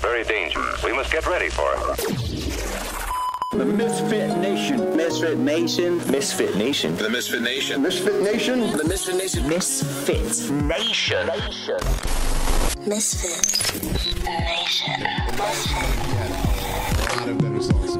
very danger. We must get ready for it. The Misfit Nation. Misfit Nation. Misfit Nation. The Misfit Nation. Misfit Nation. The Misfit Nation. Misfit Nation. Nation. Misfit Nation.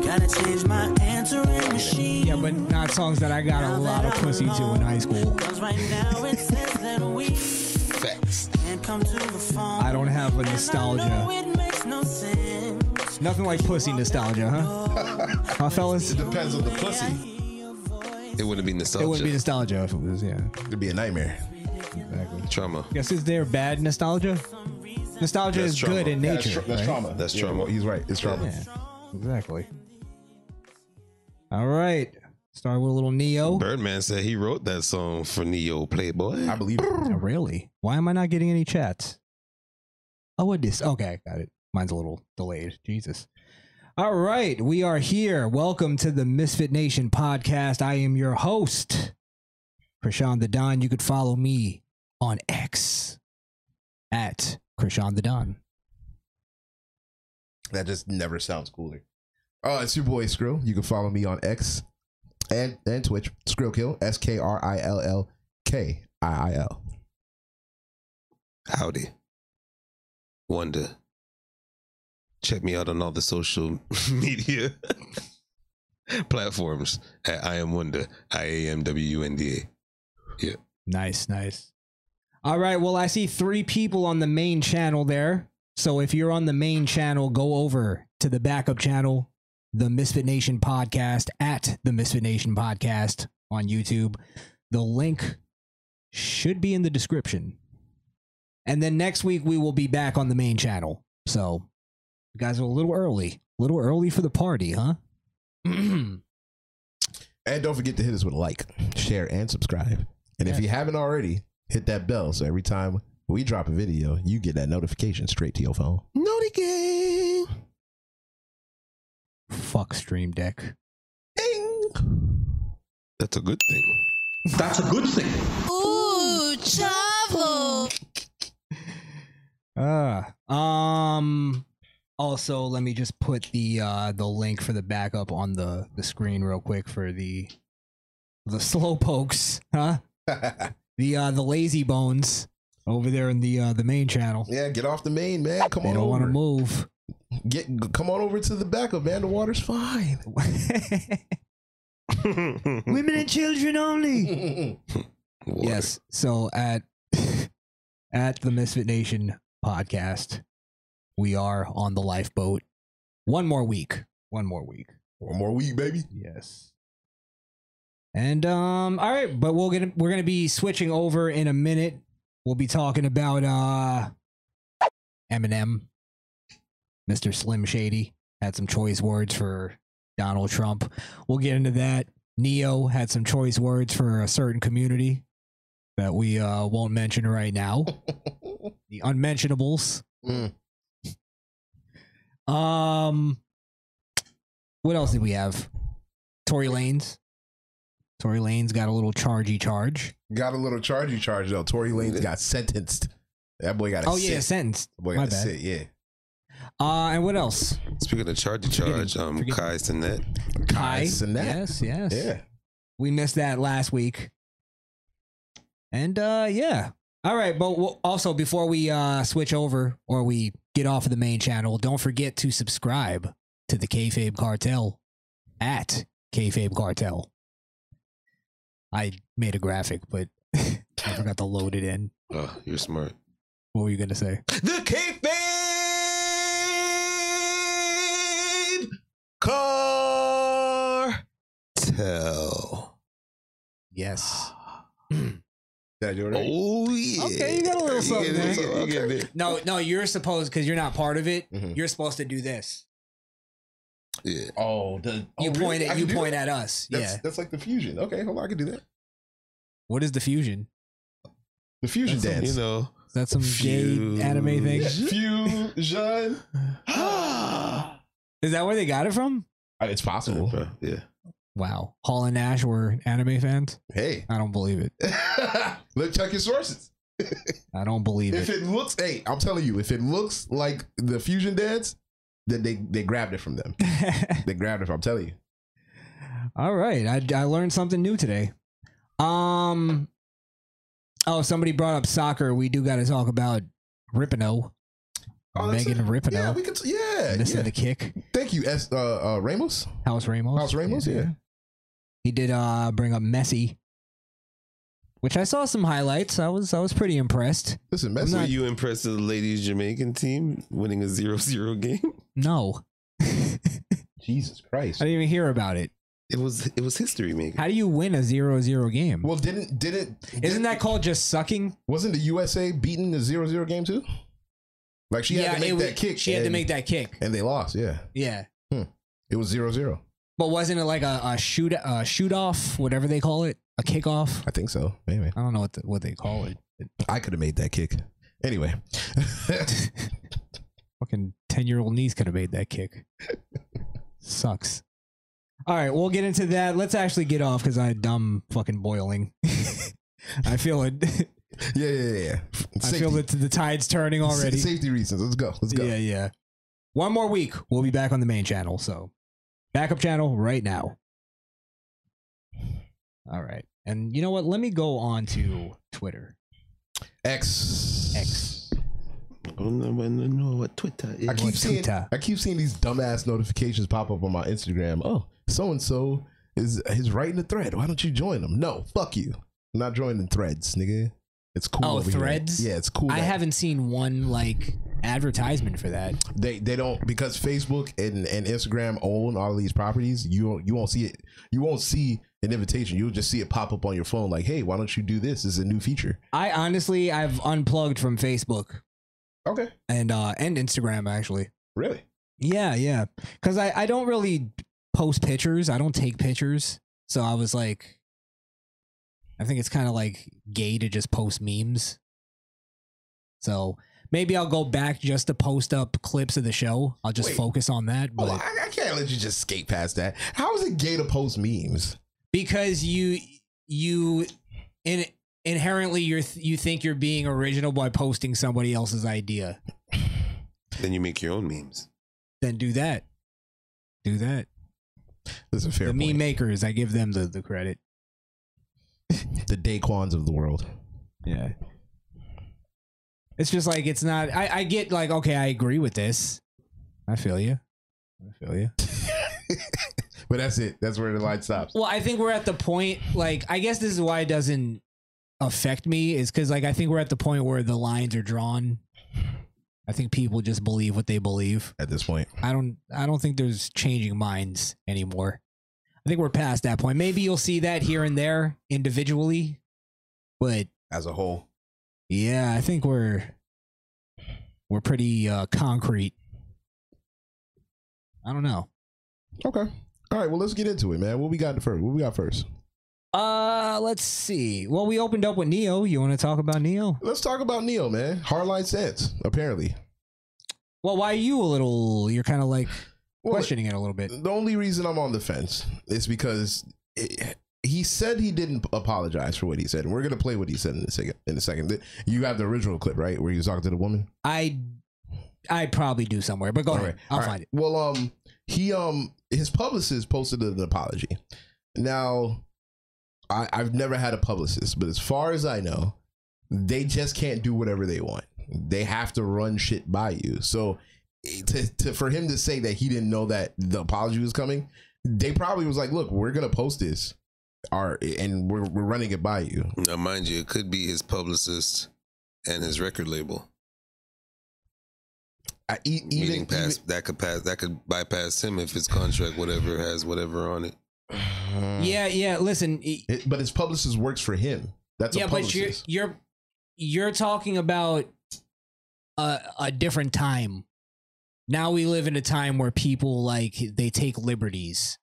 Gotta change my answering machine. Yeah, but not songs that I got a lot of pussy to in high school. Cause right now it says that we Facts. can't come to the phone. I don't have a And I know nostalgia. it makes no sense. Nothing like pussy nostalgia, huh? Huh, fellas? It Depends on the pussy. It wouldn't be nostalgia. It wouldn't be nostalgia if it was, yeah. It'd be a nightmare. Exactly. Trauma. Guess is there bad nostalgia? Nostalgia That's is trauma. good in Yeah, nature. That's right? trauma. That's Yeah, trauma. well, he's right. It's trauma. Yeah, exactly. All right. Start with a little Neo. Birdman said he wrote that song for Neo Playboy. I believe. it. Oh, really? Why am I not getting any chats? Oh, what this? Okay, got it. Mine's a little delayed. Jesus. All right, we are here. Welcome to the Misfit Nation podcast. I am your host, Krishan the Don. You could follow me on X at Krishan the Don. That just never sounds cooler. Uh, it's your boy Skrill. You can follow me on X and and Twitch. Skrill Kill. S K R I L L K I I L. Howdy. Wonder. Check me out on all the social media platforms at I am Wonder. I A M W U N D A. Nice, nice. All right. Well, I see three people on the main channel there. So if you're on the main channel, go over to the backup channel, the Misfit Nation Podcast at the Misfit Nation Podcast on YouTube. The link should be in the description. And then next week we will be back on the main channel. So you guys are a little early, a little early for the party, huh? And don't forget to hit us with a like, share, and subscribe. And if you haven't already, hit that bell so every time we drop a video, you get that notification straight to your phone. Naughty gang. Fuck Stream Deck. That's a good thing. Ooh, Chavo. Uh um also let me just put the uh the link for the backup on the the screen real quick for the the slow pokes, huh? the uh the lazy bones over there in the uh the main channel. Yeah, get off the main, man. Come They on don't want to over. move. Get come on over to the backup, man. The water's fine. Hmm. Women and children only. Water. Yes. So at at the Misfit Nation podcast, we are on the lifeboat. One more week. One more week. One more week, baby. Yes. And um, all right, but we'll get we're gonna be switching over in a minute. We'll be talking about uh Eminem, Mr. Slim Shady had some choice words for Donald Trump. We'll get into that. Neo had some choice words for a certain community that we uh, won't mention right now. the unmentionables. Mm. Um, what else did we have? Tory Lanes. Tory Lanes got a little chargey charge. Got a little chargey charge though. Tory Lanez got sentenced. That boy got a Oh sit. yeah, sentenced. That boy My got a bad. sit, yeah. Uh, and what else? Speaking of charge to charge, um, forget- Kai Sinet. Kai. Nice and that. Yes, yes. Yeah. We missed that last week. And uh yeah. All right, but we'll, also before we uh switch over or we get off of the main channel, don't forget to subscribe to the Kayfabe Cartel at Kayfabe Cartel. I made a graphic, but I forgot to load it in. Oh, you're smart. What were you gonna say? The Kayfabe Cartel. Yes. Did I do it right? Oh yeah. Okay, you got a little something Mm-hmm. You get- there. you get- you get it. No, no, you're supposed because you're not part of it. Mhm. You're supposed to do this. Yeah. Oh, the oh, You really? point I at can you do point that? at us. That's, yeah. that's like the fusion. Okay, hold on, I can do that. What is the fusion? The fusion That's some, dance. You know. Is that some gay anime thing? Yeah, fusion. Is that where they got it from? Uh, it's possible. Bro, yeah. Wow. Hall and Nash were anime fans? Hey, I don't believe it. look, check your sources. I don't believe If it. it looks, hey, I'm telling you, if it looks like the fusion dance, That they they grabbed it from them. they grabbed it. From, I'm telling you. All right, I, I learned something new today. Um, oh, somebody brought up soccer. We do got to talk about Ripino, Oh, that's Megan it. Ripino, Yeah, we could. Yeah, missing yeah. the kick. Thank you, S. Uh, uh, Ramos. House Ramos. House Ramos, yeah. He did uh bring up Messi, which I saw some highlights. I was I was pretty impressed. Listen, Were Messi. you impressed with the ladies Jamaican team winning a 0-0 game? No, Jesus Christ. I didn't even hear about it. It was it was history making. How do you win a zero-zero game? Well, didn't didn't Isn't didn't- that called just sucking? wasn't the USA beaten the 0-0 game too? Like she had to make it that was- kick. She had to and- make that kick. and they lost. Yeah, Yeah, Hmm. it was 0-0. but wasn't it like a, a shoot a shoot off, whatever they call it, a kickoff? I think so. Maybe I don't know what the, what they call it. I could have made that kick. Anyway, Fucking ten year old niece could have made that kick. Sucks. All right, we'll get into that. Let's actually get off because I dumb fucking boiling. I feel it. yeah, yeah, yeah. yeah. I feel that the tide's turning already. Sa- safety reasons. Let's go. Let's go. Yeah, yeah. One more week, we'll be back on the main channel. So, backup channel right now. All right. And you know what? Let me go on to Twitter. X. X. I don't know, I don't know what Twitter is. I keep seeing. Twitter. I keep seeing these dumbass notifications pop up on my Instagram. Oh, so and so is is writing a thread. Why don't you join them? No, fuck you. I'm not joining threads, nigga. It's cool. Oh, over here. Threads? Yeah, it's cool. I that- haven't seen one like advertisement for that. they they don't because Facebook and, and Instagram own all these properties. You won't, you won't see it. You won't see an invitation. You'll just see it pop up on your phone. Like, hey, why don't you do this? This is a new feature. I honestly, I've unplugged from Facebook Okay, and uh and Instagram actually. really? Yeah, yeah. Cuz I I don't really post pictures. I don't take pictures. So I was like I think it's kind of like gay to just post memes. So maybe I'll go back just to post up clips of the show. I'll just Wait. focus on that, Oh, but I, I can't let you just skate past that. How is it gay to post memes? because you you in inherently you're th- you think you're being original by posting somebody else's idea. Then you make your own memes. Then do that. Do that. That's a fair the point. meme makers, I give them the, the credit. the Daquans of the world. Yeah. It's just like it's not. I, I get like okay, I agree with this. I feel you. I feel you. But that's it. That's where the line stops. Well, I think we're at the point. Like I guess this is why it doesn't affect me is because like I think we're at the point where the lines are drawn. I think people just believe what they believe. At this point, I don't I don't think there's changing minds anymore. I think we're past that point. Maybe you'll see that here and there individually, but as a whole, yeah, I think we're we're pretty uh, concrete. I don't know. okay. All right. Well, let's get into it, man. What we got first? What we got first? Uh, let's see. Well, we opened up with Neo. You want to talk about Neo? Let's talk about Neil, man. Hardline sense, apparently. Well, why are you a little? You're kind of like Well, questioning it a little bit. The only reason I'm on the fence is because it, he said he didn't apologize for what he said, and we're gonna play what he said in a second. In a second, you have the original clip, right, where he was talking to the woman. I I probably do somewhere, but go All ahead. right. I'll All right. find it. Well, um, he um, his publicist posted an apology. Now, I I've never had a publicist, but as far as I know, they just can't do whatever they want. They have to run shit by you. So, eh, to, to for him to say that he didn't know that the apology was coming, they probably was like, "Look, we're gonna post this." Our, and we're, we're running it by you. Now, mind you, it could be his publicist and his record label. I, e- even, Meaning, even- pass that could pass that could bypass him if his contract, whatever, has whatever on it. Yeah, yeah. Listen, y- It- but his publicist works for him. That's yeah, a but you're publicist. you're you're talking about a a different time. Now we live in a time where people like they take liberties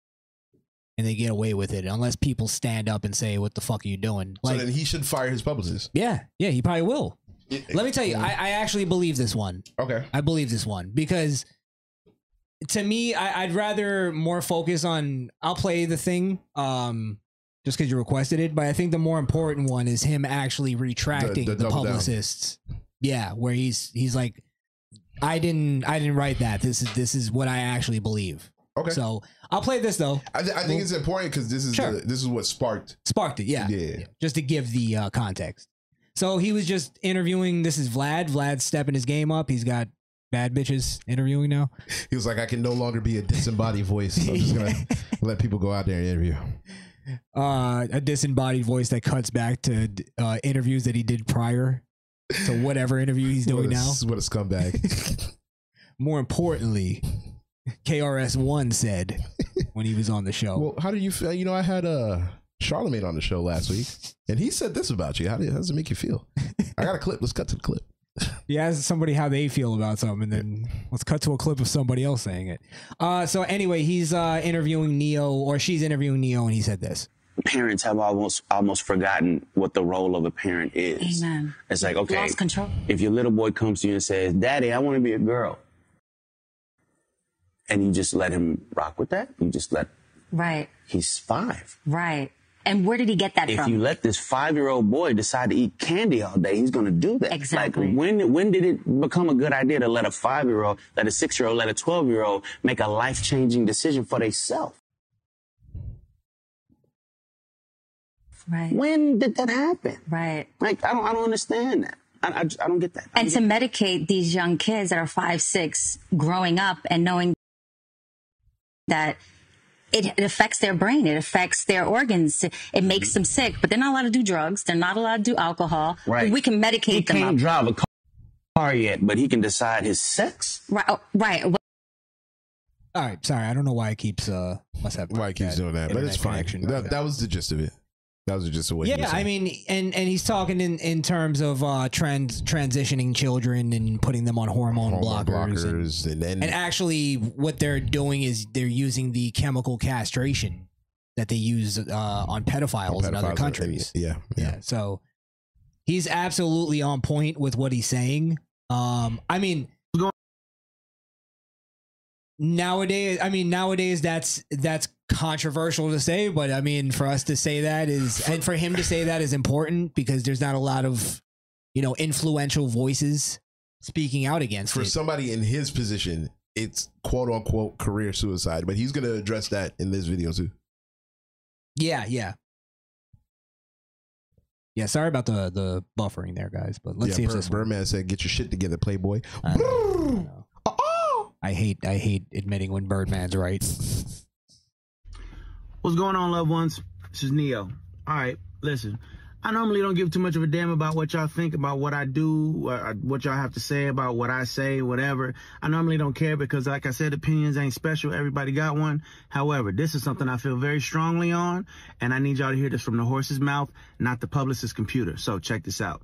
and they get away with it unless people stand up and say, "What the fuck are you doing?" Like, so then he should fire his publicist. yeah, yeah, he probably will. It- Let me tell you, I, I actually believe this one. Okay. I believe this one because to me, I, I'd rather more focus on I'll play the thing, um, just because you requested it. But I think the more important one is him actually retracting The- the the, double down. publicists. Yeah, where he's he's like, I didn't. I didn't write that. This is this is what I actually believe. Okay. So I'll play this though. I, th- I think it's important because this is Sure. the, this is what sparked. Sparked it. Yeah. Yeah. Just to give the uh, context. So he was just interviewing. This is Vlad. Vlad's stepping his game up. He's got bad bitches interviewing now. He was like, I can no longer be a disembodied voice. So I'm just gonna let people go out there and interview. uh, a disembodied voice that cuts back to uh, interviews that he did prior to whatever interview he's What doing a, now. what a scumbag. More importantly, KRS One said when he was on the show. well, how do you feel? You know, I had uh, Charlemagne on the show last week, and he said this about you. How, do, how does it make you feel? I got a clip. Let's cut to the clip. he asked somebody how they feel about something, and then let's cut to a clip of somebody else saying it. Uh, so anyway, he's uh, interviewing Neo, or she's interviewing Neo, and he said this. parents have almost almost forgotten what the role of a parent is. Amen. It's like okay, Lost control. if your little boy comes to you and says, "Daddy, I want to be a girl," and you just let him rock with that, you just let Right. he's five. Right. And where did he get that If from? you let this five-year-old boy decide to eat candy all day, he's going to do that. Exactly. Like when when did it become a good idea to let a five-year-old, let a six-year-old, let a twelve-year-old make a life-changing decision for themselves? right. When did that happen? Right. Like I don't I don't understand that. I I, just- I don't get that. I And don't to get medicate these young kids that are five, six, growing up and knowing that it, it affects their brain, it affects their organs, it Mm-hmm. makes them sick. But they're not allowed to do drugs. They're not allowed to do alcohol. Right. We can medicate he them can't up. drive a car yet, but he can decide his sex. right. oh, right. Well, All right, sorry, I don't know why it keeps uh, must have Why he keeps doing that, but internet it's fine. connection. That, that was the gist of it. That was just the way. he was yeah i saying. mean and and he's talking in in terms of uh trans transitioning children and putting them on hormone, Hormone blockers, and- blockers, and, then And, actually what they're doing is they're using the chemical castration that they use uh on pedophiles, in pedophiles uh, other are- countries Yeah, yeah. so he's absolutely on point with what he's saying um i mean nowadays i mean nowadays that's that's controversial to say but i mean for us to say that is and for him to say that is important because there's not a lot of you know influential voices speaking out against for it. somebody in his position, it's quote unquote career suicide. But he's gonna address that in this video too. yeah yeah yeah sorry about the the buffering there guys but let's yeah, see if Bird- this works. Birdman said, "Get your shit together, Playboy." I know. I hate I hate admitting when Birdman's right. What's going on, loved ones? This is Neo. All right, listen. I normally don't give too much of a damn about what y'all think about what I do, uh, what y'all have to say about what I say, whatever. I normally don't care because, like I said, opinions ain't special. Everybody got one. However, this is something I feel very strongly on, and I need y'all to hear this from the horse's mouth, not the publicist's computer. So check this out.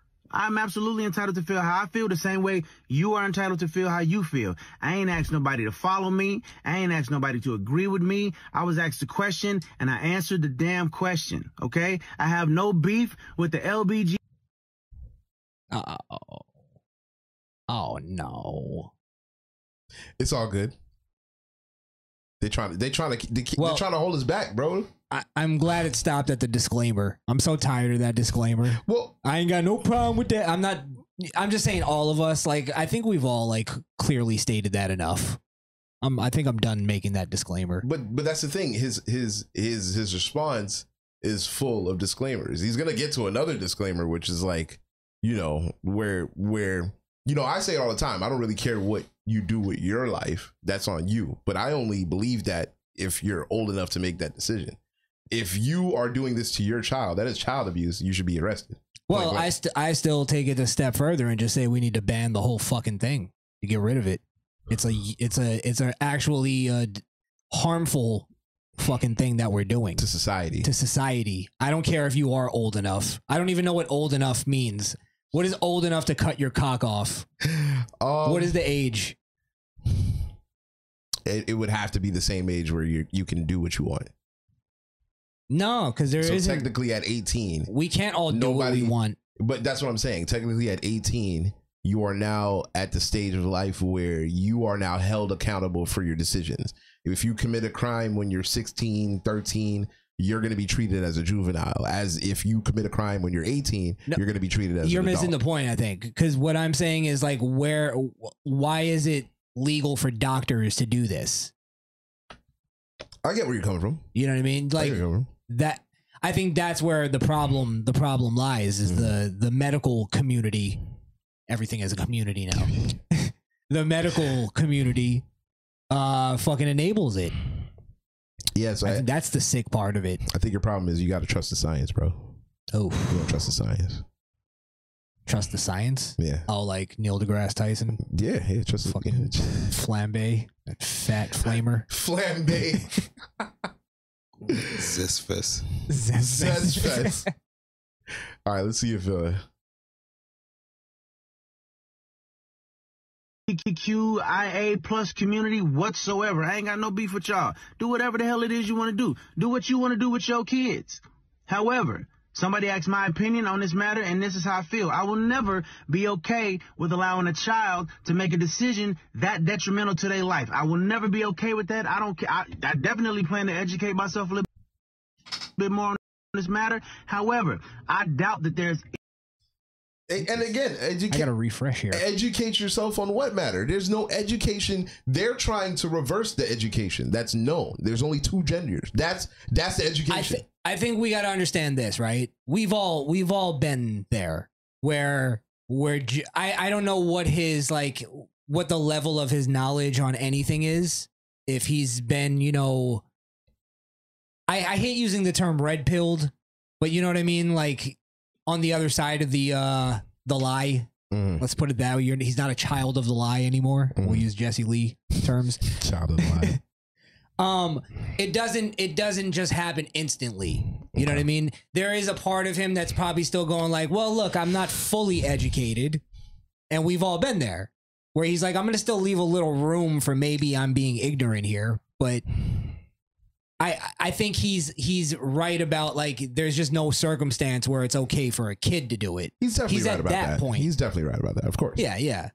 I'm absolutely entitled to feel how I feel the same way you are entitled to feel how you feel. I ain't asked nobody to follow me. I ain't asked nobody to agree with me. I was asked a question and I answered the damn question. Okay? I have no beef with the LBG. Oh, oh no. It's all good. They trying to they trying to they, Well- are trying to hold us back, bro. I, I'm glad it stopped at the disclaimer. I'm so tired of that disclaimer. Well, I ain't got no problem with that. I'm not. I'm just saying all of us. Like I think we've all like clearly stated that enough. I'm. I think I'm done making that disclaimer. but but that's the thing. His his his his response is full of disclaimers. He's gonna get to another disclaimer, which is like, you know, where where you know I say it all the time. I don't really care what you do with your life. That's on you. But I only believe that if you're old enough to make that decision. If you are doing this to your child, that is child abuse. You should be arrested. Well, Like, like- I st- I still take it a step further and just say we need to ban the whole fucking thing to get rid of it. It's a it's a it's a actually uh d- harmful fucking thing that we're doing to society. to society. I don't care if you are old enough. I don't even know what old enough means. What is old enough to cut your cock off? Um, what is the age? it, it would have to be the same age where you you can do what you want. No, because there so isn't- technically at 18, we can't all do what we want. But that's what I'm saying. Technically at 18, you are now at the stage of life where you are now held accountable for your decisions. If you commit a crime when you're 16, 13, you're going to be treated as a juvenile. As if you commit a crime when you're 18, you're going to be treated as You're an missing adult. the point, I think, because what I'm saying is like, where, why is it legal for doctors to do this? I get where you're coming from. You know what I mean? Like that. I think that's where the problem the problem lies is Mm-hmm. the the medical community. Everything is a community now. the medical community uh fucking enables it. Yes, I think that's the sick part of it. I think your problem is you got to trust the science, bro. Oh, you don't trust the science. Trust the science. Yeah. Oh, like Neil deGrasse Tyson. Yeah, yeah. Trust fucking flambe, that fat flamer. Flambe. Zestfest. Zestfest. All right, let's see if uh, LGBTQIA plus community whatsoever. I ain't got no beef with y'all. Do whatever the hell it is you want to do. Do what you want to do with your kids. However, somebody asked my opinion on this matter, and this is how I feel. I will never be okay with allowing a child to make a decision that detrimental to their life. I will never be okay with that. I don't care. I, I definitely plan to educate myself a little bit more on this matter. However, I doubt that there's and again, educate. I gotta refresh here. educate yourself on what matter. There's no education. They're trying to reverse the education that's known. There's only two genders. That's that's the I, education. th- I think we got to understand this, right? We've all we've all been there where where j- I I don't know what his like what the level of his knowledge on anything is. If he's been, you know, I I hate using the term red pilled, but you know what I mean, like on the other side of the uh the lie. Let's put it that way. You're, he's not a child of the lie anymore. We'll use Jesse Lee terms. child of the lie. um it doesn't it doesn't just happen instantly you know what i mean there is a part of him that's probably still going like well look i'm not fully educated and we've all been there where he's like i'm gonna still leave a little room for maybe i'm being ignorant here but i i think he's he's right about like there's just no circumstance where it's okay for a kid to do it he's definitely right at about that, that, point He's definitely right about that. Of course. yeah, yeah.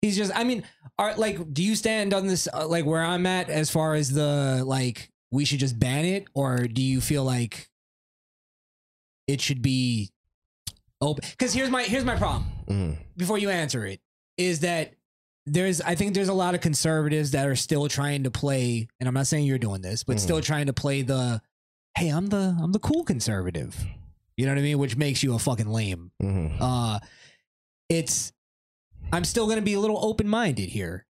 He's just. I mean, are like, do you stand on this? Uh, like, where I'm at as far as the like, we should just ban it, or do you feel like it should be open? Because here's my here's my problem. Mm. Before you answer it, is that there's I think there's a lot of conservatives that are still trying to play, and I'm not saying you're doing this, but Mhm. still trying to play the, hey, I'm the I'm the cool conservative. You know what I mean? Which makes you a fucking lame. Uh, it's I'm still going to be a little open minded here,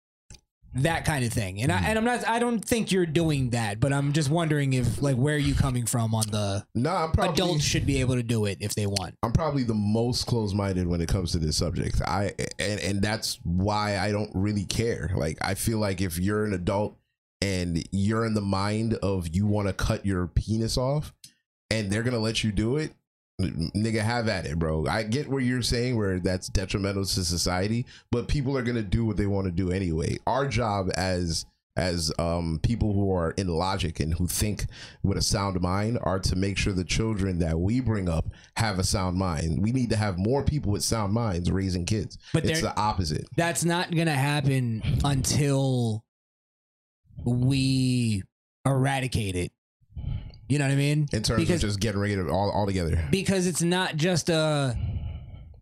that kind of thing. And I and I'm not I don't think you're doing that, but I'm just wondering if like where are you coming from on the no adults should be able to do it if they want. I'm probably the most closed minded when it comes to this subject. I and and that's why I don't really care. Like I feel like if you're an adult and you're in the mind of you want to cut your penis off and they're going to let you do it, n- nigga have at it, bro. I get what you're saying where that's detrimental to society, but people are going to do what they want to do anyway. Our job as as um, people who are in logic and who think with a sound mind are to make sure the children that we bring up have a sound mind. We need to have more people with sound minds raising kids. But But it's they're- the opposite. That's not going to happen until we eradicate it. You know what I mean? In terms Because- of just getting rid of it all altogether. because it's not just a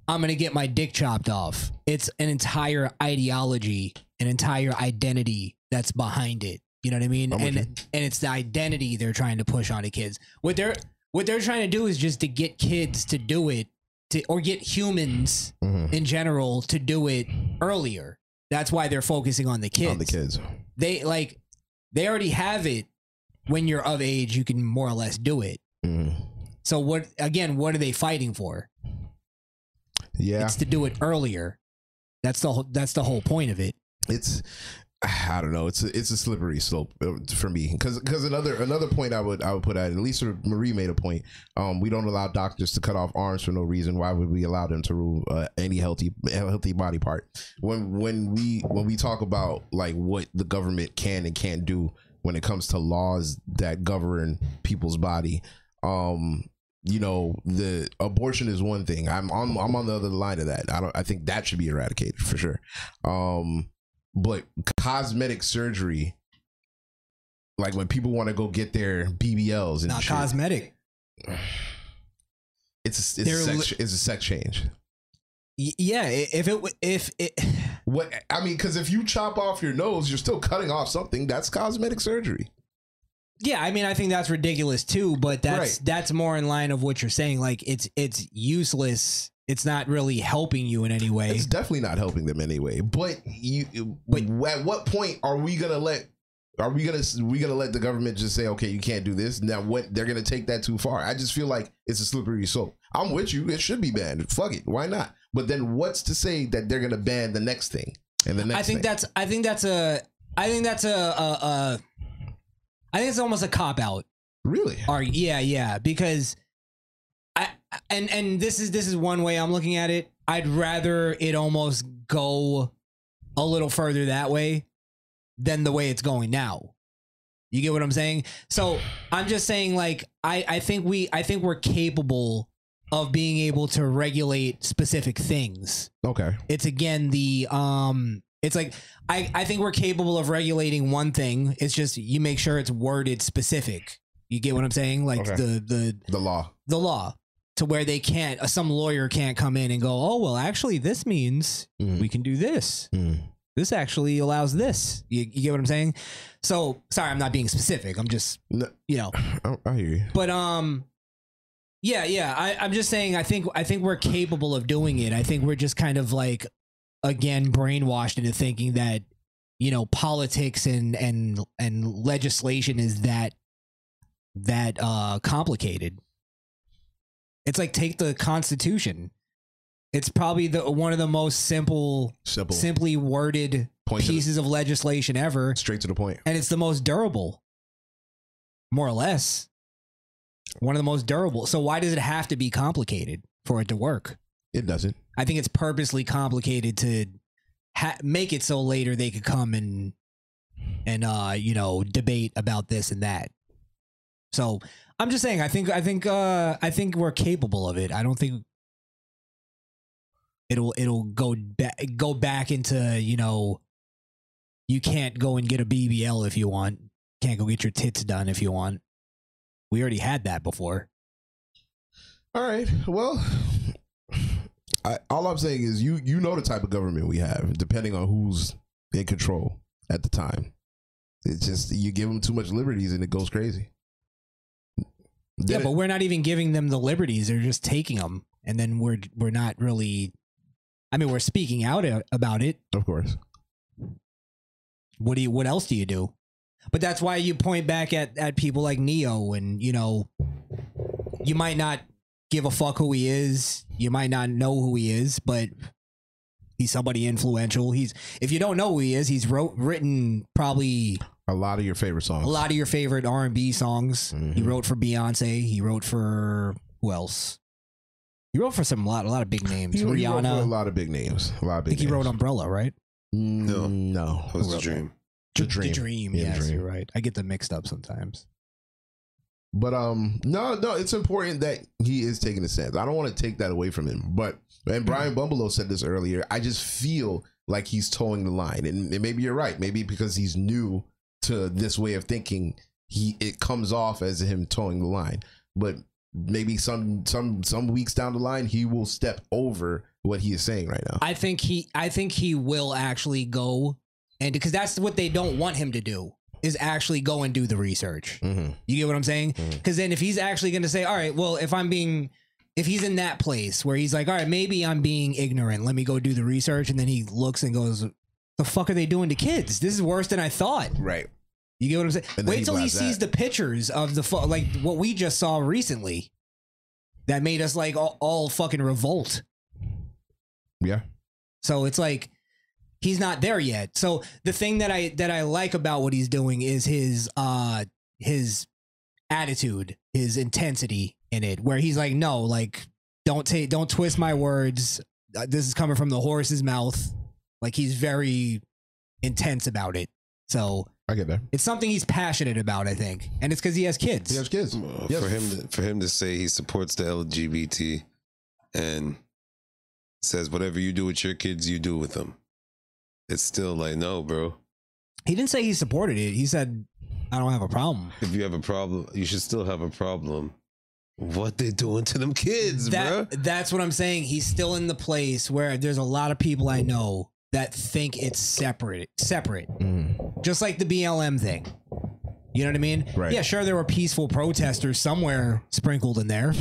I'm gonna get my dick chopped off. It's an entire ideology, an entire identity that's behind it. You know what I mean? I'm with And you. and it's the identity they're trying to push onto kids. What they're what they're trying to do is just to get kids to do it to or get humans Mm-hmm. in general to do it earlier. That's why they're focusing on the kids. On the kids. They like they already have it when you're of age, you can more or less do it. Mm. So what again? What are they fighting for? Yeah, it's to do it earlier. That's the whole, that's the whole point of it. It's I don't know. It's a, it's a slippery slope uh, for me because another another point I would I would put at it. Lisa Marie made a point. Um, we don't allow doctors to cut off arms for no reason. Why would we allow them to rule uh, any healthy healthy body part? When when we when we talk about like what the government can and can't do when it comes to laws that govern people's body, um you know the abortion is one thing i'm i'm, I'm on the other line of that i don't i think that should be eradicated for sure um but cosmetic surgery like when people want to go get their bbls and Not shit, cosmetic. it's a, it's, They're a sex, li- it's a sex change Y- yeah, i- if it w- if it what i mean because if you chop off your nose you're still cutting off something that's cosmetic surgery yeah, I mean, I think that's ridiculous too. But that's that's more in line of what you're saying. Like it's it's useless. It's not really helping you in any way. It's definitely not helping them anyway. But you, but at what point are we gonna let? Are we gonna we gonna let the government just say okay you can't do this now what they're gonna take that too far I just feel like it's a slippery slope I'm with you it should be banned fuck it why not but then what's to say that they're gonna ban the next thing and the next I think thing? that's I think that's a I think that's a, a, a I think it's almost a cop out. Really? Or yeah, yeah, because I and and this is this is one way I'm looking at it. I'd rather it almost go a little further that way than the way it's going now. You get what I'm saying? So I'm just saying, like, I, I think we I think we're capable of being able to regulate specific things. Okay. It's again the um it's like I, I think we're capable of regulating one thing. It's just you make sure it's worded specific. You get what I'm saying? Like Okay. the the the law. The law. To where they can't uh, some lawyer can't come in and go, Oh well actually this means we can do this. This actually allows this. You, you get what I'm saying? So sorry, I'm not being specific. I'm just you know. Oh, I, I hear you. But um, yeah, yeah. I, I'm just saying. I think I think we're capable of doing it. I think we're just kind of like again brainwashed into thinking that you know politics and and and legislation is that that uh complicated. It's like take the Constitution. It's probably the one of the most simple, Simple. simply worded Point to the- pieces of legislation ever. Straight to the point. And it's the most durable, more or less. One of the most durable. So why does it have to be complicated for it to work? It doesn't. I think it's purposely complicated to ha- make it so later they could come and and uh you know debate about this and that. So I'm just saying. I think I think uh I think we're capable of it. I don't think it'll it'll go back go back into you know you can't go and get a BBL if you want. Can't go get your tits done if you want. We already had that before. All right. Well, I, all I'm saying is you you know the type of government we have, depending on who's in control at the time. It's just you give them too much liberties and it goes crazy. yeah, but we're not even giving them the liberties; they're just taking them, and then we're we're not really. I mean, we're speaking out a- about it. Of course. What do you? What else do you do? But that's why you point back at at people like Neo, and you know, you might not give a fuck who he is. You might not know who he is, but he's somebody influential. He's if you don't know who he is, he's wrote written probably A lot of your favorite songs. a lot of your favorite R and B songs. He Mm-hmm. wrote for Beyonce. He wrote for who else? He wrote for some lot a lot of big names. He wrote- he wrote Rihanna. for a lot of big names. Mm. A lot of I big think he wrote Umbrella, right? No, no. That was the dream. The The dream. Dream. Yeah, The yes, Dream. you're right. I get them mixed up sometimes. But um, no, no, it's important that he is taking a stance. I don't want to take that away from him. But and Brian Mm-hmm. Bumbelow said this earlier. I just feel like he's towing the line, and, and maybe you're right. Maybe because he's new to this way of thinking, he it comes off as him towing the line. But maybe some some some weeks down the line, he will step over what he is saying right now. I think he I think he will actually go and because that's what they don't want him to do is actually go and do the research. Mm-hmm. You get what I'm saying? Because then if he's actually going to say, all right, well, if I'm being if he's in that place where he's like, all right, maybe I'm being ignorant. Let me go do the research. And then he looks and goes, the fuck are they doing to kids? This is worse than I thought. Right. You get what I'm saying? And then Wait he till he blasts sees the pictures of the, fu- like what we just saw recently that made us like all, all fucking revolt. Yeah. So it's like he's not there yet. So the thing that I that I like about what he's doing is his uh his attitude, his intensity in it where he's like no, like don't take don't twist my words. Uh, This is coming from the horse's mouth. Like he's very intense about it. So I get that. It's something he's passionate about, I think, and it's because he has kids. He has kids. Uh, For him, to, for him to say he supports the LGBT and says whatever you do with your kids, you do with them. It's still like no, bro. He didn't say he supported it. He said, "I don't have a problem." Mm-hmm. If you have a problem, you should still have a problem. What they doing to them kids, That- bro? That's what I'm saying. He's still in the place where there's a lot of people I know that think it's separate, separate, just like the BLM thing. You know what I mean? Right. Yeah, sure. There were peaceful protesters somewhere sprinkled in there,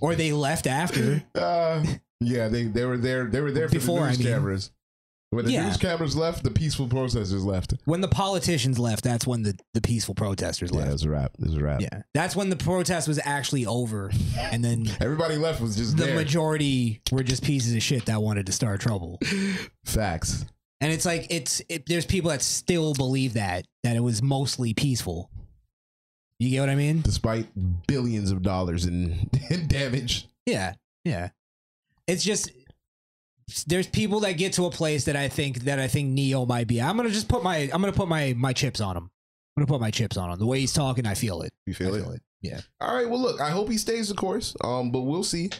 or they left after. Uh, yeah, they, they were there. They were there for Before, the news I mean. cameras. When the Yeah. news cameras left, the peaceful protesters left. When the politicians left, that's when the, the peaceful protesters left. Yeah, it was a wrap. It was a wrap. Yeah. That's when the protest was actually over, and then everybody left was just the there. majority were just pieces of shit that wanted to start trouble. Facts. And it's like it's it, there's people that still believe that that it was mostly peaceful. You get what I mean? Despite billions of dollars in, in damage. Yeah, yeah. It's just there's people that get to a place that I think that I think Neo might be. I'm gonna just put my I'm gonna put my my chips on him. I'm gonna put my chips on him. The way he's talking, I feel it. You feel, I it? feel it. Yeah. All right. Well, look. I hope he stays the course. Um, but we'll see.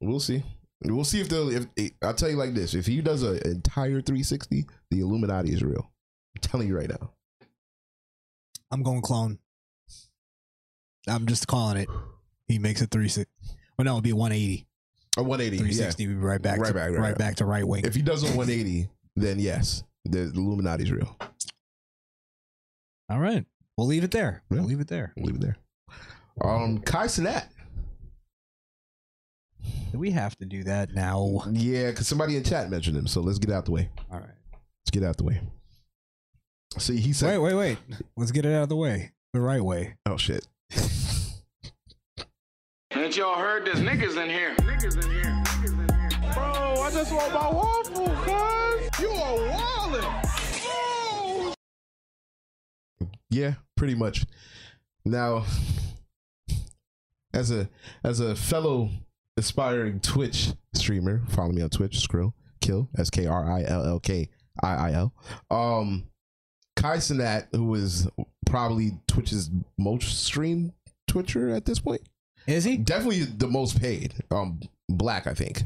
We'll see. We'll see if the if I'll tell you like this. If he does an entire 360, the Illuminati is real. I'm telling you right now. I'm going clone. I'm just calling it. He makes a three six. Well, no, it'd be 180. A 180. 360 yeah. would be right back to- right back to right wing. If he does a 180, then yes, the, the Illuminati is real. All right. We'll leave it there. We'll leave it there. Leave it there. Um, Kai Sinat. Do we have to do that now? Yeah, because somebody in chat mentioned him. So let's get out the way. All right. Let's get out the way. See, he said. Wait, wait, wait. Let's get it out of the way. The right way. Oh shit. Ain't y'all heard there's niggas in here? Niggas in here. Bro, I just want my waffle, cuz. You are wallin'. Oh, Yeah, pretty much. Now, as a as a fellow aspiring Twitch streamer, follow me on Twitch, Skrill Kill S K R I L L K I I L. Um, Kai Sinat, who is probably Twitch's most streamed Twitcher at this point, is he definitely the most paid? Um, black, I think.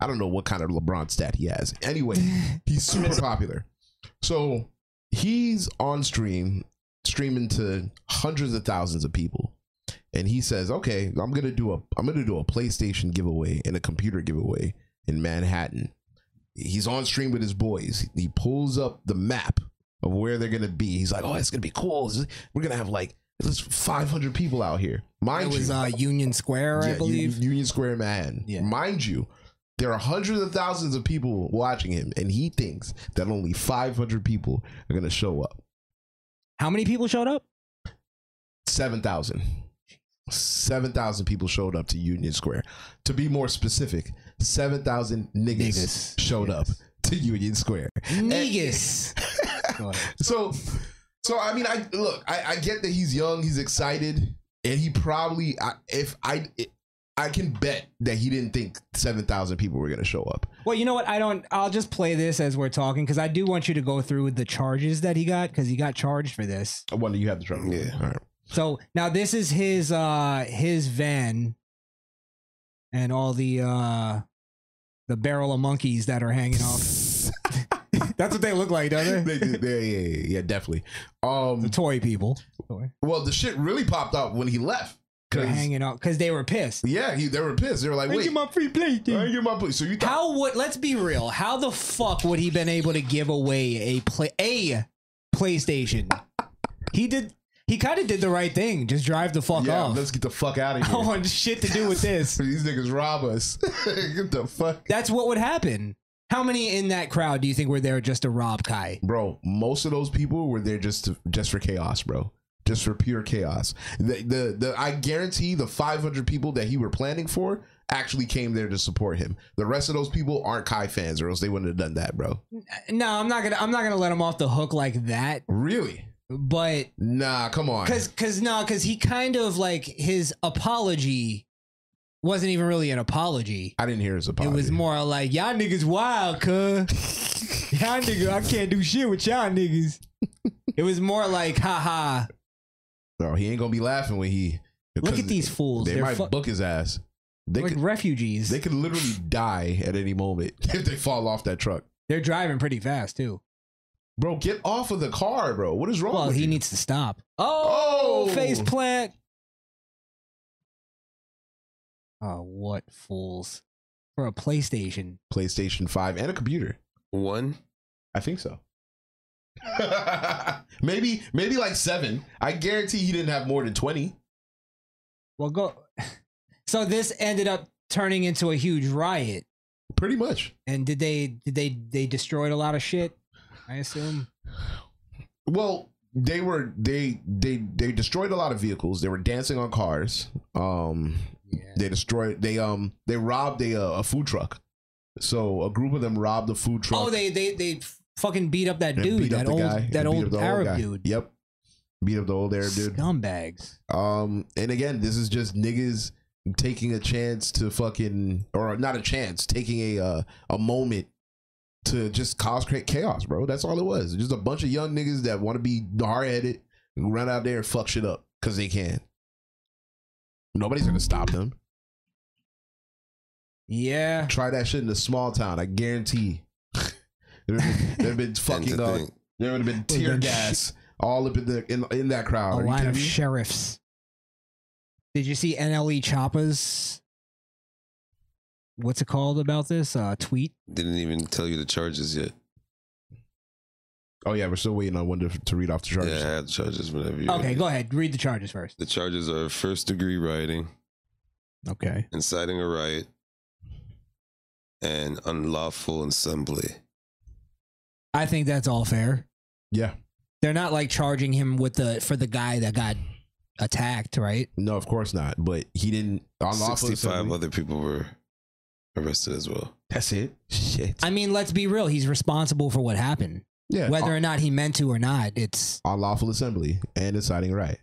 I don't know what kind of LeBron stat he has. Anyway, he's super popular. So he's on stream, streaming to hundreds of thousands of people, and he says, "Okay, I'm gonna do a I'm gonna do a PlayStation giveaway and a computer giveaway in Manhattan." He's on stream with his boys. He pulls up the map of where they're gonna be. He's like, "Oh, it's gonna be cool. We're gonna have like." There's 500 people out here. Mind it was you, uh, Union Square, I yeah, believe. Union, Union Square Manhattan. Mind you, there are hundreds of thousands of people watching him, and he thinks that only 500 people are going to show up. How many people showed up? 7,000. 7,000 people showed up to Union Square. To be more specific, 7,000 niggas, showed up to Union Square. Niggas. so, so I mean, I look, I, I get that he's young, he's excited, and he probably, I, if I, I can bet that he didn't think 7,000 people were going to show up. Well, you know what? I don't. I'll just play this as we're talking because I do want you to go through with the charges that he got because he got charged for this. I wonder you have the trouble. Yeah. All right. So now this is his uh his van and all the uh the barrel of monkeys that are hanging off. That's what they look like, don't they? yeah, yeah, yeah, yeah, definitely. Um, the toy people. Well, the shit really popped up when he left. They're hanging out because they were pissed. Yeah, he, they were pissed. They were like, I "Wait, get my free play, dude." I get my play." So you thought, How would let's be real? How the fuck would he been able to give away a play a PlayStation? He did. He kind of did the right thing. Just drive the fuck yeah, off. let's get the fuck out of I here. don't want shit to do with this. These niggas rob us. get the fuck. That's what would happen. How many in that crowd do you think were there just to rob Kai? bro. Most of those people were there just to, just for chaos, bro. Just for pure chaos. The, the the I guarantee the 500 people that he were planning for actually came there to support him. The rest of those people aren't Kai fans, or else they wouldn't have done that, bro. No, I'm not gonna. I'm not gonna let him off the hook like that. Really? But nah, come on. Cause, cause no, cause he kind of like his apology wasn't even really an apology. I didn't hear his It apology. was more like y'all niggas wild, cuz y'all niggas. I can't do shit with y'all niggas. It was more like, haha. No, he ain't gonna be laughing when he. Look at these fools. They They're might fu- book his ass. They Like refugees. They could literally die at any moment if they fall off that truck. They're driving pretty fast too. Bro, get off of the car, bro. What is wrong? Well, with he you? needs to stop. Oh, Oh! face plant. Oh, what fools for a PlayStation? PlayStation Five and a computer. One, I think so. maybe, maybe like seven. I guarantee he didn't have more than twenty. Well, go. So this ended up turning into a huge riot. Pretty much. And did they? Did they? They destroyed a lot of shit. I assume. Well, they were they they they destroyed a lot of vehicles. They were dancing on cars. Um, they destroyed they um they robbed a uh, a food truck. So a group of them robbed a food truck. Oh, they they they fucking beat up that and dude. beat up That the old guy, that and beat old up the Arab guy. dude. Yep, beat up the old Arab dude. Scumbags. Um, and again, this is just niggas taking a chance to fucking or not a chance, taking a uh, a moment to just cause cra- chaos, bro. That's all it was. Just a bunch of young niggas that want to be hard headed, run out there and fuck shit up because they can. Nobody's gonna stop them. Yeah. Try that shit in a small town. I guarantee. there have been, there've been fucking. Uh, thing. there would have been tear been- gas all up in the in, in that crowd. a Are Oh, you line kidding of me? sheriffs. Did you see NLE Choppa's? What's it called about this uh, tweet? Didn't even tell you the charges yet. Oh yeah, we're still waiting on one to, to read off the charges. Yeah, I had charges whenever you. Okay, go ahead. Read the charges first. The charges are first degree rioting, Okay. inciting a riot, and unlawful assembly. I think that's all fair. Yeah. They're not like charging him with the for the guy that got attacked, right? No, of course not. But he didn't unlawful. Sixty-five assembly. other people were arrested as well. That's it. Shit. I mean, let's be real. He's responsible for what happened. Yeah. Uh, Whether or not he meant to or not, it's Unlawful assembly and inciting a riot.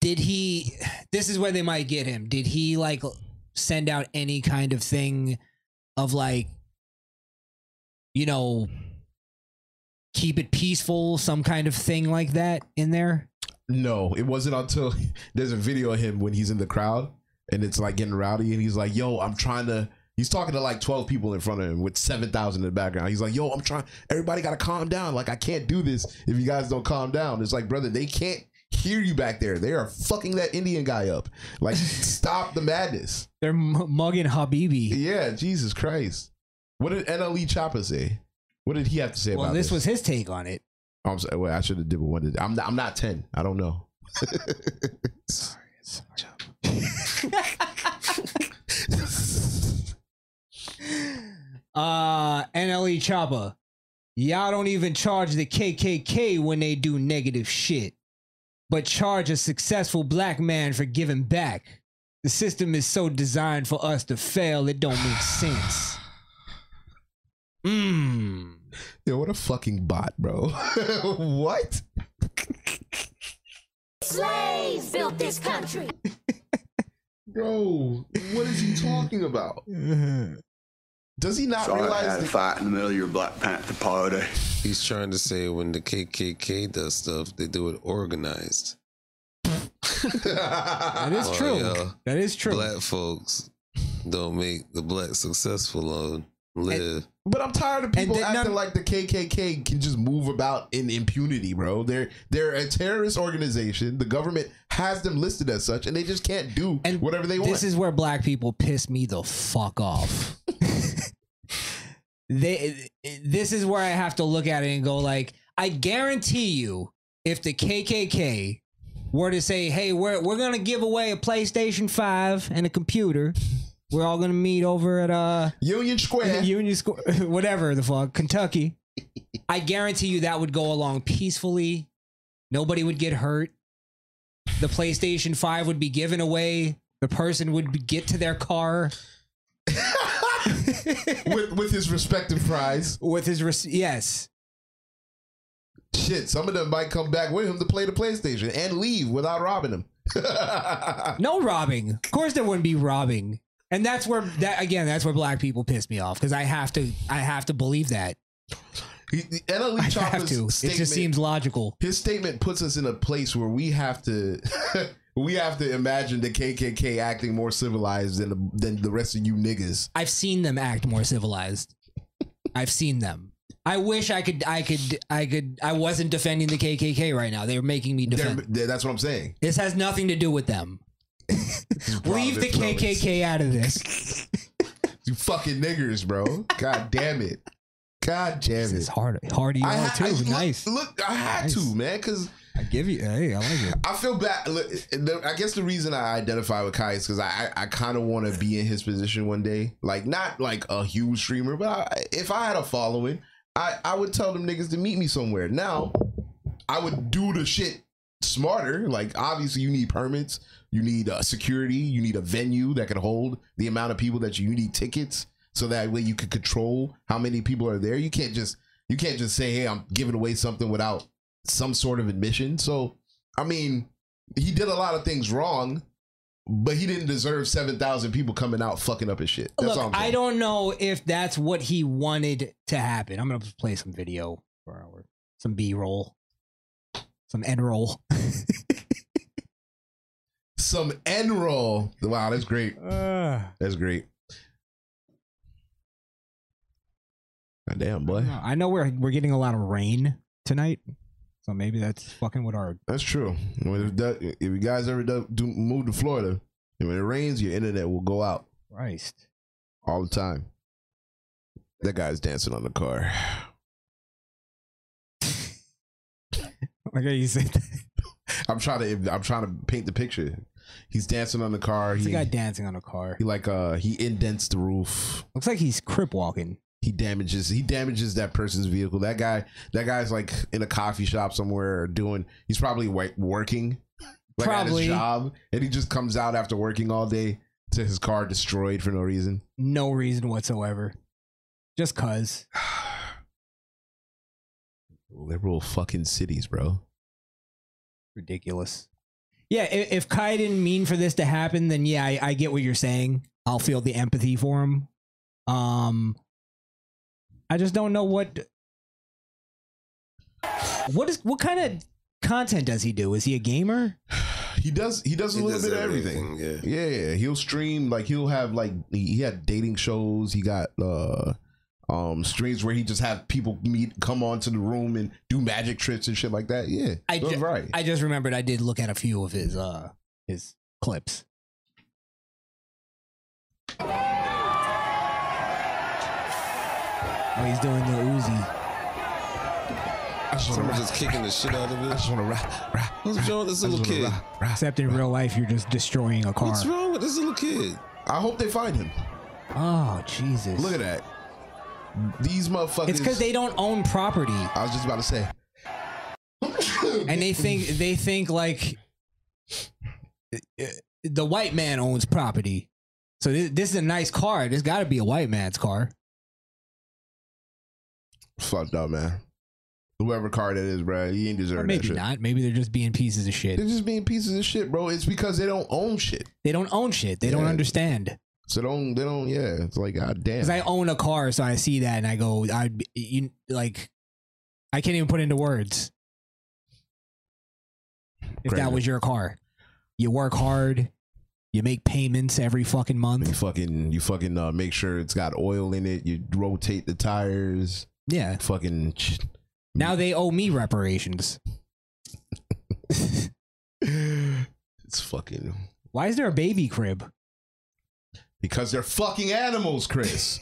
did he this is where they might get him did he like send out any kind of thing of like you know keep it peaceful some kind of thing like that in there No, it wasn't until there's a video of him when he's in the crowd and it's like getting rowdy and he's like, "Yo, I'm trying to." He's talking to like 12 people in front of him with 7,000 in the background. He's like, "Yo, I'm trying. Everybody got to calm down. Like I can't do this if you guys don't calm down." It's like, brother, they can't hear you back there. They are fucking that Indian guy up. Like, stop the madness. they're m- mugging habibi Yeah, Jesus Christ. What did NLE Choppa say? What did he have to say well about this this? was his take on it Oh, I'm sorry, wait, I should have did what one did. I'm not, I'm not 10. I don't know. uh nle choppa y'all don't even charge the kkk when they do negative shit but charge a successful black man for giving back the system is so designed for us to fail it don't make sense Mmm. Yo, what a fucking bot, bro. what? Slaves built this country. Bro, what is he talking about? Does he not Sorry, I realize had a the fight in the middle of your Black Panther party. He's trying to say when the KKK does stuff, they do it organized. that is Well, true Oh, yeah. that is true Black folks don't make the black successful alone. Live. But I'm tired of people then acting like the KKK can just move about in impunity, bro. They're they're a terrorist organization. The government has them listed as such, and they just can't do whatever they want. This is where black people piss me the fuck off. they, this is where I have to look at it and go like, I guarantee you, if the KKK were to say, "Hey, we're we're gonna give away a PlayStation Five and a computer," we're all gonna meet over at uh Union Square, Union Square, whatever the fuck, Kentucky. I guarantee you that would go along peacefully. Nobody would get hurt. The PlayStation 5 would be given away. The person would be, get to their car with with his respective prize. with his res- yes. Shit, some of them might come back with him to play the PlayStation and leave without robbing him. No robbing. Of course there wouldn't be robbing. And that's where that again, that's where black people piss me off cuz I have to I have to believe that. He, NLE I have E Chopper's to. It statement- just seems logical. His statement puts us in a place where we have to we have to imagine the KKK acting more civilized than the, than the rest of you niggas. I've seen them act more civilized. I've seen them. I wish I could. I could. I could. I wasn't defending the KKK right now. They were making me They're- defend. they're- that's what I'm saying. This has nothing to do with them. Leave the promise. KKK out of this. You fucking niggers, bro. God damn it. God damn it. It's hard, hardy I on too. look- Nice. Look, I had Nice. to, man, because I give you. Hey, I like it. I feel bad. Look, the- I guess the reason I identify with Kai is because I, I, I kind of want to be in his position one day. Like, not like a huge streamer, but I, if I had a following, I, I would tell them niggas to meet me somewhere. Now, I would do the shit smarter. Like, obviously, you need permits, you need uh, security, you need a venue that can hold the amount of people that you, you need tickets, so that way you can control how many people are there. You can't just you can't just say, "Hey, I'm giving away something without some sort of admission." So, I mean, he did a lot of things wrong, but he didn't deserve seven thousand people coming out fucking up his shit. That's all Look, I'm saying. I don't know if that's what he wanted to happen. I'm gonna play some video for our some B roll, some N roll. some end roll. Wow, that's great. that's great. God damn, boy. Uh, I know we're we're getting a lot of rain tonight, so maybe that's fucking with our. That's true. When it does- if you guys ever do, do move to Florida, and when it rains, your internet will go out. Christ. All the time. That guy's dancing on the car. Like you said, I'm trying to. I'm trying to paint the picture. He's dancing on the car. It's He, a guy dancing on a car. he like uh he indents the roof. Looks like he's crip walking. He damages. He damages that person's vehicle. That guy. That guy's like in a coffee shop somewhere or doing. He's probably like working. Like at Probably. his job, and he just comes out after working all day to his car destroyed for no reason. No reason whatsoever. Just cause. Liberal fucking cities, bro. Ridiculous. Yeah, if, if Kai didn't mean for this to happen, then yeah, I, I get what you're saying. I'll feel the empathy for him. Um, I just don't know what. What is what kind of content does he do? Is he a gamer? He does. He does a little bit of everything. Yeah. yeah, He'll stream like he'll have like he, he had dating shows. He got uh um streams where he just have people meet, come onto the room and do magic tricks and shit like that. Yeah, I that's ju- right. I just remembered I did look at a few of his uh his clips. Oh, he's doing the Uzi. Someone just kicking the shit out of it. I just want to rap. What's wrong with this little kid? Except in real life, you're just destroying a car. What's wrong with this little kid? I hope they find him. Oh Jesus! Look at that. These motherfuckers. It's because they don't own property. I was just about to say. and they think they think like uh, the white man owns property. So this, this is a nice car. This got to be a white man's car. fucked up, man. Whoever car that is, bro, he ain't Or deserve that maybe shit. not. Maybe they're just being pieces of shit. They're just being pieces of shit, bro. It's because they don't own shit. They don't own shit. They don't Yeah. understand. So don't they don't yeah. It's like god damn. Because I own a car, so I see that and I go, I you like, I can't even put into words. If that Crazy. was your car, you work hard, you make payments every fucking month. You fucking you fucking uh, make sure it's got oil in it. You rotate the tires. Yeah. Fucking Now they owe me reparations. it's fucking Why is there a baby crib? because they're fucking animals, Chris.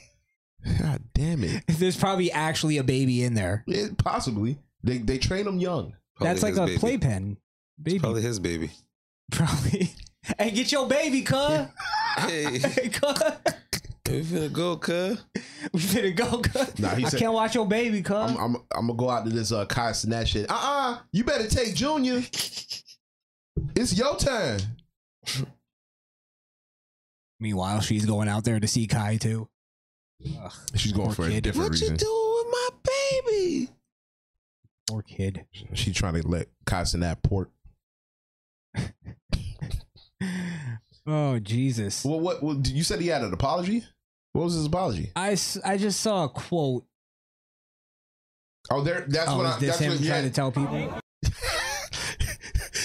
God damn it. There's probably actually a baby in there. It- possibly they they train them young. That's like a playpen. Baby. Probably his baby. Probably. Hey, get your baby, cuz. Hey, hey, cuz. we finna go, cuz. We finna go, cuz. Nah, he I said- can't watch your baby, cuz. I'm, I'm I'm gonna go out to this uh Kai Snatch shit. Uh uh you better take Junior. It's your time. Meanwhile, she's going out there to see Kai too. She's going Poor for a kid. different What you reason. doing with my baby? Poor kid. She's trying to let Kai snap port. Oh Jesus! Well, what? Well, you said he had an apology. What was his apology? I, s- I just saw a quote Oh, there. That's Oh, what is I. this That's him what, trying yeah. to tell people?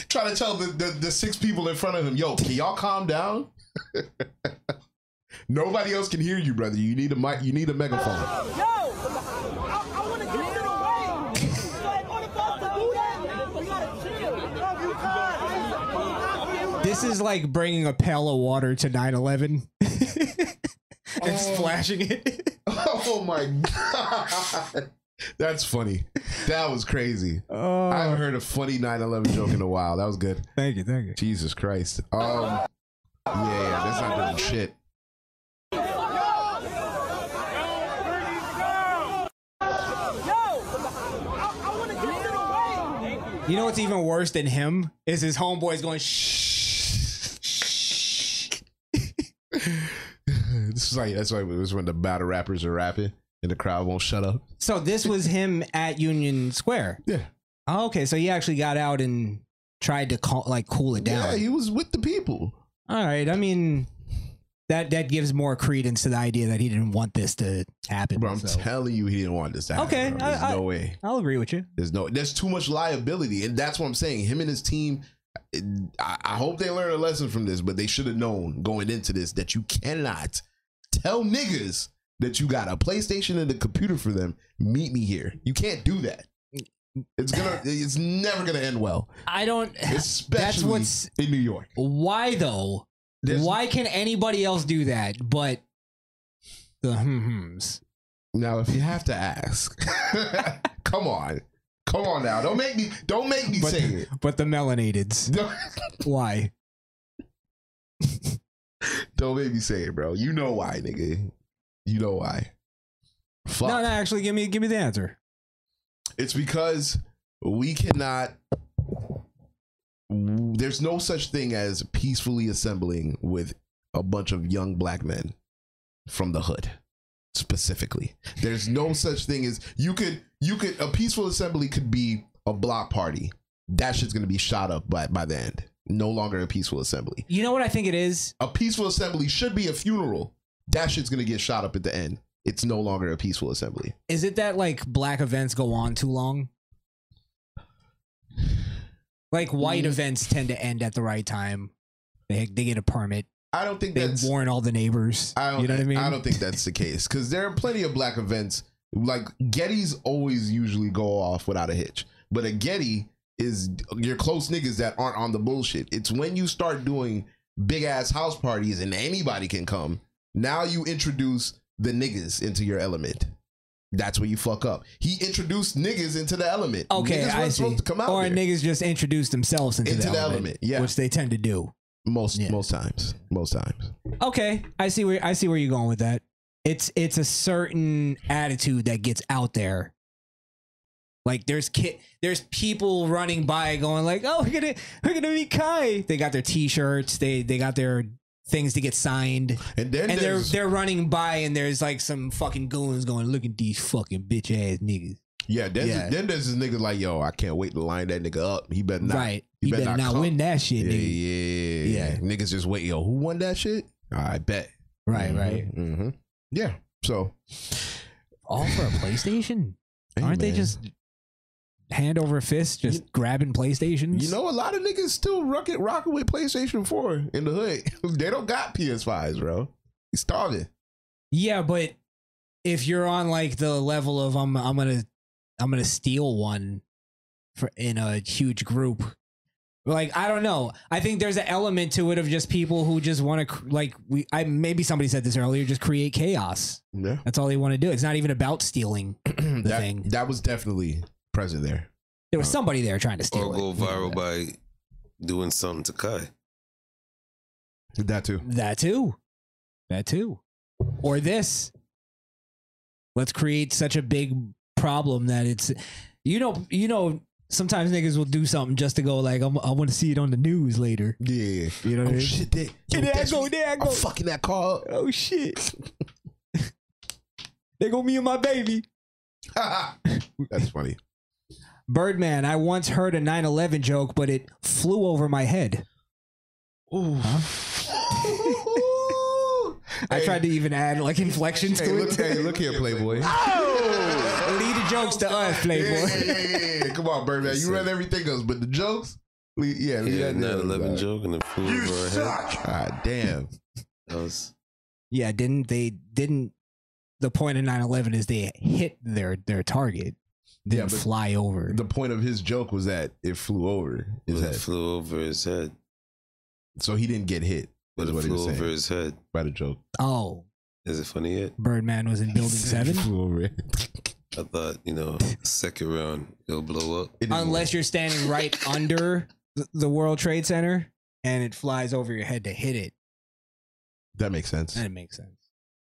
trying to tell the, the, the six people in front of him, yo, can y'all calm down? Nobody else can hear you, brother. You need a mic. You need a megaphone. Yo, I, I want to get to the way. Like, on the bus to do that, we gotta chill. Love you, Kyle. This is like bringing a pail of water to 9/11 and splashing it. oh my god, that's funny. That was crazy. I haven't heard a funny 9/11 joke in a while. That was good. Oh. Thank you, thank you. Jesus Christ. Um, yeah, yeah, that's not doing shit. You know what's even worse than him is his homeboys going shh. this is like that's like this is when the battle rappers are rapping and the crowd won't shut up. So this was him at Union Square. Yeah. Oh, okay, so he actually got out and tried to call, like cool it down. Yeah, he was with the people. All right. I mean, that that gives more credence to the idea that he didn't want this to happen. Bro, I'm telling you, he didn't want this to happen. Okay, bro. there's I- I- no way. I'll agree with you. There's no. There's too much liability, and that's what I'm saying. Him and his team. I, I hope they learn a lesson from this, but they should have known going into this that you cannot tell niggas that you got a PlayStation and a computer for them. Meet me here. You can't do that. It's gonna. It's never gonna end well. I don't. Especially That's what's in New York. Why though? Why can anybody else do that? But the hums. Now, if you have to ask, come on, come on now. Don't make me. Don't make me But, say it. but the melanateds. why? Don't make me say it, bro. You know why, nigga. You know why. Fuck. No, no. Actually, give me give me the answer. It's because we cannot. There's no such thing as peacefully assembling with a bunch of young black men from the hood, specifically. There's no such thing as you could you could a peaceful assembly could be a block party. That shit's gonna be shot up by by the end. No longer a peaceful assembly. You know what I think it is? A peaceful assembly should be a funeral. That shit's gonna get shot up at the end. It's no longer a peaceful assembly. Is it that like black events go on too long? Like white Mm. events tend to end at the right time. They they get a permit. I don't think they that's- warn all the neighbors. I don't, you know what I mean? I don't think that's the case because there are plenty of black events. Like Gettys always usually go off without a hitch, but a Getty is your close niggas that aren't on the bullshit. It's when you start doing big ass house parties and anybody can come. Now you introduce the niggas into your element. That's where you fuck up. He introduced niggas into the element. Okay, niggas I wasn't see. supposed to come out or there. niggas just introduce themselves into, Into the, the element, element, yeah. which they tend to do. most most times, most times. Okay, I see where I see where you're going with that. It's it's a certain attitude that gets out there. Like there's kid, there's people running by going like, "Oh, we're gonna we're gonna meet Kai." They got their T-shirts. They they got their things to get signed. And then and they're there's- they're running by, and there's like some fucking goons going, "Look at these fucking bitch ass niggas." Yeah, there's Yeah. then there's this nigga like, yo, I can't wait to line that nigga up. He better not. Right. He better not come. win that shit, Yeah, nigga. yeah, yeah. Yeah. Niggas just wait, yo, who won that shit? I bet. Right, Mhm, right. mhm. Yeah. So All for a PlayStation? Hey, Aren't they man. just hand over fist, just grabbing PlayStations? you know, a lot of niggas still rocking rocking with PlayStation Four in the hood. they don't got PS fives, bro. He's starving. Yeah, but if you're on like the level of I'm I'm gonna I'm gonna steal one for in a huge group. Like I don't know. I think there's an element to it of just people who just want to like we. I maybe somebody said this earlier. Just create chaos. Yeah. That's all they want to do. It's not even about stealing the that, uh, thing. that was definitely present there. There was somebody there trying to Or steal it. go viral by doing something to Kai. That too. That too. That too. Or this. Let's create such a big problem that it's you know you know sometimes niggas will do something just to go like I'm, I want to see it on the news later. Yeah. You know what I Oh mean? shit, there, Yeah, there I that's go, me. there I I'm go. fucking that car up. Oh shit. they go me and my baby. That's funny. Birdman, I once heard a 9/11 joke but it flew over my head. Ooh. I tried to even add like inflections Hey, to look, it. hey, look here, Playboy. Lead jokes to us, Playboy. Yeah, yeah, yeah, yeah. Come on, Birdman. You read everything else, but the jokes. we- Yeah, leave Yeah, that there. 9-11 joke and the flu You over our head. suck. God Ah, damn. That was Yeah, didn't they? Didn't the point of 9-11 is they hit their their target? Yeah, Didn't but fly over. The point of his joke was that it flew over his it head, flew over his head. so he didn't get hit. But That's it what he was flew over saying his head. by the joke. Oh, Is it funny yet? Birdman was in Building Seven. flew over it. I thought, you know, second round, it'll blow up. Unless you're standing right under th- the World Trade Center and it flies over your head to hit it. That makes sense. That makes sense.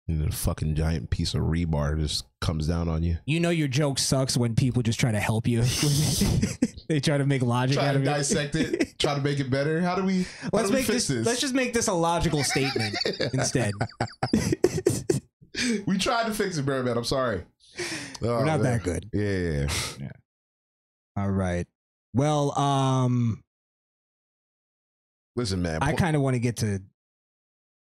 And then a fucking giant piece of rebar just comes down on you. You know your joke sucks when people just try to help you. they try to make logic Try out to of dissect it. Try to make it better. How do we? how it. Let's do we make fix this, Let's just make this a logical statement instead. we tried to fix it, Birdman. I'm sorry. We're not Oh, man. that good. Yeah, yeah, yeah. All right. Well, um, Listen, man. I po- kind of want to get to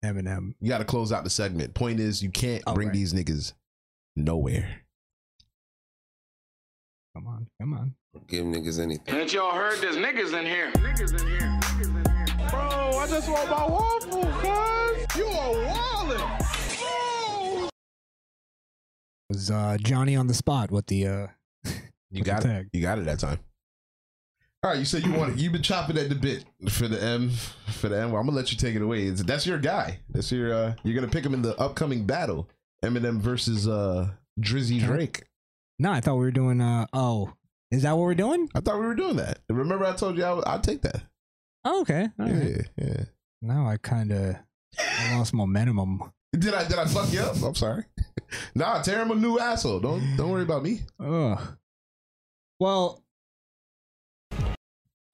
Eminem. you got to close out the segment. Point is, you can't Oh, bring right. these niggas nowhere. Come on, come on. Give niggas anything. Ain't y'all heard there's niggas in here? Niggas in here. Bro, I just want my waffle, cuz. You are wildin'. Oh, was uh, Johnny on the spot with the uh, You got it. You got it that time. All right, you said you wanted. You've been chopping at the bit for the M, for the M. Well, I'm gonna let you take it away. It's- that's your guy. That's your. uh You're gonna pick him in the upcoming battle. Eminem versus uh Drizzy Drake. No, I thought we were doing. Uh, oh, is that what we're doing? I thought we were doing that. Remember, I told you I would, I'd take that. Oh, okay. All right. Yeah, yeah. Now I kind of lost momentum. Did I did I fuck you up? I'm sorry. nah, tear him a new asshole. Don't don't worry about me. Ugh. Well,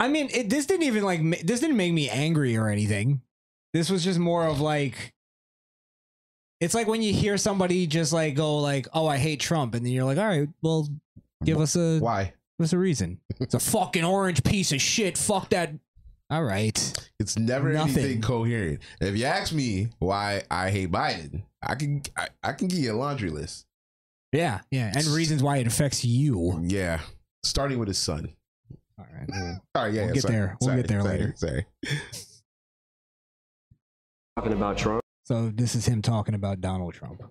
I mean, it, this didn't even like ma- this didn't make me angry or anything. This was just more of like, it's like when you hear somebody just like go like, "Oh, I hate Trump," and then you're like, "All right, well, give us a why? Give us a reason." it's a fucking orange piece of shit. Fuck that. All right. It's never Nothing. anything coherent. If you ask me why I hate Biden, I can I, I can give you a laundry list. Yeah, yeah, and reasons why it affects you. Yeah, starting with his son. All right, we'll, All right, yeah, we'll yeah, get sorry, there. We'll sorry, get there sorry, later. Sorry. Talking about Trump. So this is him talking about Donald Trump.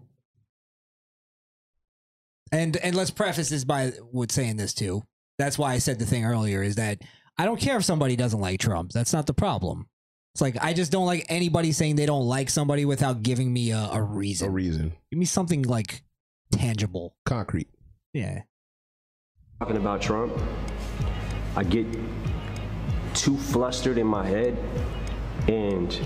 And and let's preface this by with saying this too. That's why I said the thing earlier is that I don't care if somebody doesn't like Trump. That's not the problem. It's like I just don't like anybody saying they don't like somebody without giving me a, a reason. A reason. Give me something like tangible. Concrete. Yeah. Talking about Trump, I get too flustered in my head, and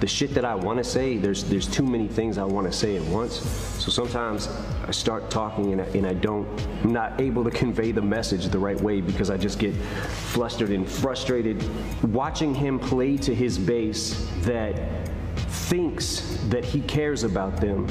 the shit that I want to say, there's there's too many things I want to say at once. So sometimes I start talking and I, and I don't, I'm not able to convey the message the right way because I just get flustered and frustrated. Watching him play to his base that thinks that he cares about them,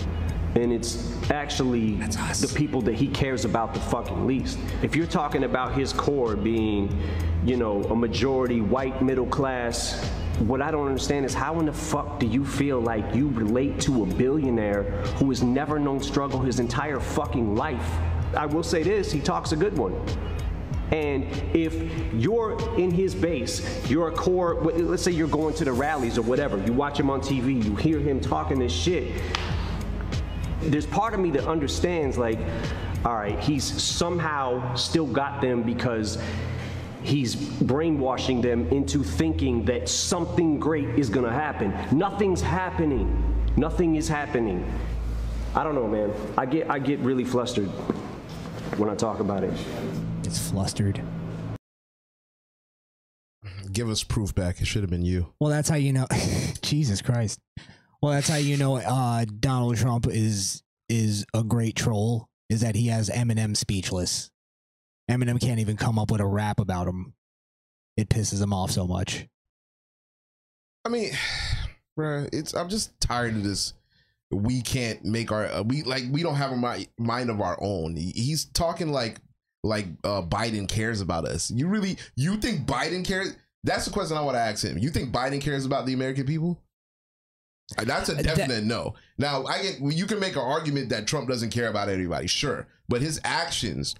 and it's actually the people that he cares about the fucking least. If you're talking about his core being, you know, a majority white middle class, what I don't understand is how in the fuck do you feel like you relate to a billionaire who has never known struggle his entire fucking life? I will say this, he talks a good one. And if you're in his base, you're a core, wh- let's say you're going to the rallies or whatever, you watch him on TV, you hear him talking this shit. There's part of me that understands, like, all right, he's somehow still got them because he's brainwashing them into thinking that something great is gonna happen. Nothing's happening. Nothing is happening. I don't know, man. I get, I get really flustered when I talk about it. It's flustered. Give us proof back. It should have been you. Well, that's how you know. Jesus Christ. Well, that's how you know uh, Donald Trump is is a great troll. Is that he has Eminem speechless? Eminem can't even come up with a rap about him. It pisses him off so much. I mean, bruh, it's I'm just tired of this. We can't make our uh, we like we don't have a mi- mind of our own. He- He's talking like like uh, Biden cares about us. You really you think Biden cares? That's the question I want to ask him. You think Biden cares about the American people? Uh, Uh, That's a definite no. Now, I get you can make an argument that Trump doesn't care about anybody, sure, but his actions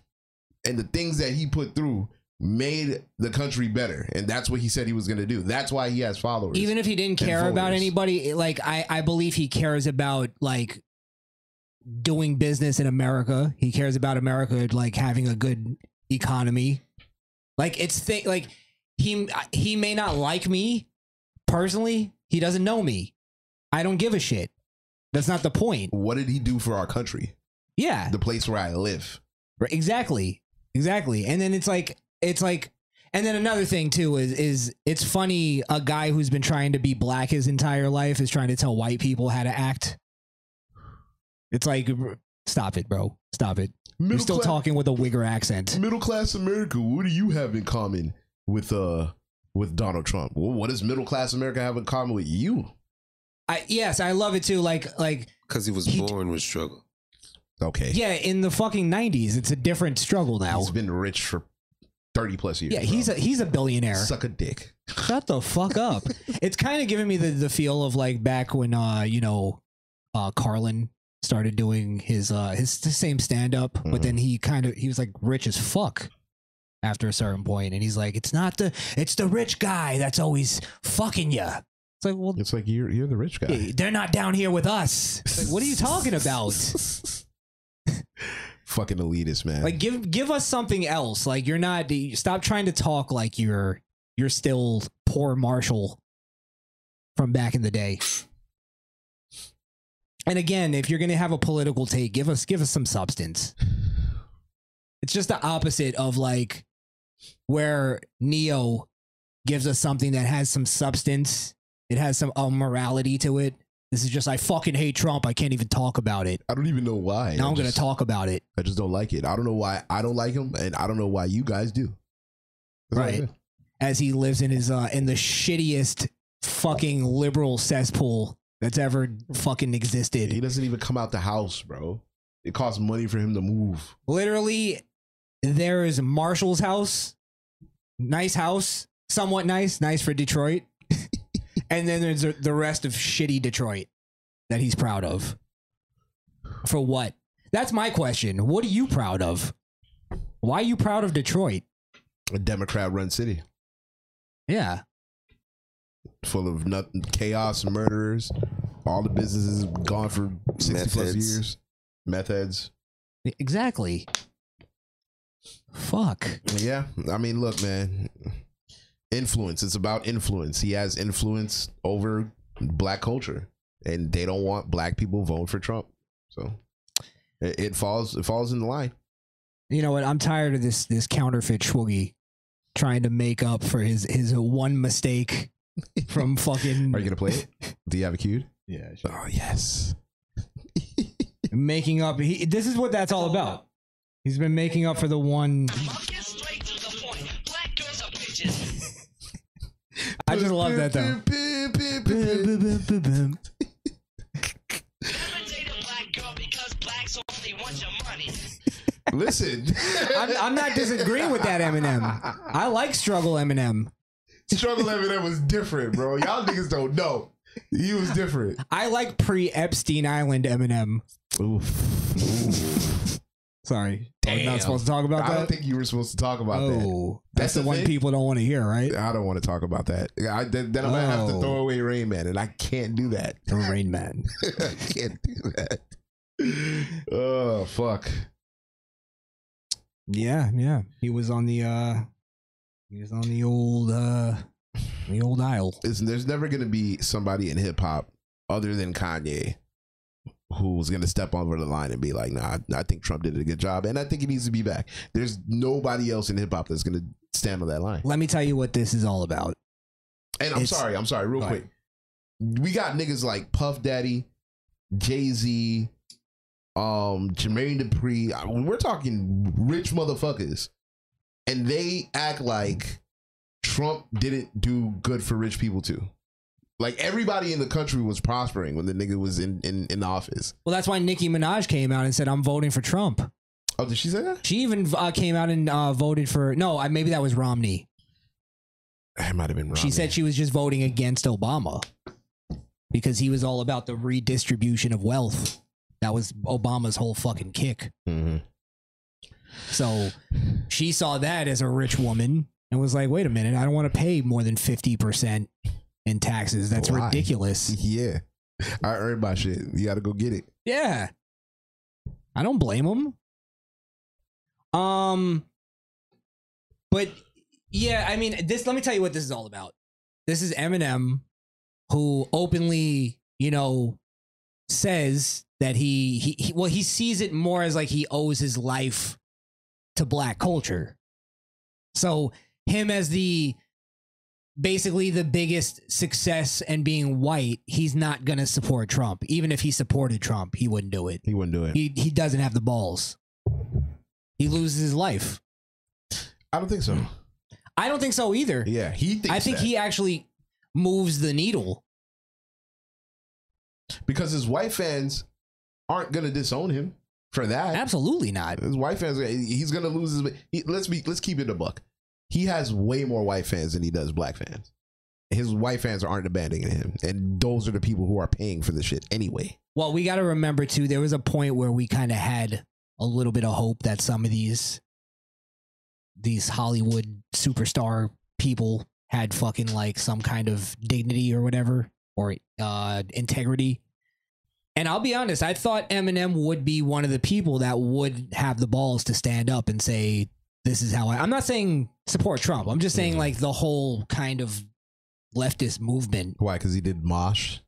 and the things that he put through made the country better, and that's what he said he was going to do. That's why he has followers. Even if he didn't and care about voters. anybody, like I, I believe he cares about like doing business in America. He cares about America like having a good economy. Like it's thi- like he he may not like me personally. He doesn't know me. I don't give a shit. That's not the point. What did he do for our country? Yeah. The place where I live. Right, exactly. Exactly. And then it's like it's like and then another thing too is is it's funny a guy who's been trying to be black his entire life is trying to tell white people how to act. It's like stop it, bro. Stop it. You're Middle still class- talking with a wigger accent. Middle class America. What do you have in common with uh with Donald Trump? Well, what does middle class America have in common with you? I yes, I love it too. Like like because he was born with struggle. Okay. yeah, in the fucking 90s, it's a different struggle now. He's been rich for 30 plus years. Yeah, he's a he's a billionaire. Suck a dick. Shut the fuck up. it's kind of giving me the, the feel of like back when uh you know uh Carlin started doing his uh his the same stand up, Mm-hmm. but then he kind of he was like rich as fuck after a certain point, and he's like it's not the it's the rich guy that's always fucking you. It's like well, it's like you're you're the rich guy. They're not down here with us. It's like, what are you talking about? Fucking elitist, man. like give give us something else like you're not stop trying to talk like you're you're still poor marshall from back in the day and again if you're gonna have a political take give us give us some substance it's just the opposite of like where neo gives us something that has some substance it has some uh, morality to it this is just i fucking hate trump i can't even talk about it I don't even know why. now I i'm gonna just- talk about it I just don't like it. I don't know why I don't like him, and I don't know why you guys do. That's all I right said. as he lives in his uh in the shittiest fucking liberal cesspool that's ever fucking existed He doesn't even come out the house, bro. It costs money for him to move. literally there is marshall's house nice house somewhat nice nice for detroit and then there's the rest of shitty detroit that he's proud of for what that's my question what are you proud of why are you proud of detroit A Democrat run city yeah full of nothing, chaos, murderers. All the businesses gone for 60 plus Meth heads. years. Meth heads. E, exactly fuck Yeah. I mean, look, man. Influence. It's about influence. He has influence over black culture, and they don't want black people voting for Trump. So it, it falls. It falls in the line. you know what? I'm tired of this this counterfeit Schwoogie trying to make up for his his one mistake from fucking Are you gonna play it? Do you have it queued? Yeah. Oh yes. making up. He, this is what that's all about. He's been making up for the one. I just love that though. Listen, I'm, I'm not disagreeing with that Eminem. I like struggle Eminem. Struggle Eminem was different, bro. Y'all niggas don't know. He was different. I like pre Epstein Island Eminem. Sorry, I'm Oh, not supposed to talk about I don't that. think you were supposed to talk about that. Oh, That's that's, the, the one thing? people don't want to hear, right? I don't want to talk about that. I, then then I'm gonna have to Oh. throw away Rain Man, and I can't do that. Rain Man. I can't do that. Oh fuck! Yeah, yeah. He was on the uh he was on the old uh the old aisle. Listen, there's never gonna be somebody in hip hop other than Kanye who's gonna step over the line and be like, "Nah, I think Trump did a good job, and I think he needs to be back." There's nobody else in hip hop that's gonna stand on that line. Let me tell you what this is all about. And I'm It's- sorry, I'm sorry, real Go quick. We got niggas like Puff Daddy, Jay Z, um, Jermaine Dupri. I mean, we're talking rich motherfuckers, and they act like Trump didn't do good for rich people too. Like everybody in the country was prospering when the nigga was in in, in office. Well, that's why Nicki Minaj came out and said I'm voting for Trump. Oh, did she say that? She even uh, came out and uh, voted for no, I, maybe that was Romney. It might have been. Romney. She said she was just voting against Obama. because he was all about the redistribution of wealth. That was Obama's whole fucking kick. So she saw that as a rich woman and was like, wait a minute, I don't want to pay more than 50% in taxes. That's Why? ridiculous. Yeah. I earned my shit. You got to go get it. Yeah. I don't blame him. Um but yeah, I mean this let me tell you what this is all about. This is Eminem who openly, you know, says that he he, he well he sees it more as like he owes his life to black culture. So him as the basically the biggest success and being white, he's not gonna support Trump. Even if he supported Trump, he wouldn't do it. He wouldn't do it. He he doesn't have the balls. He loses his life. I don't think so. I don't think so either. Yeah, he. Thinks I think that. he actually moves the needle. because his white fans aren't gonna disown him for that. Absolutely not. His white fans, eh, he's gonna lose his. He, let's be, let's keep it a buck. He has way more white fans than he does black fans. His white fans aren't abandoning him, and those are the people who are paying for the shit anyway. Well, we got to remember too. There was a point where we kind of had a little bit of hope that some of these these Hollywood superstar people had fucking like some kind of dignity or whatever or uh integrity. And I'll be honest, I thought Eminem would be one of the people that would have the balls to stand up and say this is how I I'm not saying support Trump. I'm just saying like the whole kind of leftist movement. Why? Because he did mosh.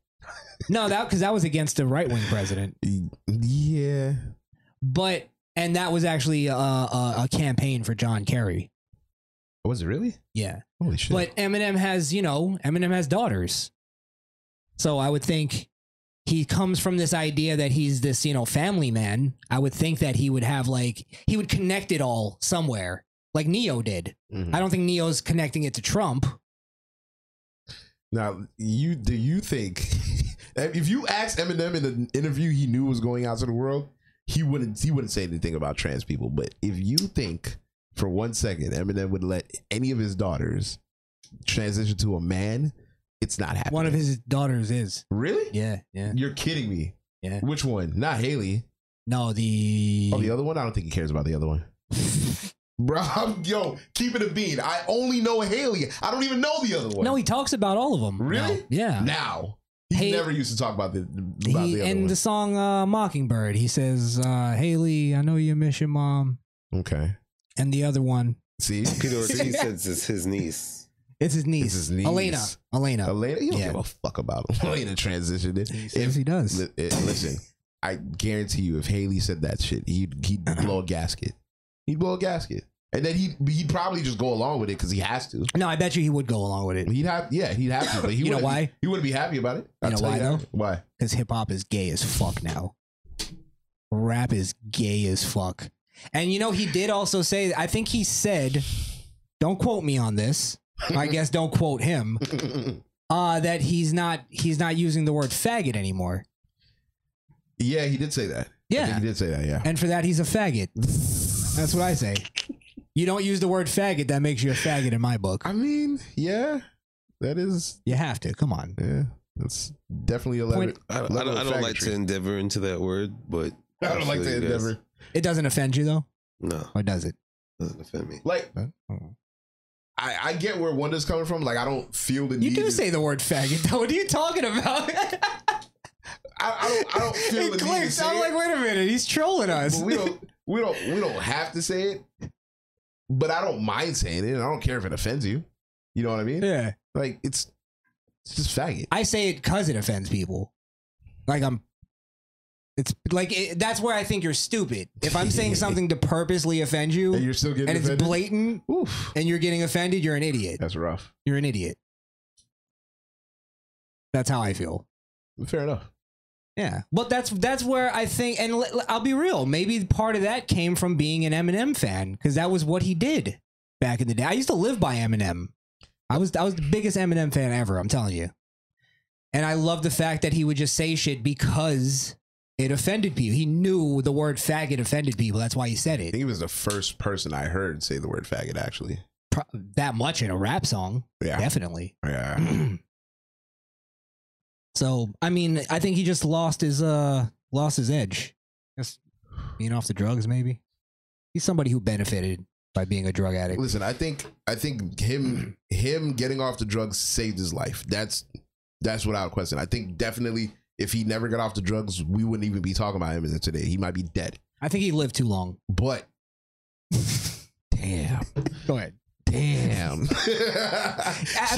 No, that because that was against the right wing president. Yeah, but and that was actually a, a, a campaign for John Kerry. Was it really? Yeah. Holy shit! But Eminem has, you know, Eminem has daughters. So I would think he comes from this idea that he's this, you know, family man. I would think that he would have like he would connect it all somewhere, like Neo did. Mm-hmm. I don't think Neo's connecting it to Trump. Now, you do you think if you asked Eminem in an interview he knew was going out to the world, he wouldn't he wouldn't say anything about trans people. But if you think for one second Eminem would let any of his daughters transition to a man, it's not happening. One of his daughters is really? Yeah, yeah. You're kidding me. Yeah. Which one? Not Haley. No, the Oh, the other one. I don't think he cares about the other one. Bro, I'm, yo, keep it a bean. I only know Haley. Oh, I don't even know the other one. No, he talks about all of them. Really? No. Yeah. Now. He Hey- never used to talk about the about He, the other in one. the song uh, Mockingbird, he says, uh, Haley, I know you miss your mom. okay. And the other one, See, Peter Ortiz says it's his niece. it's his niece. It's his niece. Elena. Elena. Elena, you don't Yeah. give a fuck about Elena transitioned it. says he does. li- eh, listen, I guarantee you, if Haley said that shit, he'd he'd blow a gasket. He'd blow a gasket, and then he he'd probably just go along with it because he has to. No, I bet you he would go along with it. He'd have yeah, he'd have to. But he You know wouldn't- why? He wouldn't be happy about it. You I'll know tell why, that. though? Why? Because hip hop is gay as fuck now. Rap is gay as fuck. And you know, he did also say, I think he said, don't quote me on this. I guess don't quote him. Uh, that he's not he's not using the word faggot anymore. Yeah, he did say that. I Yeah. think he did say that. Yeah. And for that he's a faggot. That's what I say. You don't use the word faggot, that makes you a faggot in my book. I mean, yeah, that is You have to. Come on. yeah, that's definitely a level. Point- I, I, don't, I don't like to endeavor into that word, but I don't like feel to you guys- endeavor. It doesn't offend you though? No, Or does it? doesn't offend me. Like Oh. I, I get where Wanda's coming from. Like I don't feel the You need. do to- say the word faggot though. What are you talking about? I, I don't. I don't feel it the need to clicks. say I'm it, like, wait a minute, he's trolling but us. we don't. We don't. We don't have to say it. But I don't mind saying it. and I don't care if it offends you. You know what I mean? Yeah. Like it's, it's just faggot. I say it because it offends people. Like I'm, it's like it, that's where I think you're stupid. If I'm saying something to purposely offend you, And and, you're still getting it's offended? blatant, Oof. and you're getting offended, you're an idiot. That's rough. You're an idiot. That's how I feel. Fair enough. Yeah, but that's that's where I think, and l- l- I'll be real. Maybe part of that came from being an Eminem fan because that was what he did back in the day. I used to live by Eminem. I was I was the biggest Eminem fan ever. I'm telling you, and I love the fact that he would just say shit because it offended people. He knew the word faggot offended people. That's why he said I think it. he was the first person I heard say the word faggot. Actually. Pro- that much in a rap song, Yeah. definitely. Yeah. So I mean, I think he just lost his uh lost his edge. That's being off the drugs, maybe. He's somebody who benefited by being a drug addict. Listen, I think I think him him getting off the drugs saved his life. That's that's without question. I think definitely if he never got off the drugs, we wouldn't even be talking about him today. He might be dead. I think he lived too long. But damn. Go ahead. Damn. should,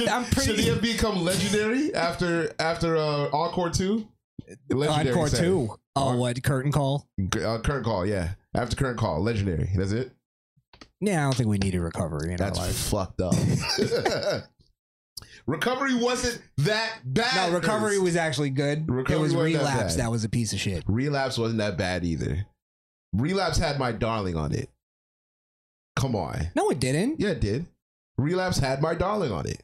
I'm pretty- should he have become legendary after after uh, Encore Two? Legendary Encore said. two. Oh, what curtain call? Uh, current call, yeah. After current call, legendary. That's it. Yeah, I don't think we needed recovery in That's our life. fucked up. recovery wasn't that bad. No, recovery was actually good. Recovery it was wasn't that relapse. bad. That, was a piece of shit. Relapse wasn't that bad either. Relapse had my darling on it. Come on. No, it didn't. Yeah, it did. Relapse had my darling on it.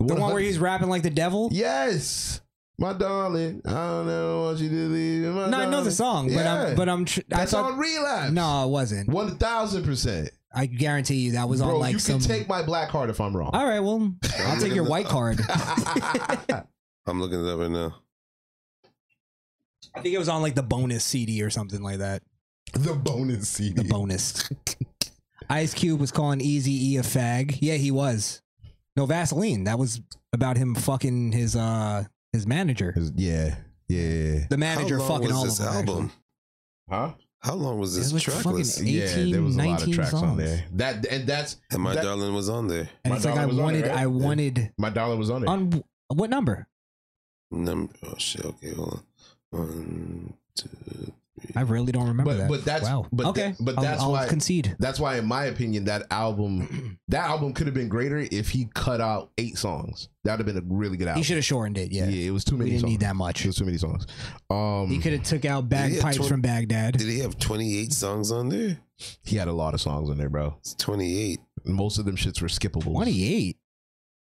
The one where he's rapping like the devil. Yes. My darling, I don't know what you to leave. My No, I know darling. the song, but Um, Yeah. I'm but I'm. Tr- That's I thought, on relapse. No, it wasn't. One thousand percent. I guarantee you that was Bro, on like you some. can take my black card if I'm wrong. All right, well, I'll take your white card. I'm looking it up right now. I think it was on like the bonus CD or something like that. The bonus CD. The bonus. Ice Cube was calling Easy E a fag. Yeah, he was. No Vaseline. That was about him fucking his uh his manager. yeah, yeah. The manager How long fucking was all this of them. album? actually. Huh? How long was this It was track fucking list? 18, yeah, there was a lot of 19 tracks on songs. there. That and that's And my that- darling was on there. And My it's like dollar I was on it, wanted, right? I wanted my dollar was on there. on what number? Number, oh shit. Okay, hold on. One, two. I really don't remember but that. but that's wow. but okay. tha- but I'll- that's I'll, why concede. That's why, in my opinion, that album that album could have been greater if he cut out eight songs. That'd have been a really good album. He should have shortened it. Yeah, yeah, it was too we many. didn't songs. need that much. It was too many songs. Um, He he, could have took out he have bagpipes twen- from Baghdad. Did he have 28 songs on there? had a lot of songs on there, bro. It's 28. Most of them shits were skippables. Twenty eight.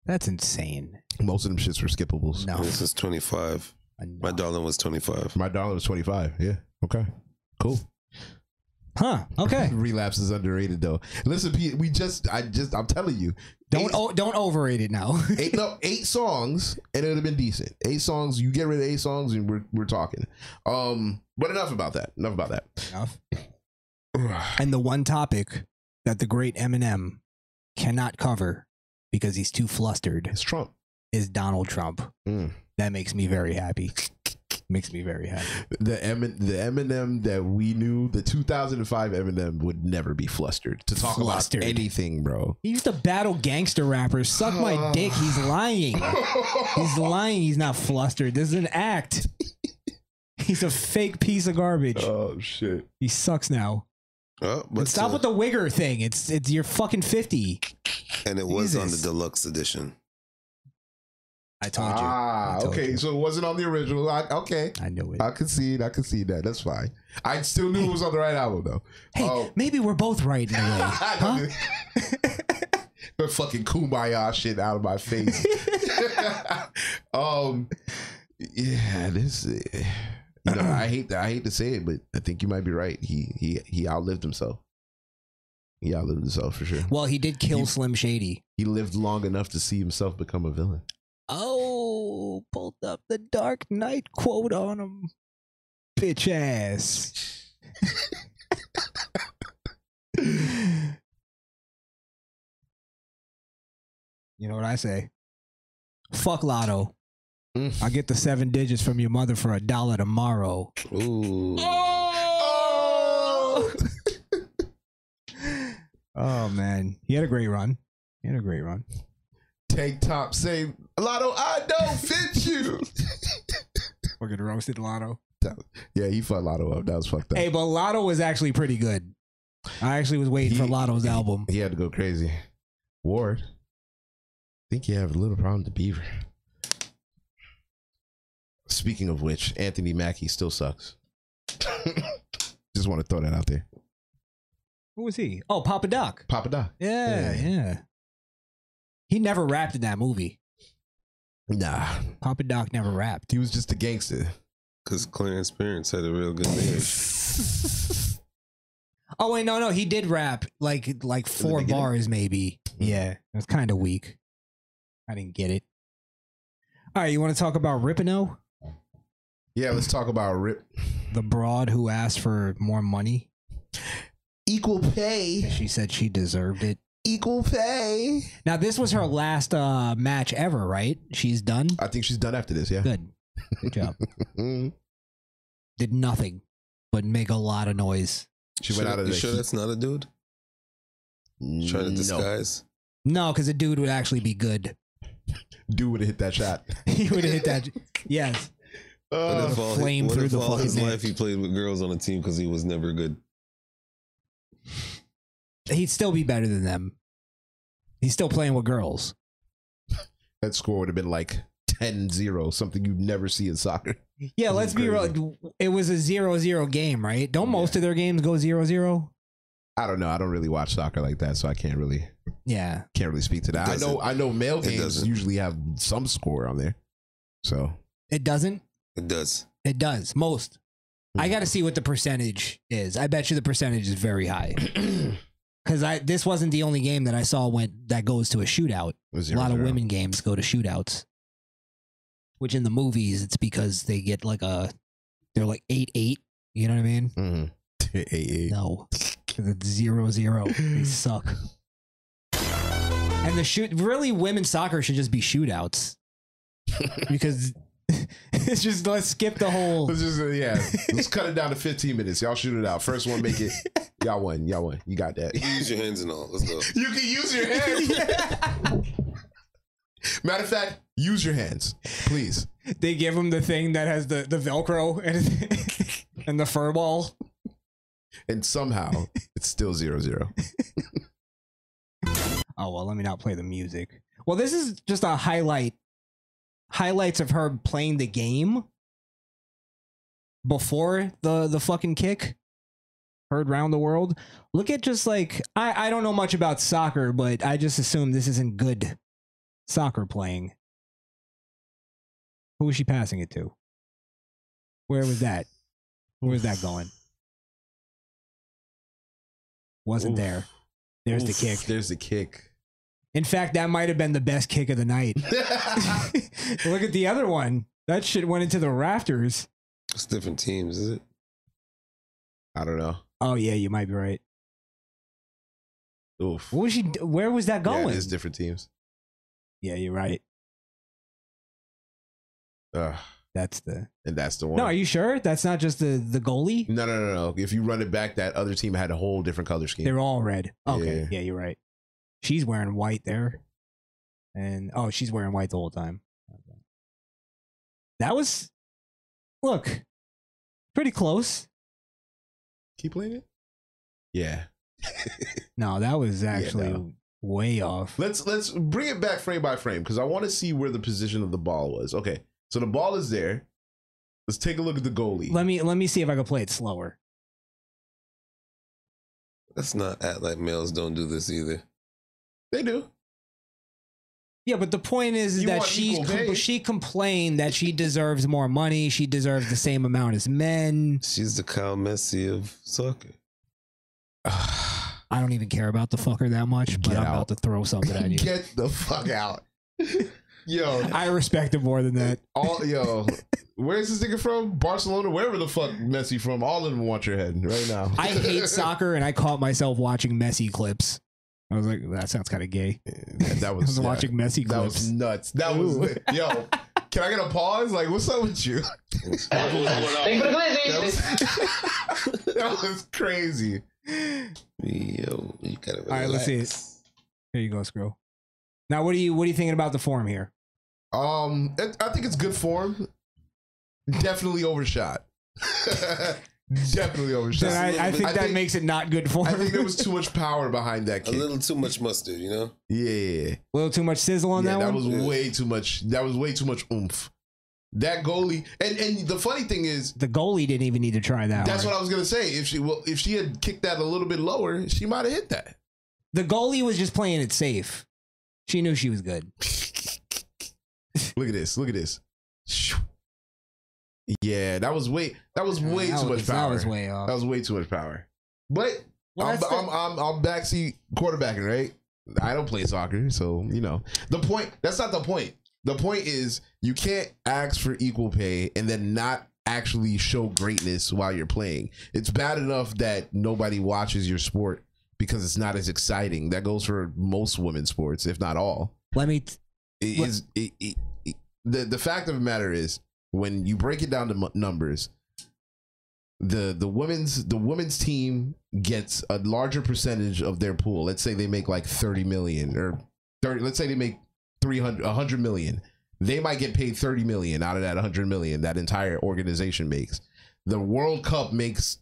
That's insane. Most of them shits were skippables. No, This is 25. My darling was 25. My dollar was twenty five. Yeah. Okay. Cool. huh? Okay. Relapse is underrated though. Listen, Pete, we just I just I'm telling you. Don't eight- o- don't overrate it now. eight, no, eight songs and it would have been decent. Eight songs, you get rid of eight songs and we're we're talking. Um, but enough about that. Enough about that. Enough. and the one topic that the great Eminem cannot cover because he's too flustered It's Trump. is Donald Trump. Mm. That makes me very happy. Makes me very happy. The M the Eminem that we knew, the 2005 Eminem would never be flustered to talk Flustered. about anything, bro. He used to battle gangster rappers. Suck my dick. He's lying. He's lying. He's not flustered. This is an act. He's a fake piece of garbage. Oh shit. He sucks now. Oh, But but stop uh, with the wigger thing. It's it's you're fucking fifty. and it was on the Jesus. deluxe edition. I told you. Ah, I told okay. you. So it wasn't on the original. I, okay. I knew it. I concede. I concede that. That's fine. I still knew it was on the right album though. hey, oh. maybe we're both right in a way. I Huh? don't do- the fucking kumbaya shit out of my face. um, yeah, this. eh, You know, I hate that. I hate to say it, but I think you might be right. He he he outlived himself. He outlived himself for sure. Well, he did kill Slim Shady. He lived long enough to see himself become a villain. Oh, pulled up the Dark Knight quote on him. Bitch ass. you know what I say? Fuck Lotto. Mm. I get the seven digits from your mother for a dollar tomorrow. Ooh. Oh! man, he had a great run. He had a great run. Tank top, say Lotto, I don't fit you. Fucking roasted Lotto. yeah, he fucked Lotto up. That was fucked up. Hey, but Lotto was actually pretty good. I actually was waiting for He- Lotto's album. He had to go crazy. Ward, think you have a little problem with the Beaver. Speaking of which, Anthony Mackie still sucks. Just want to throw that out there. Who was he? Oh, Papa Doc. Papa Doc. Yeah, Yeah. yeah. He never rapped in that movie. Nah, Papa Doc never rapped. he was just a gangster. Because Clarence Parents had a real good name. Oh wait, no, no, he did rap like like four beginning? Mm-hmm. bars maybe. Yeah, it was kind of weak. I didn't get it. All right, you want to talk about Ripino? Yeah, let's talk about Rip. The broad who asked for more money. Equal pay. She said she deserved it. Equal pay. Now this was her last uh, match ever, right? She's done. I think she's done after this. Yeah. Good. Good job. Did nothing but make a lot of noise. She went out of. You sure that's not a dude? Trying to disguise. No, because a dude would actually be good. Dude would have hit that shot. he would have hit that. Yes. Uh, what if all, flame what through if the all his net. life he played with girls on a team because he was never good? He'd still be better than them. He's still playing with girls. That score would have been like 10-0, something you never see in soccer. Yeah, let's be real. It was a 0-0 game, right? Don't yeah. most of their games go 0-0? I don't know. I don't really watch soccer like that, so I can't really Yeah. Can't really speak to that. I know I know male games usually have some score on there. So It doesn't? It does. It does. Most. Mm. I got to see what the percentage is. I bet you the percentage is very high. Cuz I this wasn't the only game that I saw went that goes to a shootout. A, zero, a lot zero. of women games go to shootouts. Which in the movies it's because they get like a they're like 8-8, you know what I mean? Mm. Mm-hmm. eight, eight. No. Cuz it's 0-0. they suck. And the shoot really women's soccer should just be shootouts. because it's just let's skip the whole. Let's just uh, yeah, let's cut it down to fifteen minutes. Y'all shoot it out. First one, make it. Y'all won. Y'all won. You got that. You use your hands and all. Let's go. You can use your hands. yeah. Matter of fact, use your hands, please. They give him the thing that has the the Velcro and and the fur ball, and somehow it's still zero zero. oh well, let me not play the music. Well, this is just a highlight highlights of her playing the game before the the fucking kick heard round the world look at just like i i don't know much about soccer but i just assume this isn't good soccer playing who was she passing it to where was that where was that going wasn't Oof. there there's Oof. the kick there's the kick in fact, that might have been the best kick of the night. Look at the other one. That shit went into the rafters. It's different teams, is it? I don't know. Oh yeah, you might be right. Oof. What was she? Where was that going? Yeah, it's different teams. Yeah, you're right. Uh, that's the and that's the one. No, are you sure that's not just the the goalie? No, no, no, no. If you run it back, that other team had a whole different color scheme. They're all red. Okay, yeah, yeah you're right she's wearing white there. And oh, she's wearing white the whole time. That was look pretty close. Keep playing it? Yeah. no, that was actually yeah, no. way off. Let's let's bring it back frame by frame because I want to see where the position of the ball was. Okay. So the ball is there. Let's take a look at the goalie. Let me let me see if I can play it slower. Let's not act like males don't do this either. They do. Yeah, but the point is, is that she com- she complained that she deserves more money. She deserves the same amount as men. She's the Kyle Messi of soccer. I don't even care about the fucker that much, but Get I'm out. about to throw something at you. Get the fuck out. Yo, I respect him more than that. All yo, where's this nigga from? Barcelona, wherever the fuck Messi from. All of them want your head right now. I hate soccer, and I caught myself watching Messi clips. I was like, that sounds kind of gay. Yeah, that, that, was, I was yeah, watching Messi clips. That was nuts. That Ooh. was yo. Can I get a pause? Like, what's up with you? that, was, that was crazy. Yo, you gotta relax. All right, let's see it. Here you go, scroll. Now, what are you what are you thinking about the form here? Um, it, I think it's good form. Definitely overshot. Definitely overshot. I, I, think I that think, makes it not good for. Him. I think there was too much power behind that. Kick. A little too much mustard, you know. Yeah, yeah, yeah. a little too much sizzle on yeah, that, that one. That was way too much. That was way too much oomph. That goalie, and and the funny thing is, the goalie didn't even need to try that. That's hard. what I was gonna say. If she well, if she had kicked that a little bit lower, she might have hit that. The goalie was just playing it safe. She knew she was good. look at this! Look at this! Yeah, that was way that was way yeah, that too was, much power. That was way off. That was way too much power. But well, I'm, I'm, I'm, I'm backseat quarterbacking, right? I don't play soccer, so you know the point. That's not the point. The point is you can't ask for equal pay and then not actually show greatness while you're playing. It's bad enough that nobody watches your sport because it's not as exciting. That goes for most women's sports, if not all. Let me. T- it is it, it, it- the the fact of the matter is when you break it down to m- numbers, the the women's the women's team gets a larger percentage of their pool. Let's say they make like thirty million or thirty. Let's say they make 300 100 million they might get paid 30 million out of that 100 million that entire organization makes the world cup makes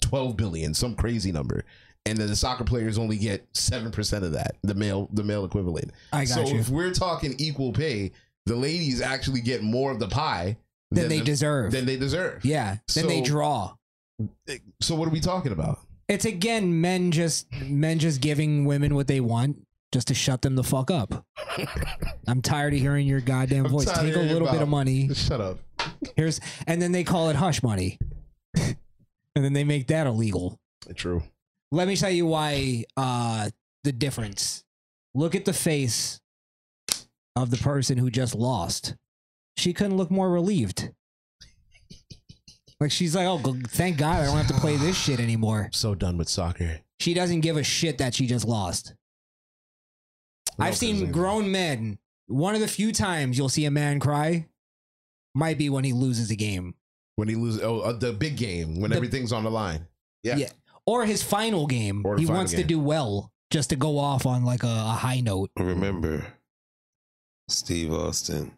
12 billion some crazy number and then the soccer players only get 7% of that the male the male equivalent I got so you. if we're talking equal pay the ladies actually get more of the pie Than they the- deserve. than they deserve Yeah. Then they draw. eh, so what are we talking about It's again men just men just giving women what they want just to shut them the fuck up. I'm tired of hearing your goddamn voice. tired of Take a hearing little bit about- of money. Shut up. Here's and then they call it hush money. and then they make that illegal. True. Let me tell you why uh the difference. Look at the face of the person who just lost. She couldn't look more relieved. Like she's like, "Oh, g- thank God I don't have to play this shit anymore." so done with soccer She doesn't give a shit that she just lost. I've seen grown men. One of the few times you'll see a man cry might be when he loses a game. when he loses oh uh, the big game when The- everything's on the line yeah, Or his final game. Or the he final wants to game. do well just to go off on like a, a high note. Mm. Remember, Steve Austin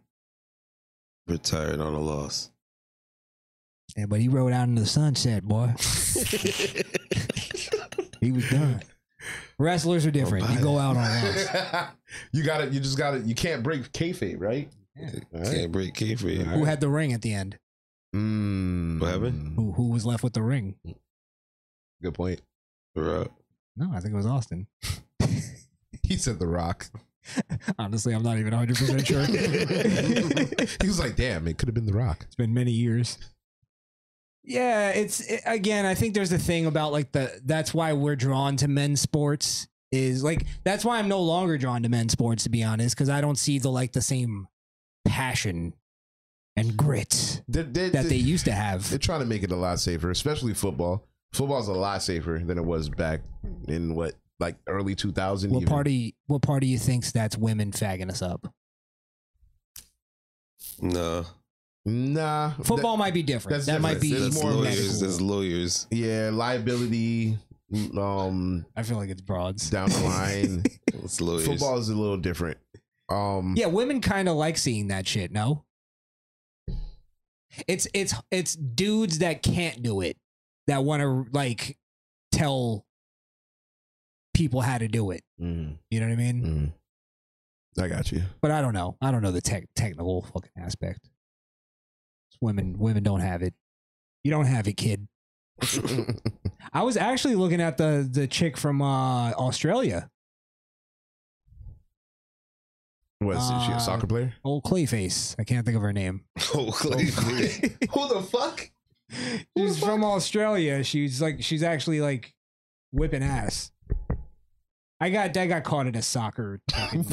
retired on a loss. Yeah, but he rode out into the sunset, boy. he was done. Wrestlers are different. You go out on loss. you got to You just got to You can't break kayfabe, right? Can't break kayfabe. Who had the ring at the end? Mm, what happened? Who, who was left with the ring? Good point. Right. No, I think it was Austin. He said The Rock. Honestly, I'm not even 100% sure. he was like, "Damn, it could have been The Rock." It's been many years. Yeah, it's it- again. I think there's a thing about like the that's why we're drawn to men's sports is like that's why I'm no longer drawn to men's sports to be honest because I don't see the like the same passion and grit that they used to have. They're trying to make it a lot safer, especially football. Football's a lot safer than it was back in what, like early 2000. What even. party? What party you thinks that's women fagging us up? No. Nah, Football might be different. that's that might different. be That's more lawyers. medical. There's lawyers. Yeah, liability. Um, I feel like it's broads down the line. It's lawyers. Football is a little different. Um, Yeah, women kind of like seeing that shit. No, it's it's it's dudes that can't do it that want to like tell people how to do it. You know what I mean? Mm. I got you. But I don't know. I don't know the tech technical fucking aspect. It's women women don't have it. You don't have it, kid. I was actually looking at the the chick from uh, Australia. What is she Uh, a soccer player? Old Clayface. I can't think of her name. Oh, Who the fuck? She's from Australia. She's like she's actually like whipping ass. I got I got caught in a soccer fucking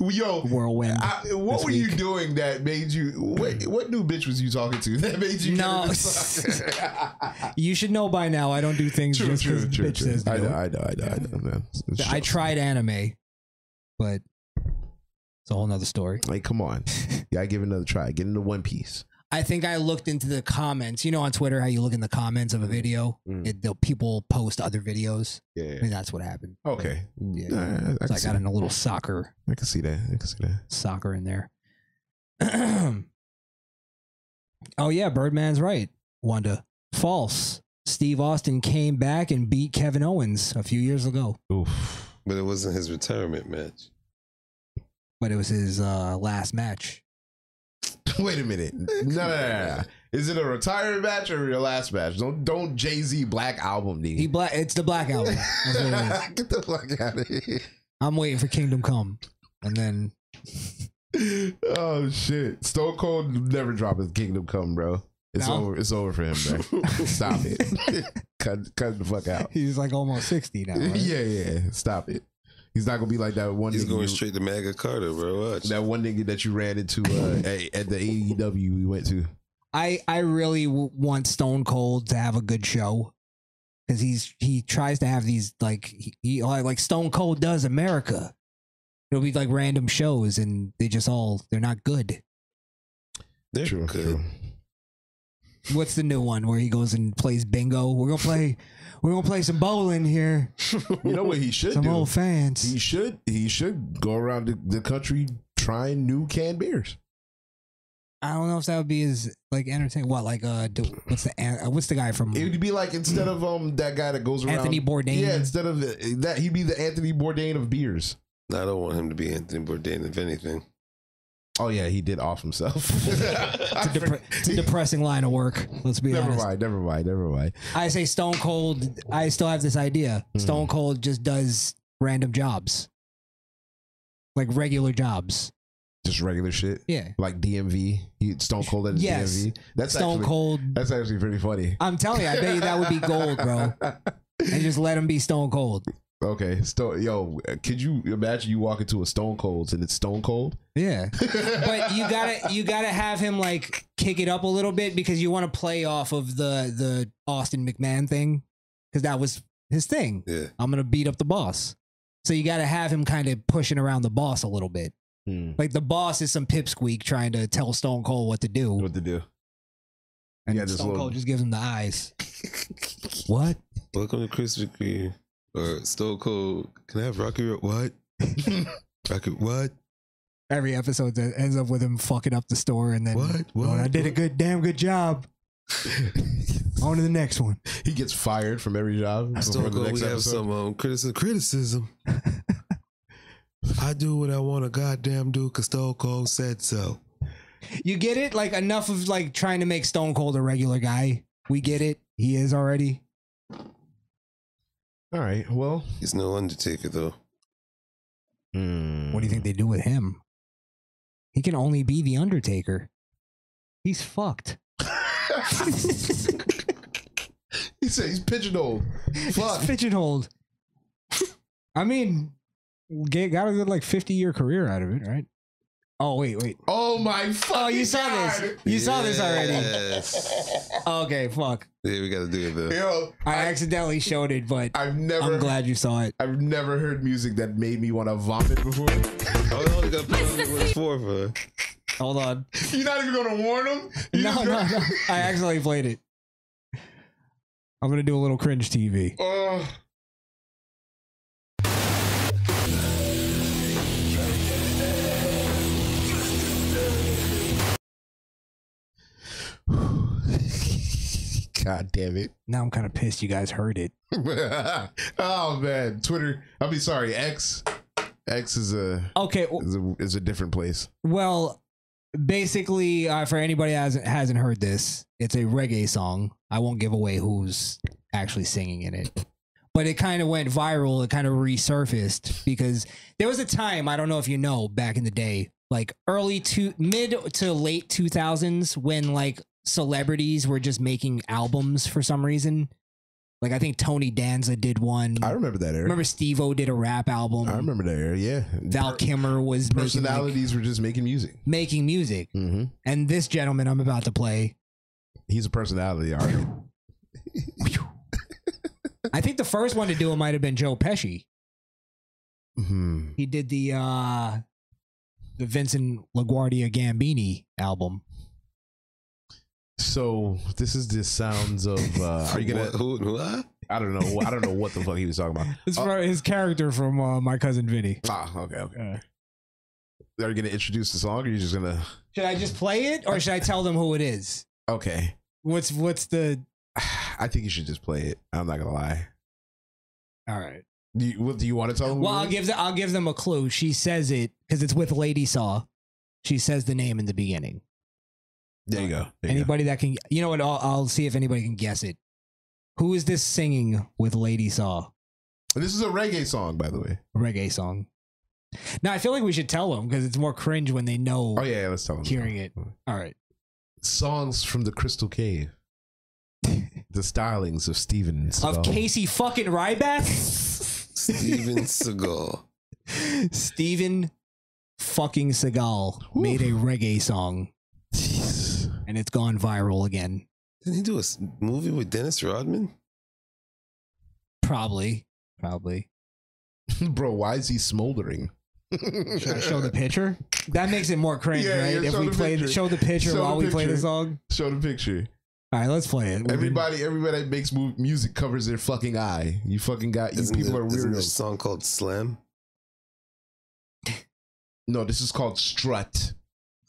Yo, whirlwind. I, what this were you doing that made you? What, what new bitch was you talking to that made you? No. get into soccer? you should know by now. I don't do things true, just true, because true, bitch true. says I know, no. I know, I know, I know, man. It's I tried anime, but it's a whole nother story. Like, come on, you gotta give it another try. Get into One Piece. I think I looked into the comments. You know, on Twitter, how you look in the comments of a video, it, the people post other Mm. videos. Yeah, and that's what happened. Okay, Yeah. Nah, I, can So I see got that. in a little soccer I can see that. I can see that. soccer in there. oh yeah, Birdman's right. Wanda, false. Steve Austin came back and beat Kevin Owens a few years ago, Oof. But it wasn't his retirement match. but it was his uh, last match. Wait a minute. No, no, no, no, no. Is it a retired match or your last match? Don't don't Jay Z Black album me. He black. It's the black album. That's what it is. Get the fuck out of here. I'm waiting for Kingdom Come, and then Oh shit! Stone Cold never dropping Kingdom Come, bro. It's No? over. It's over for him, bro. Stop it. cut, cut the fuck out. he's like almost sixty now. right? Yeah, yeah. Stop it. He's not gonna be like that one. He's nigga going you- straight to MAGA Carter, bro. Watch. That one nigga that you ran into uh, at, at the AEW E we went to. I I really w- want Stone Cold to have a good show because he's he tries to have these like he, he like Stone Cold does America. It'll be like random shows and they just all they're not good. They're good. What's the new one where he goes and plays bingo? We're gonna play we're gonna play some bowling here. You know what he should Some do? old fans. He should he should go around the, the country trying new canned beers. I don't know if that would be as like entertaining. What like uh do, what's the an- uh, what's the guy from? It would be like instead of um that guy that goes around Anthony Bourdain. Yeah, instead of the- that, he'd be the Anthony Bourdain of beers. I don't want him to be Anthony Bourdain, if anything. Oh yeah, he did off himself. It's a, depre- it's a depressing line of work. Let's be never honest. mind, never mind, never mind. I say Stone Cold. I still have this idea. Stone Cold just does random jobs, like regular jobs. Just regular shit. Yeah. Like DMV. He, Stone Cold at his Yes. DMV. That's Stone actually, Cold. That's actually pretty funny. I'm telling you, I bet you that would be gold, bro. And just let him be Stone Cold. Okay, Stone. Yo, could you imagine you walk into a Stone Cold's and it's Stone Cold? Yeah. but you gotta you gotta have him like kick it up a little bit because you want to play off of the the Austin McMahon thing because that was his thing. Yeah. I'm gonna beat up the boss. So you gotta have him kind of pushing around the boss a little bit. Hmm. Like the boss is some pipsqueak trying to tell Stone Cold what to do. What to do. And Yeah, this Stone little- Cold just gives him the eyes. what? Welcome to Krispy Kreme or Stone Cold. Can I have Rocky Road? What? Rocky what? Every episode that ends up with him fucking up the store and then What? "Oh, What? I did a good damn good job. on to the next one. He gets fired from every job. Stone before the Cold. next We have episode. some um, criticism. Criticism. I do what I want to goddamn do because Stone Cold said so. You get it? Like enough of like trying to make Stone Cold a regular guy. We get it. He is already. All right. Well, He's no Undertaker though. Hmm. What do you think they do with him? He can only be the Undertaker. He's fucked. he said he's pigeonholed. Fuck. He's pigeonholed. I mean, ga- got a good like 50 year career out of it, right? Oh, wait, wait. Oh my fuck. Oh, you saw this. You saw this already. Okay, fuck. Yeah, we got to do it though. Yo, I, accidentally showed it, but I've never. I'm glad you saw it. I've never heard music that made me want to vomit before. Oh, I only got put on what it's for, for. Hold on. You're not even gonna warn him. You No, just no, gonna- no. I accidentally played it. I'm going to do a little cringe TV. Oh. God damn it. Now I'm kind of pissed you guys heard it. oh man, Twitter. I mean, sorry, X. X is a Okay. is a, is a different place. Well, basically, uh, for anybody that hasn't, hasn't heard this, it's a reggae song. I won't give away who's actually singing in it, but it kind of went viral. It kind of resurfaced because there was a time, I don't know if you know, back in the day, like early to mid to late 2000s when like celebrities were just making albums for some reason. Like I think Tony Danza did one. I remember that era. Remember Steve O did a rap album. I remember that era. Yeah, Val Kimmer was making, like, personalities were just making music. making music. Mm-hmm. And this gentleman I'm about to play, He's a personality artist. I think the first one to do it might have been Joe Pesci. Hmm. He did the uh the Vincent LaGuardia Gambini album. So this is the sounds of. Uh, are you gonna? What, who, who, huh? I don't know. I don't know what the fuck he was talking about. It's Uh, from his character from uh, My Cousin Vinny. ah, okay, okay. Are you gonna introduce the song, or are you just gonna? Should I just play it or should I tell them who it is? Okay, What's what's the I think you should just play it. I'm not gonna lie. All right. Do you, what, do you want to tell them? Well, who it I'll is? give the, I'll give them a clue. She says it cuz it's with Lady Saw. She says the name in the beginning. There you go. There you go. Anybody that can You know what? I'll, I'll see if anybody can guess it. Who is this singing with Lady Saw? This is a reggae song, by the way. reggae song. Now I feel like we should tell them because it's more cringe when they know Oh yeah, yeah, let's tell them. hearing it. Oh. All right, Songs from the Crystal Cave. the stylings of Steven of Seagal. Casey fucking Ryback, Steven Seagal. Steven fucking Seagal made a reggae song. and it's gone viral again. Didn't he do a s- movie with Dennis Rodman? Probably, probably. Bro, why is he smoldering? Should I show the picture? That makes it more cringe, Yeah, yeah, right? if show we the play, picture. show the picture Show the while we play the picture. song. Show the picture. All right, let's play it. Everybody, everybody that makes mu- music covers their fucking eye. You fucking got you Isn't people there- are isn't there a weirdos. song called Slam? No, this is called strut.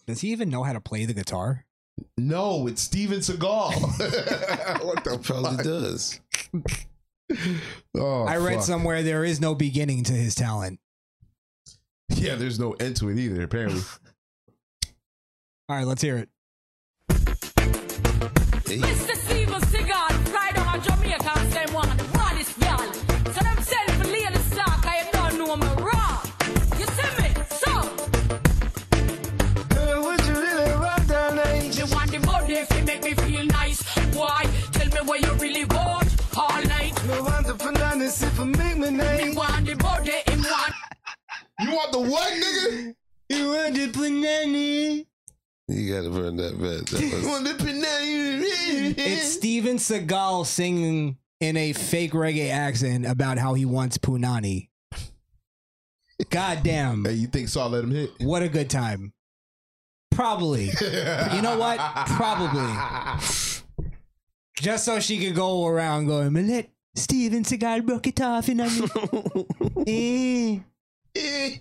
Does he even know how to play the guitar? No, it's Steven Seagal. what the Probably fuck? does. Oh, I read fuck. somewhere there is no beginning to his talent. Yeah, there's no end to it either. Apparently, All right, let's hear it. Mr. Steven Seagal, right on Jamaica, say one, what is y'all? So them sell for lady stock, I don't know me raw. You see me? So. Me want the body if you make me feel nice. Why? Tell me what you really want all night. Me want the bananas if you make me nice. Me want the body in one. You want the what, nigga? You want the banana? You gotta burn that bed. That was- It's Steven Seagal singing in a fake reggae accent about how he wants punani. God damn. Hey, you think Saul let him hit? What a good time. Probably. you know what? Probably. Just so she could go around going, "Me let Steven Seagal broke it off and I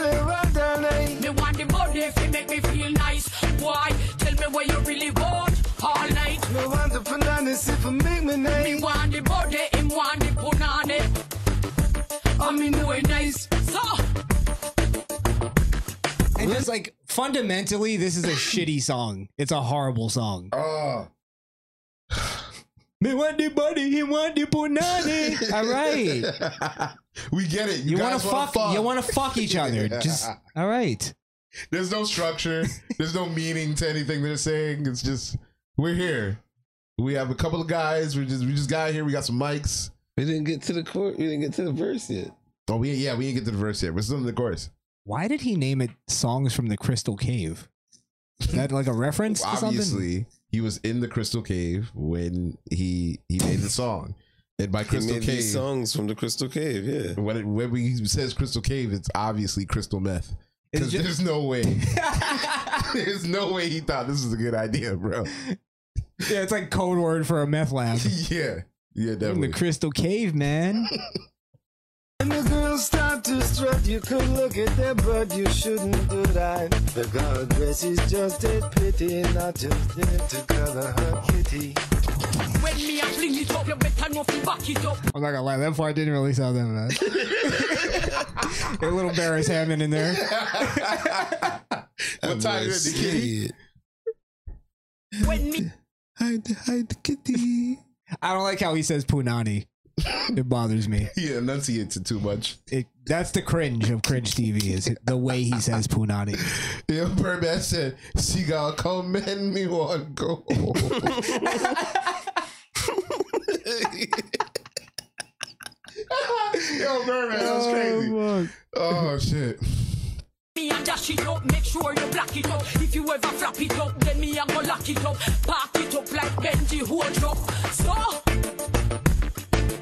Me want the body if you make me feel nice. Why? Tell me what you really want all night. Me want the bananas if you make me nice. Me want the body, him want the punani. I mean, no, it nice. So, And just like fundamentally, this is a shitty song. It's a horrible song. Oh. Ah. Me want the body, he want the punani. All right. we get it. You, You wanna guys wanna fuck- you wanna fuck each other. Just- all right. There's no structure. There's no meaning to anything they're saying. It's just we're here. We have a couple of guys. We just we just got here. We got some mics. we didn't get to the court. We didn't get to the verse yet. Oh, we yeah, we didn't get to the verse yet. We're still in the chorus. Why did he name it Songs from the Crystal Cave? Is that like a reference to something? Obviously, he was in the Crystal Cave when he he made the song. And by He Crystal made Cave, these songs from the Crystal Cave. Yeah. when it, when he says Crystal Cave, it's obviously crystal meth. It's 'Cause ju- there's no way. there's no way he thought this was a good idea, bro. Yeah, it's like code word for a meth lab. Yeah. Yeah, From the definitely. Crystal Cave, man. When the girls start to strut, you could look at them, but you shouldn't do that. The girl dress is just a pity, not just there to cover her kitty. when me a fling it up, you better know if you back it up. I'm not gonna lie, that part didn't really sound that bad. a little Barris Hammond in there. What time is it, the kitty? When me hide, hide the kitty. I don't like how he says punani. It bothers me. He enunciates it too much. It, that's the cringe of cringe TV is the way he says punani. Yeah, Birdman said, Seagull, come and me one go. Yo, Birdman, that Um, was crazy. Oh, shit. Me and dash it up, make sure you black it up. If you ever flap it up, then me a go lock it up. Park it up like Benji hold up. So,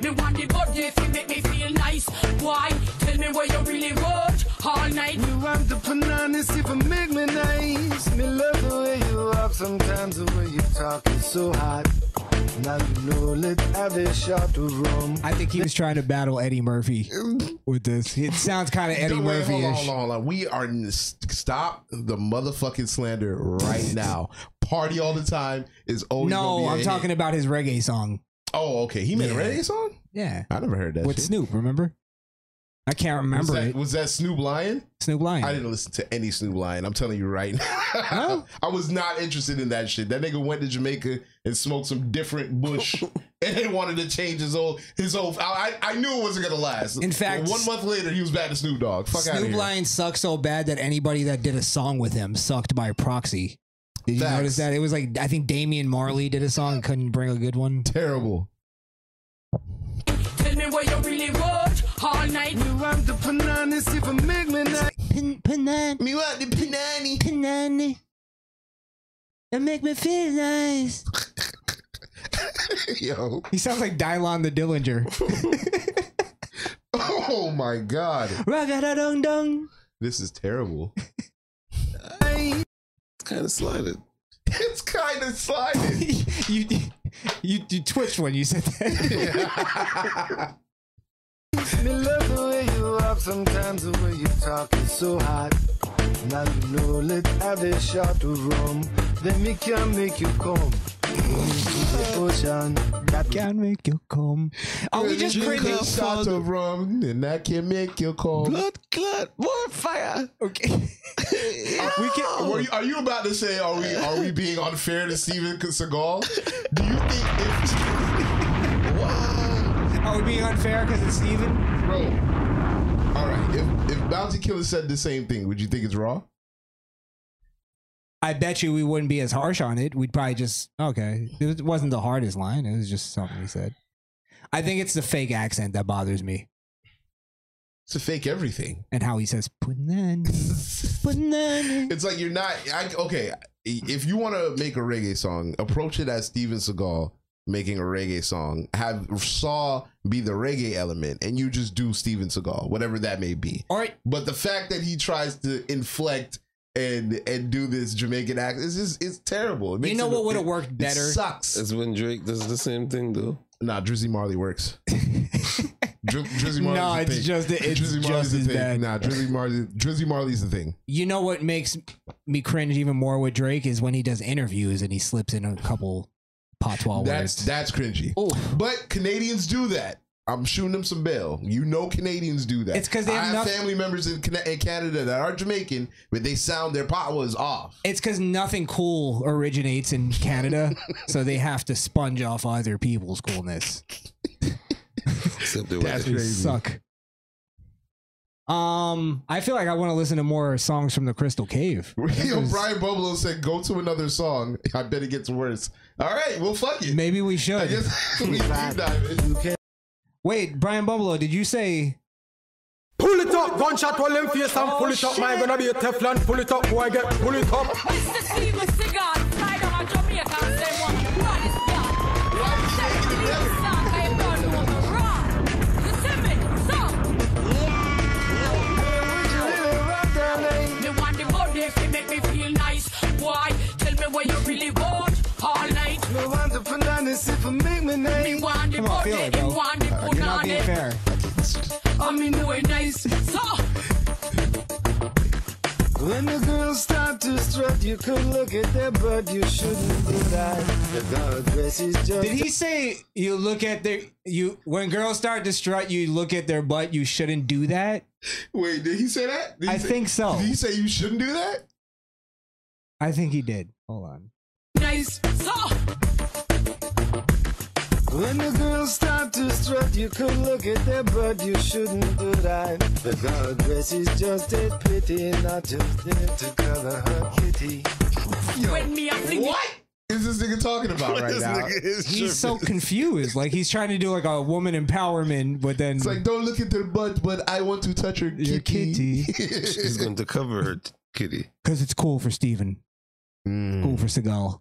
me want the body if you make me feel nice. Why? Tell me where you really want all night. You want the bananas if you make me nice. Me love the way you walk, sometimes the way you talk is so hot. Now you know, let's have a shot of rum. I think he was trying to battle Eddie Murphy with this. It sounds kind of Eddie Don't- wait, Murphy hold on, ish. hold on, hold on. We are n- stop the motherfucking slander right now. Party all the time is always. gonna No, be a I'm hit. talking about his reggae song. Oh, okay. He made Yeah. a reggae song. Yeah. I never heard that. With shit. Snoop, remember? I can't remember was that, it. Was that Snoop Lion? Snoop Lion. I didn't listen to any Snoop Lion. I'm telling you right now. I was not interested in that shit. That nigga went to Jamaica and smoked some different bush and wanted to change his old his old. I, I I knew it wasn't gonna last. In fact- one month later he was back to Snoop Dogg. Fuck out of Snoop here. Lion sucked so bad that anybody that did a song with him sucked by proxy. Did you Facts. notice that? It was like I think Damian Marley did a song, couldn't bring a good one. Terrible. Tell me where you really want all night. You want the bananas if you make me nice. Pan- panani. Me want the panani. Panani. It make me feel nice. Yo. He sounds like Dylon the Dillinger. oh my god. Ragada dung dung. This is terrible. I- it's kind of slided. It's kind of slided. you, you you twitched when you said that. Me love the way you walk, sometimes the way you talk is so hot. Now you know, let have a shot of rum, then me can make you come. The ocean that can make you come. Are we Let just me creating get a shot fun? of rum, and that can make you come. Blood clot, more fire. Okay. we can. Were you, are you about to say are we are we being unfair to Steven Seagal? Do you think if wow, Are we being unfair because it's Steven? bro? All right, if if Bounty Killer said the same thing, would you think it's raw? I bet you we wouldn't be as harsh on it. We'd probably just okay. It wasn't the hardest line. It was just something he said. I think it's the fake accent that bothers me It's a fake everything. and how he says "punani, punani." It's like you're not I, okay. If you want to make a reggae song, approach it as Steven Seagal making a reggae song. Have Saw be the reggae element, and you just do Steven Seagal, whatever that may be. All right. But the fact that he tries to inflect and and do this Jamaican accent, it's just it's terrible. It You know it- what would it- have worked it better? sucks. That's when Drake does the same thing, though. Nah, Drizzy Marley works. Dri- Drizzy No, Marley's the it's thing. just- it's Drizzy just Marley's the as thing. bad. Nah, Drizzy Marley, Drizzy Marley's the thing. You know what makes me cringe even more with Drake is when he does interviews and he slips in a couple patois That's words. that's cringy. Ooh. But Canadians do that. I'm shooting them some bail. You know, Canadians do that. It's 'cause they I have have nothing- family members in, Cana- in Canada that are Jamaican, but they sound their patois is off. It's because nothing cool originates in Canada, so they have to sponge off other people's coolness. Except the That's way They crazy. suck. Um, I feel like I want to listen to more songs from the Crystal Cave. Yo, Brian Boblo said, "Go to another song. I bet it gets worse." All right, well, fuck it. Maybe we I should. guess we deep dive it. Wait, Brian Bubalo, did you say Pull it up, gunshot all them face and pull it up. Oh, My gonna be a Teflon, pull it up, boy, get pull it up. Mr. Steven Seagal, slide on a Jamaican, say one, one is done. One shot, release the song, I am done with the rock. You see me? So, me want the body if you make me feel nice. Why? Tell me where you really want all night. Me want the bananas if I make me Me name. want the Come on, body, feel it, me bro. Uh, want the You're not being punani. fair. I mean, no, it nice. So. When the girls start to strut, you could look at them, but you shouldn't do that. The girl dress is just. Did he say you look at their you when girls start to strut, you look at their butt, you shouldn't do that? Wait, did he say that? Did he I say- think so. Did he say you shouldn't do that? I think he did. Hold on. nice. So, When the girls start to strut, you could look at them, but you shouldn't do that. The girl dress is just a pity, not just there to cover her kitty. when me a fling it, What is this nigga talking about right this now? nigga is He's so tripping. confused. Like he's trying to do like a woman empowerment, but then It's like don't look at their butt, but I want to touch her your kitty. She's going to cover her t- kitty. Because it's cool for Steven. Mm. Cool for Seagal.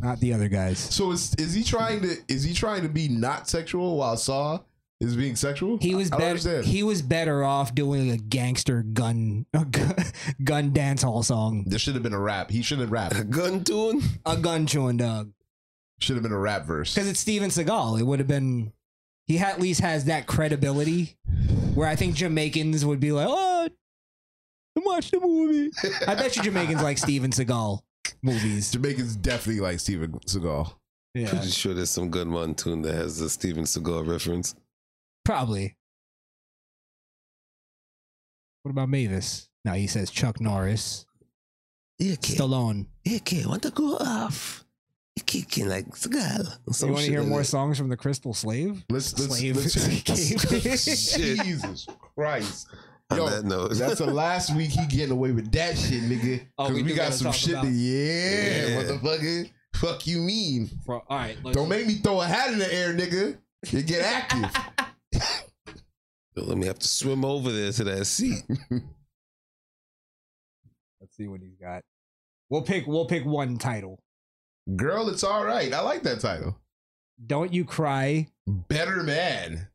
Not the other guys. So is is he trying to is he trying to be not sexual while Saw is being sexual? He was I don't better. understand. He was better off doing a gangster gun, a gun, gun dance hall song, There should have been a rap. He should have rapped. A gun tune? a gun chewing dog. Should have been a rap verse. because it's Steven Seagal. It would have been he at least has that credibility where I think Jamaicans would be like, oh, watch the movie. I bet you Jamaicans like Steven Seagal movies. Jamaicans definitely like Steven Seagal. Yeah, Pretty sure there's some gunman tune that has the Steven Seagal reference. probably. What about Mavis? No, he says Chuck Norris, Yeah, Stallone. Okay, want to go off? Kicking like Seagal. you want to hear more songs from the Crystal Slave? Let's let's, Slave. let's Shit. Jesus Christ. On Yo, that note, That's the last week he getting away with that shit, nigga. Oh, Because we we, do got gotta some talk shit about- to yeah, Yeah. motherfucker. Fuck you mean? All right, Don't make me throw a hat in the air, nigga. You get active. let me have to swim over there to that seat. Let's see what he's got. We'll pick. We'll pick one title. Girl, it's all right. I like that title. Don't you cry. Better man.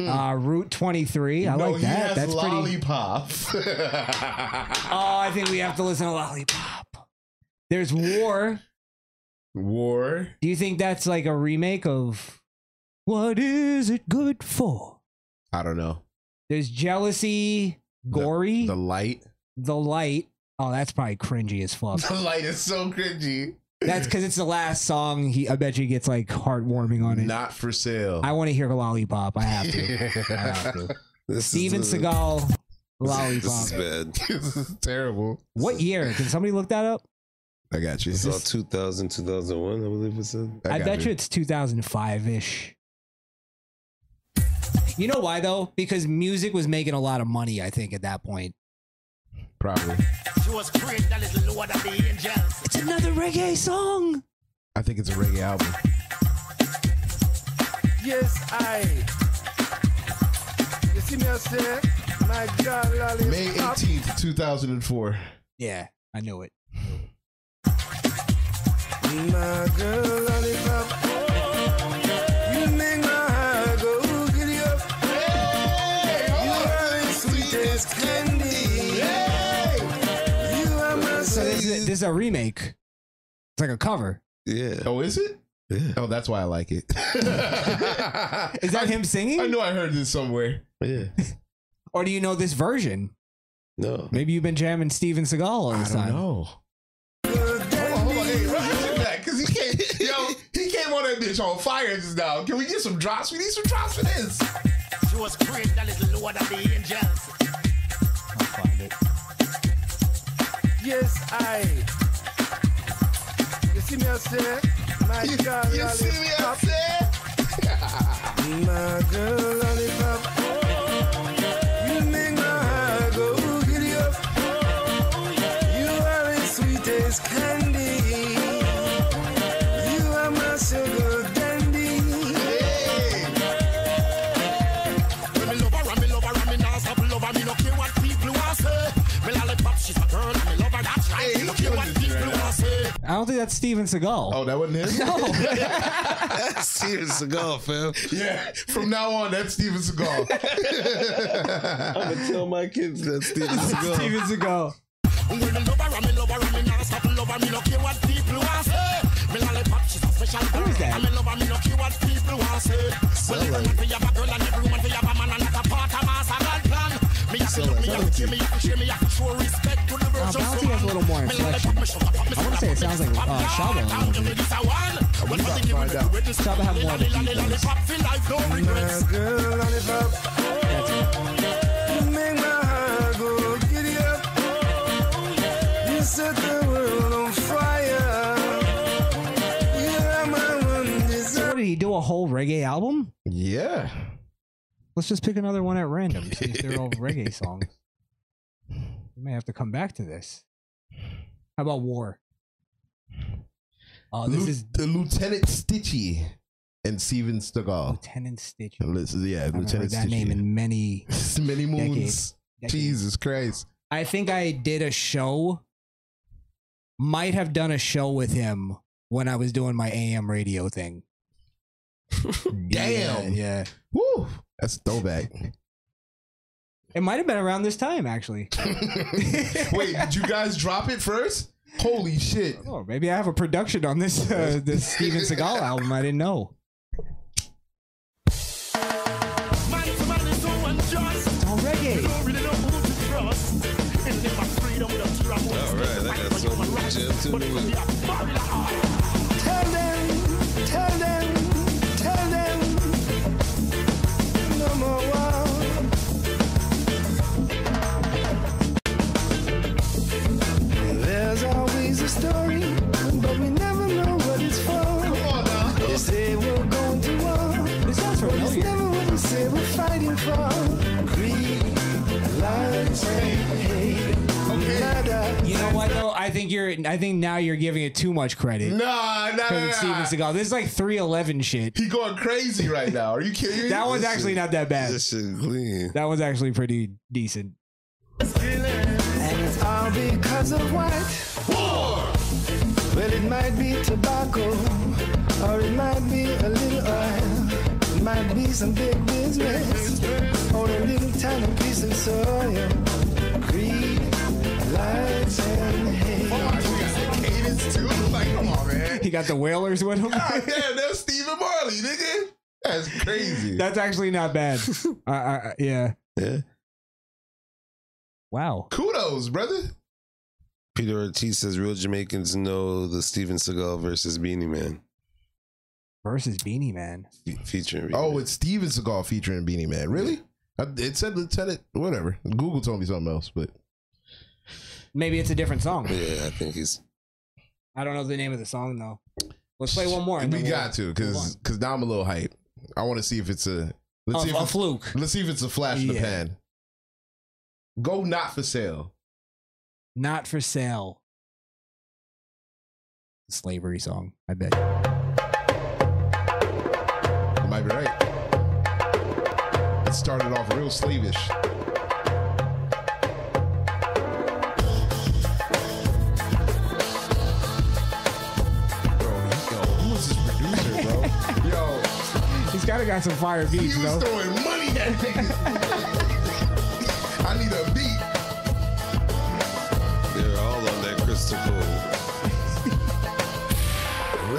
Uh, Route 23. I No, like he that. has That's lollipop. pretty. oh, I think we have to listen to lollipop. There's war. War. Do you think that's like a remake of What is it good for? I don't know. There's jealousy, gory, the, light, the light. Oh, that's probably cringy as fuck. The light is so cringy. That's because it's the last song. He, I bet you gets like heartwarming on it. Not for sale. I want to hear lollipop. I have to. I have to. Steven Seagal, lollipop. This is bad. this is terrible. What year? Can somebody look that up? I got you. It's all 2000, 2001, I believe it said. I, bet you. it's 2005 ish. You know why though? Because music was making a lot of money. I think at that point. Probably. She was created a little lower than the angels. It's another reggae song. I think it's a reggae album. Yes, I. You see me, I say, my girl, lollipop. May 18th, 2004. Yeah, I knew it. My girl, lollipop. You make my heart go giddy up. You are the sweetest candy. You are my So this is, this is a remake. It's like a cover. Yeah. Oh, is it? Yeah. Oh, that's why I like it. Is that him singing? I know I heard this somewhere. Yeah. Or do you know this version? No. Maybe you've been jamming Steven Seagal all this time. know. Because he came, yo, he came on that bitch on fire just now. Can we get some drops? We need some drops for this. She was created a little lower than the angels. Yes, I. You see me, I say, my girl, You see me, I lollipop. said. My girl, lollipop. You make my heart go giddy up. You are the sweetest candy. You are my sugar dandy. When me love her, and me love her, and me not stop love her. Me no care what people want say. Me lollipop, she's my girl, and me love her. That's right. Me no care what people want say. I don't think that's Steven Seagal. Oh, that wasn't him? That's Steven Seagal, fam. Yeah, from now on, that's Steven Seagal. I'm gonna tell my kids that Steven Seagal. Steven Seagal. When me love her, and me love her, and me not stop love her. Me no care what people want say. Me lollipop, she's a special girl. that? And me love her, me no care what people want say. Well, every man we have a girl, and every woman we have a man, and that's a part of master God plan. Me have to love, me have to care, me have to share, me have to show respect to the Uh, virtues of Bounty has a woman. little more inflection. I want to say it sounds like uh, Shaba. a little bit. Shaba had more of a deep voice. My girl, lollipop. You make my heart go giddy up. You set the world on fire. You are my one So desire. what did he do? A whole reggae album? yeah. Let's just pick another one at random. See if they're all reggae songs. We may have to come back to this. How about War? Oh, this Lu- is the Lieutenant Stitchy and Steven Seagal. Lieutenant Stitch. Let's- Yeah, I haven't heard Lieutenant that name Stitchy. in many. Many moons. decades. Decades. Jesus Christ. I think I did a show. Might have done a show with him when I was doing my AM radio thing. Yeah, Damn. yeah. Woo. That's a throwback. It might have been around this time, actually. Wait, did you guys drop it first? Holy shit. Oh, maybe I have a production on this uh, this Steven Seagal album. I didn't know. It's all reggae. All right, I got so much jam to me with. Tell them, tell them, tell them. No more war. There's always a story, but we never know what it's for. They say we're going to war. This sounds But it's familiar. never what we say we're fighting for. Greed, lies, hate, murder. You know what though? I think you're. I think now you're giving it too much credit. Nah, nah, because nah, it's nah. Steven Seagal. This is like 311 shit. He going crazy right now. Are you kidding me? That one's This actually shit- not that bad. This shit clean. That one's actually pretty decent. And it's all because of what? War! Well, it might be tobacco, or it might be a little oil, it might be some big business, or a little tiny piece of soil. Greed, lies, and hate. Cadence too. Like, come on, man. He got the whalers with him. God damn, that's Stephen Marley, nigga. That's crazy. That's actually not bad. I, I, I- yeah. Yeah. Wow. Kudos, brother. Peter Ortiz says real Jamaicans know the Steven Seagal versus Beanie Man Versus Beanie Man. fe- featuring. Beanie Oh, Man. it's Steven Seagal featuring Beanie Man. Really? I, it said Lieutenant, whatever. Google told me something else, but Maybe it's a different song. yeah, I think he's I don't know the name of the song though. Let's play one more. and we then we'll got to move because because now I'm a little hype. I want to see if it's a A- let's see if Oh, a it's- fluke. Let's see if it's a flash in the Yeah. pan. Go not for sale. on. not for sale. Slavery song. I bet. You might be right. It started off real slavish. Bro, yo, who was this producer, bro? Yo, He's gotta got some fire beats he was though. throwing money at niggas. I need a beat. they're all on that crystal cold.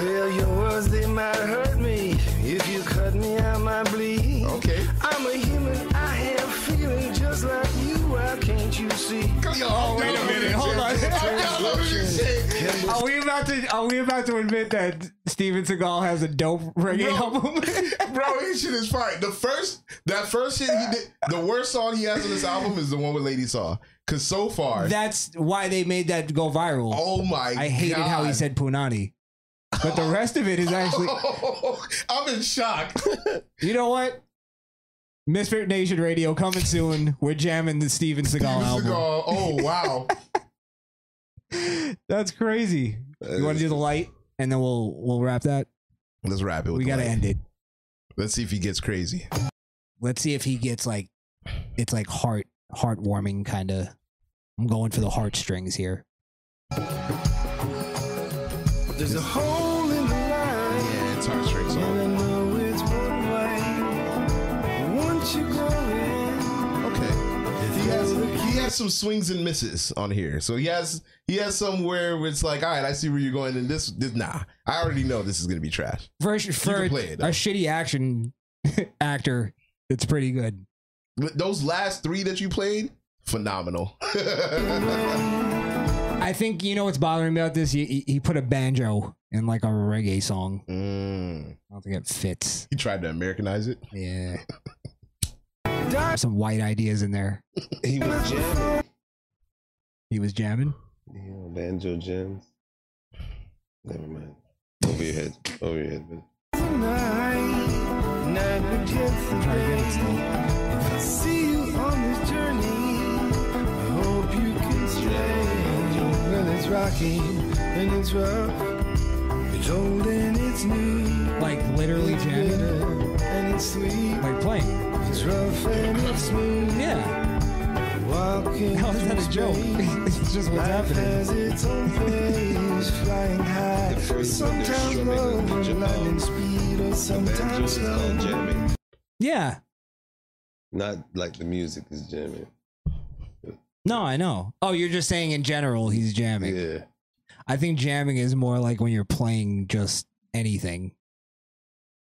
Well, your words, they might hurt me. If you cut me, I might bleed. Okay. I'm a human, I have feelings just like you. Why can't you see? Yo, oh, wait a minute, hold on. Y'all over this shit. Are we about to are we about to admit that Steven Seagal has a dope reggae album? Bro, his shit is fire. The first, that first shit he did, the worst song he has on this album is the one with Lady Saw. Cause so far, That's why they made that go viral. oh my god. I hated how he said Punani. But the rest of it is actually I'm in shock. you know what? Misfit Nation Radio coming soon. We're jamming the Steven Seagal album. Seagal, oh wow. That's crazy. That you want is- to Uh, do the light and then we'll we'll wrap that. Let's wrap it. With we the got to light. end it. Let's see if he gets crazy. Let's see if he gets like it's like heart heartwarming kind of. I'm going for the heartstrings here. There's a hole in the line. Yeah, it's hard straight And I know it's one way. Once you go in, Okay. He has he has some swings and misses on here. So he has he has somewhere where it's like, all right, I see where you're going in this this nah. I already know this is gonna be trash. For for can play it, a though. shitty action actor, it's pretty good. But those last three that you played, phenomenal. I think you know what's bothering me about this. He, he- he put a banjo in like a reggae song. Mm. I don't think it fits. He tried to Americanize it. Yeah. Some white ideas in there. He was jamming. He was jamming. Yeah, banjo jams. Never mind. Over your head. Over your head, man. tonight, night begins the day. See you on this journey. I hope you can stay. Well, it's rocky and it's rough. It's old and it's new. Like literally It's jamming. bitter and it's sweet. Like playing. It's rough and it's smooth. Yeah. Walking How is that a through joke? space. it's just what's Life happening. has its own pace, flying high. The first one, they're Sometimes strumming low, on the jump. lightning speed, or Banjo sometimes is slow. called jamming. Yeah. Not like the music is jamming. No, I know. Oh, you're just saying in general he's jamming. Yeah. I think jamming is more like when you're playing just anything.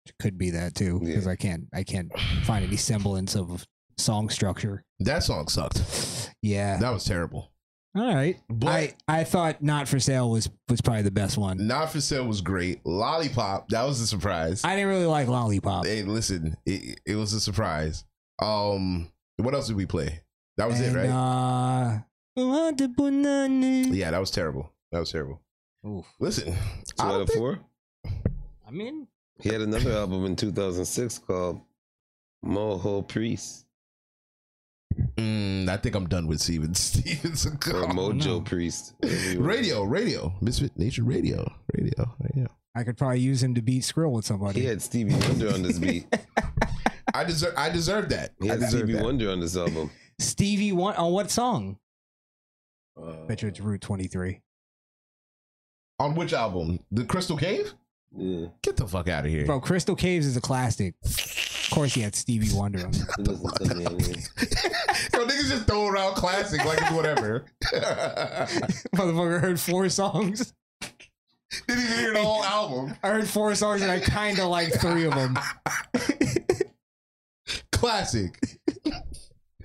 It could be that too, because Yeah. I can't I can't find any semblance of song structure. That song sucked. Yeah. That was terrible. All right. But- I I thought not for sale was was probably the best one. Not for sale was great. Lollipop, that was a surprise. I didn't really like lollipop. hey, listen, it, it was a surprise. Um, what else did we play? That was And, it, right? Uh, I want the banana. yeah, that was terrible. That was terrible. Oof. Listen, Two I out don't of think- four. I mean, He had another album in 2006 called Moho Priest Mm, I think I'm done with Steven Stevens. or no. Mojo Priest. whatever you want. radio, radio, Misfit Nation, radio, radio, radio. I could probably use him to beat Skrill with somebody. He had Stevie Wonder on this beat. I deserve, I deserve that. He I had deserve Stevie that. Wonder on this album. Stevie one on what song? Uh, Bet you it's Route 23. On which album? The Crystal Cave? Yeah. Get the fuck out of here. Bro, Crystal Caves is a classic. Of course, he had Stevie Wonder on there. Yo, niggas just throw around classic like it's whatever. Motherfucker heard four songs. Did he hear the whole album? I heard four songs and I kind of liked three of them. Classic. It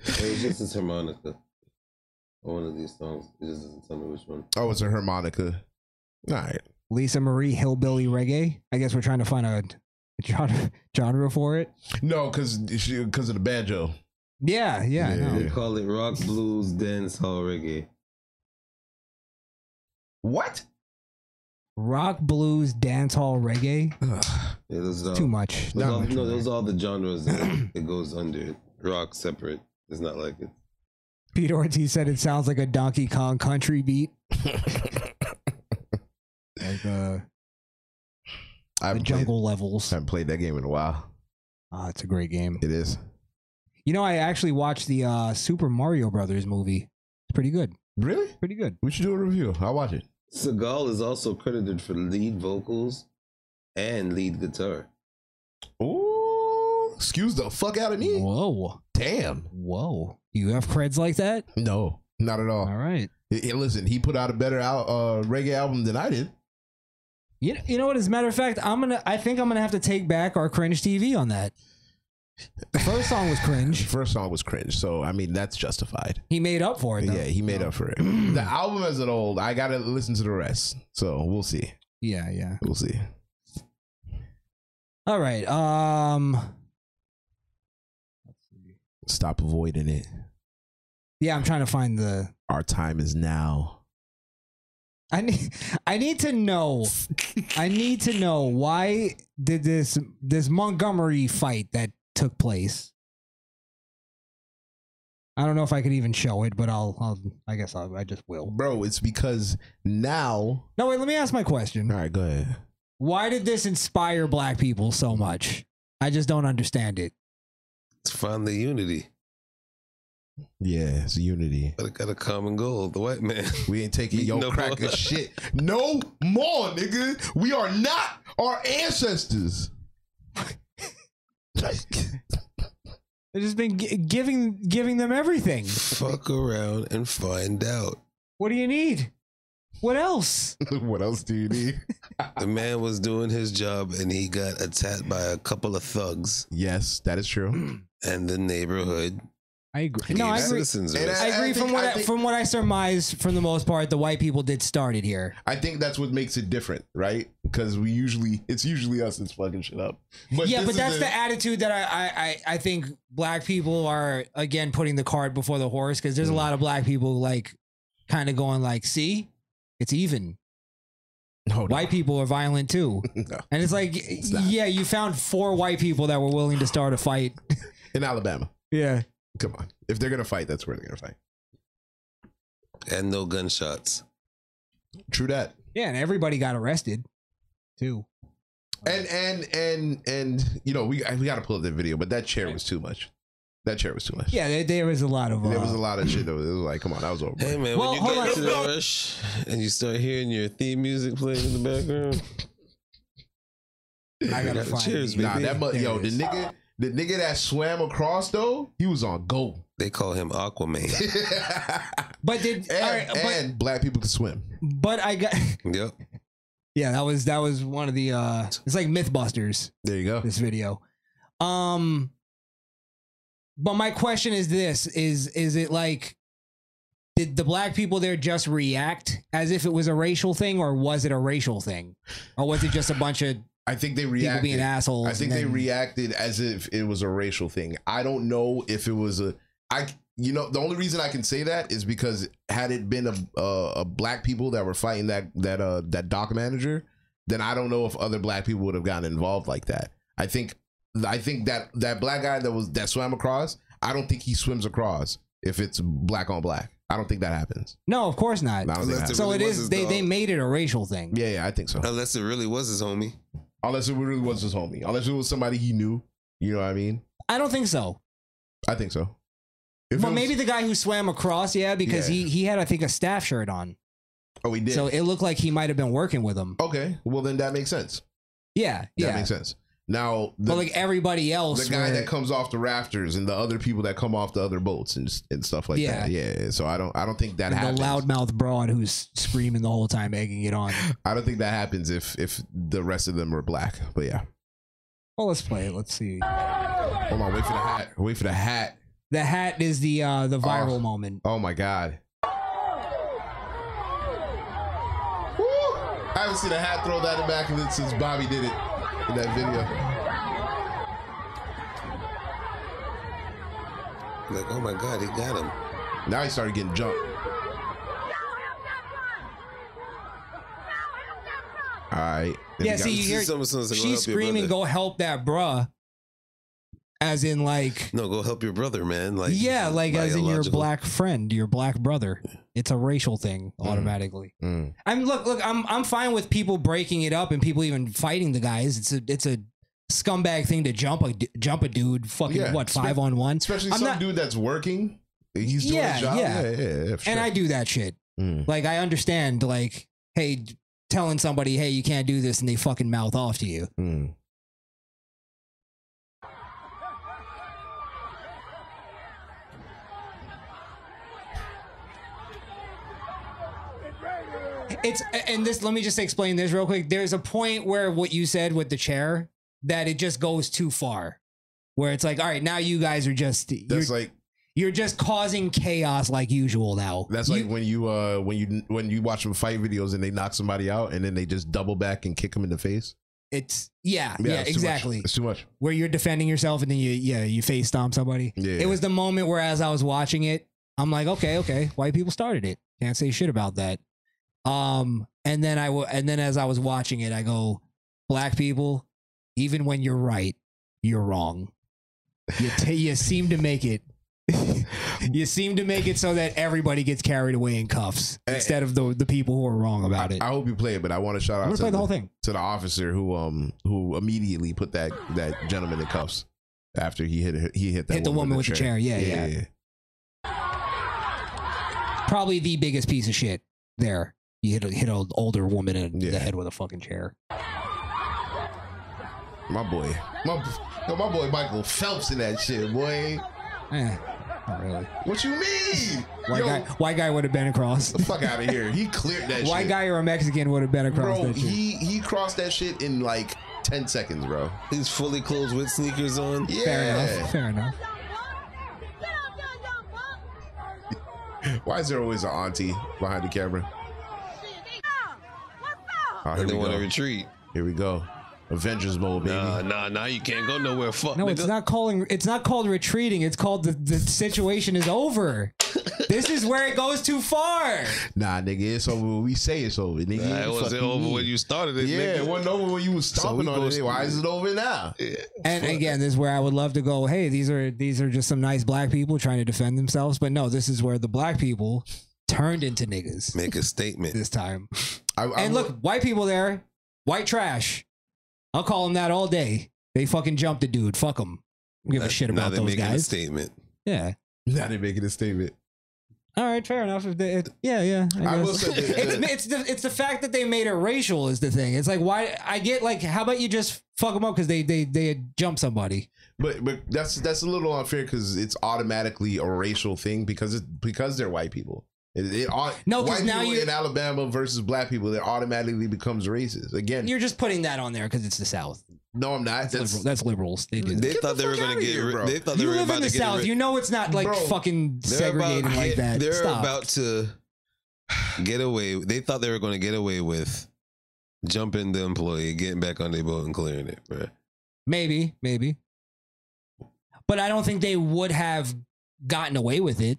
was just his harmonica. On One of these songs. It just doesn't tell me which one. Oh, it's a harmonica. All right. Lisa Marie Hillbilly Reggae. I guess we're trying to find a genre, genre for it. No, because because of the banjo. Yeah, Yeah, yeah. I know. They call it rock, blues, dance, hall, reggae. What? Rock, blues, dancehall, reggae. Yeah, those are Too much. Those Not uh, all, much no, those are all the genres that it goes under. Rock separate. It's not like it. Peter Ortiz said it sounds like a Donkey Kong country beat. like uh, I haven't jungle levels. I haven't played that game in a while. ah, it's a great game. It is. You know, I actually watched the uh, Super Mario Brothers movie. It's pretty good. Really? Pretty good. We should do a review. I'll watch it. Seagal is also credited for lead vocals and lead guitar. Ooh. Excuse the fuck out of me. Whoa. Damn. Whoa. You have creds like that? No, not at all. All right. Hey, hey, listen, he put out a better al- uh, reggae album than I did. You know, you know what? As a matter of fact, I'm gonna. I think I'm gonna have to take back our cringe TV on that. The first song was The cringe. first song was cringe, so I mean that's justified. He made up for it. Though. Yeah, he made up for it. the album as an old, I gotta listen to the rest. So we'll see. Yeah, yeah. We'll see. All right. Um. Stop avoiding it. Yeah, I'm trying to find the. Our time is now. I need. I need to know. I need to know why did this this Montgomery fight that took place. I don't know if I could even show it, but I'll. I'll I guess I'll, I just will. Bro, it's because now No, wait. Let me ask my question. All right, go ahead. Why did this inspire black people so much? I just don't understand it. It's finally unity. Yeah, it's unity. But it got a common goal. The white man. We ain't taking your No. crack of shit. No more, nigga. We are not our ancestors. They've just been gi- giving giving them everything. Fuck around and find out. What do you need? What else? what else do you need? The man was doing his job and he got attacked by a couple of thugs Yes, that is true. and the neighborhood. I agree. gave No, I agree. citizens And rights. I I agree think- from what I I, think- from what I surmise from the most part the white people did start it here. I think that's what makes it different, right? Because we usually it's usually us that's fucking shit up. yeah, this but is that's a- the attitude that I, I, I, I think black people are again putting the cart before the horse because Mm. there's a lot of black people like kind of going like, see, it's even. no, no, White people are violent too, no. and it's like, not. yeah, you found four white people that were willing to start a fight. in Alabama. Yeah, Come on, if they're gonna fight, that's where they're gonna fight. and no gunshots. True that. yeah, and everybody got arrested too. And and and and you know we we got to pull up that video, but that chair was too much. That chair was too much. Yeah, there, there was a lot of. Uh, There was a lot of shit. That was, it was like, come on, that was over. Hey man, Well, when you hold get on. into the rush and you start hearing your theme music playing in the background, I gotta find. Cheers, it. baby. Nah, that mu- There yo, it the is. nigga, the nigga that swam across though, he was on go. they call him Aquaman. and But did all right, and black people can swim. but but I got yep. yeah that was that was one of the uh it's like MythBusters There you go. this video, um. But my question is this: is is it like did the black people there just react as if it was a racial thing, or was it a racial thing, or was it just a bunch of I think they people reacted. being assholes? I think and they then- reacted as if it was a racial thing. I don't know if it was a I you know the only reason I can say that is because had it been a a, a black people that were fighting that that uh that doc manager, then I don't know if other black people would have gotten involved like that. I think I think that that black guy that was that swam across, I don't think he swims across if it's black on black. I don't think that happens. No, of course I not. don't think that Unless happens. it So it really was is his they dog. they made it a racial thing. Yeah, yeah, I think so. Unless it really was his homie. Unless it really was his homie. Unless it was somebody he knew. You know what I mean? I don't think so. I think so. If well, it was- maybe the guy who swam across, yeah, because he he had I think a staff shirt on, Oh, he did. so it looked like he might have been working with him. okay, well then that makes sense. Yeah, yeah. That makes sense. Now, the, but like everybody else, the guy were- that comes off the rafters and the other people that come off the other boats and s- and stuff like Yeah. that. Yeah. So I don't I don't think that and happens. the loudmouth broad who's screaming the whole time, egging it on. I don't think that happens if if the rest of them are black. But yeah. Well, let's play it. Let's see. Hold on, wait for the hat. Wait for the hat. The hat is the uh the viral Oh. moment. Oh my god. Woo! I haven't seen a hat throw that back in it since Bobby did it in that video. Like, oh my God, he got him. Now he started getting jumped. All right. yeah, see, you hear she's screaming, "Go help that bruh," as in like, No, go help your brother, man. Like, yeah, like as in your biological- black friend, your black brother. It's a racial thing Mm. automatically. Mm. I mean, look, look, I'm I'm fine with people breaking it up and people even fighting the guys. It's a it's a scumbag thing to jump a d- jump a dude, fucking Yeah, what spe- five on one. Especially I'm some not- dude that's working. He's doing yeah, his job. yeah, yeah, yeah, yeah, for and sure. I do that shit. Mm. Like I understand, like, hey, d- telling somebody, hey, you can't do this, and they fucking mouth off to you. Mm. It's and this. Let me just explain this real quick. There's a point where what you said with the chair that it just goes too far, where it's like, all right, now you guys are just That's you're, like you're just causing chaos like usual now. that's like when you uh when you when you watch some fight videos and they knock somebody out and then they just double back and kick them in the face. It's yeah, yeah, it's too much. exactly. It's too much. Where you're defending yourself and then you yeah you face stomp somebody. Yeah. It was the moment where as I was watching it, I'm like, okay, okay, white people started it. Can't say shit about that. Um, and then I w- and then as I was watching it, I go, black people, even when you're right, you're wrong. You ta you seem to make it. you seem to make it so that everybody gets carried away in cuffs instead of the the people who are wrong about it. I hope you play it, but I want to shout gonna out to play the whole thing. to the officer who um who immediately put that that gentleman in cuffs after he hit he hit that Hit the woman with the chair. Yeah, yeah. Probably the biggest piece of shit there. You hit a, hit an older woman in the head with a fucking chair. My boy, my yo, my boy Michael Phelps in that shit, boy. Eh, not really. What you mean? White Yo, guy, white guy would have been across. the fuck out of here. He cleared that. White shit. guy or a Mexican would have been across bro. that shit. He he crossed that shit in like ten seconds, bro. He's fully clothed with sneakers on. Yeah. Fair enough. Fair enough. Why is there always an auntie behind the camera? Oh, here And they we want go. to retreat. Here we go. Avengers mode, baby. Nah, nah, nah. You can't go nowhere. Fuck. No, nigga. it's not calling. It's not called retreating. It's called the, the situation is over. this is where it goes too far. Nah, nigga, it's over when we say it's over, nigga. Nah, it Fuck wasn't you over mean. when you started it. Yeah, nigga. it wasn't over when you was stomping we on gonna- it. Why is it over now? And again, this is where I would love to go. Hey, these are these are just some nice black people trying to defend themselves. But no, this is where the black people turned into niggas Make a statement. this time. I, I and look, white people there, white trash. I'll call them that all day. They fucking jumped a dude. Fuck them. Give a shit now about they're those making a guys. statement. Yeah. Now they making a statement. All right. Fair enough. If they, if, yeah. Yeah. I will guess. say that- it's, it's the it's the fact that they made it racial is the thing. It's like why I get like how about you just fuck them up because they they they had jumped somebody. But but that's that's a little unfair because it's automatically a racial thing because it's because they're white people. It, it, au- No, 'cause white now people you- in Alabama versus black people, that automatically becomes racist. Again, You're just putting that on there because it's the South. no, I'm not. That's, Liberal, that's liberals. They do. They That. thought they were fuck gonna outta get. here, ri- bro. they thought they You were live about in the to get. South. ri- You know it's not like Bro, fucking They're about- segregated like that. They're Stop. about to get away. They thought they were going to get away with jumping the employee, getting back on their boat, and clearing it. Bro. Maybe, maybe. But I don't think they would have gotten away with it.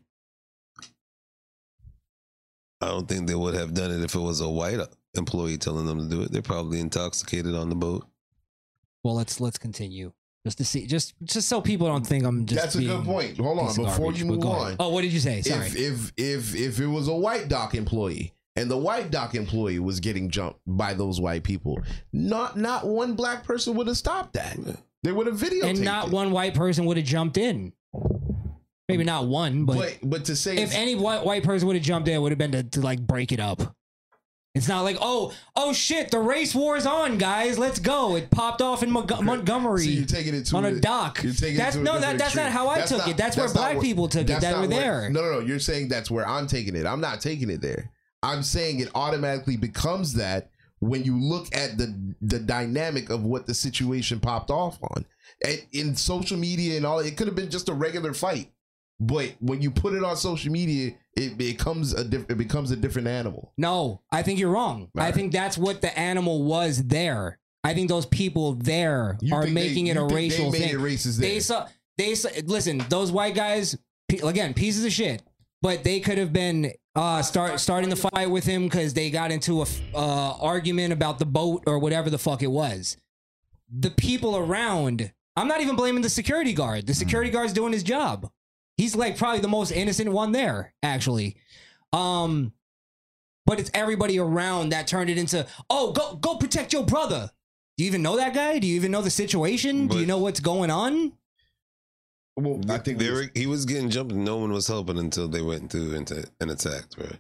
I don't think they would have done it if it was a white employee telling them to do it. They're probably intoxicated on the boat. Well, let's let's continue just to see, just just so people don't think I'm just. That's a good being point. Hold on, piece of before you but move go ahead. on. Oh, what did you say? Sorry. if if if if it was a white doc employee and the white doc employee was getting jumped by those white people, not not one black person would have stopped that. They would have videotaped and not it. one white person would have jumped in. Maybe not one, but but, but to say if any white, white person would have jumped in, it would have been to, to like break it up. It's not like oh oh shit, the race war is on, guys. Let's go. It popped off in Mog- Montgomery. So you're taking it to on a the- dock. You're taking that's it to a no, different that, that's not extreme. how I That's took not- it. That's, where not black where- people took it. that's That not were where- there. No, no, no. You're saying that's where I'm taking it. I'm not taking it there. I'm saying it automatically becomes that when you look at the the dynamic of what the situation popped off on. And in social media and all, it could have been just a regular fight. But when you put it on social media, it becomes a diff- it becomes a different animal. No, I think you're wrong. I think that's what the animal was there. I think those people there are think they- making it you a think they racial made thing. it racist they there. saw they saw, listen, those white guys pe- again, pieces of shit, but they could have been uh start starting the fight with him cuz they got into a f- uh argument about the boat or whatever the fuck it was. The people around, I'm not even blaming the security guard. The Mm. security guard's doing his job. He's like probably the most innocent one there, actually. Um but it's everybody around that turned it into oh go go protect your brother do you even know that guy do you even know the situation do you know what's going on Well, I think they were, he was getting jumped and no one was helping until they went through and, ta- and attacked, right?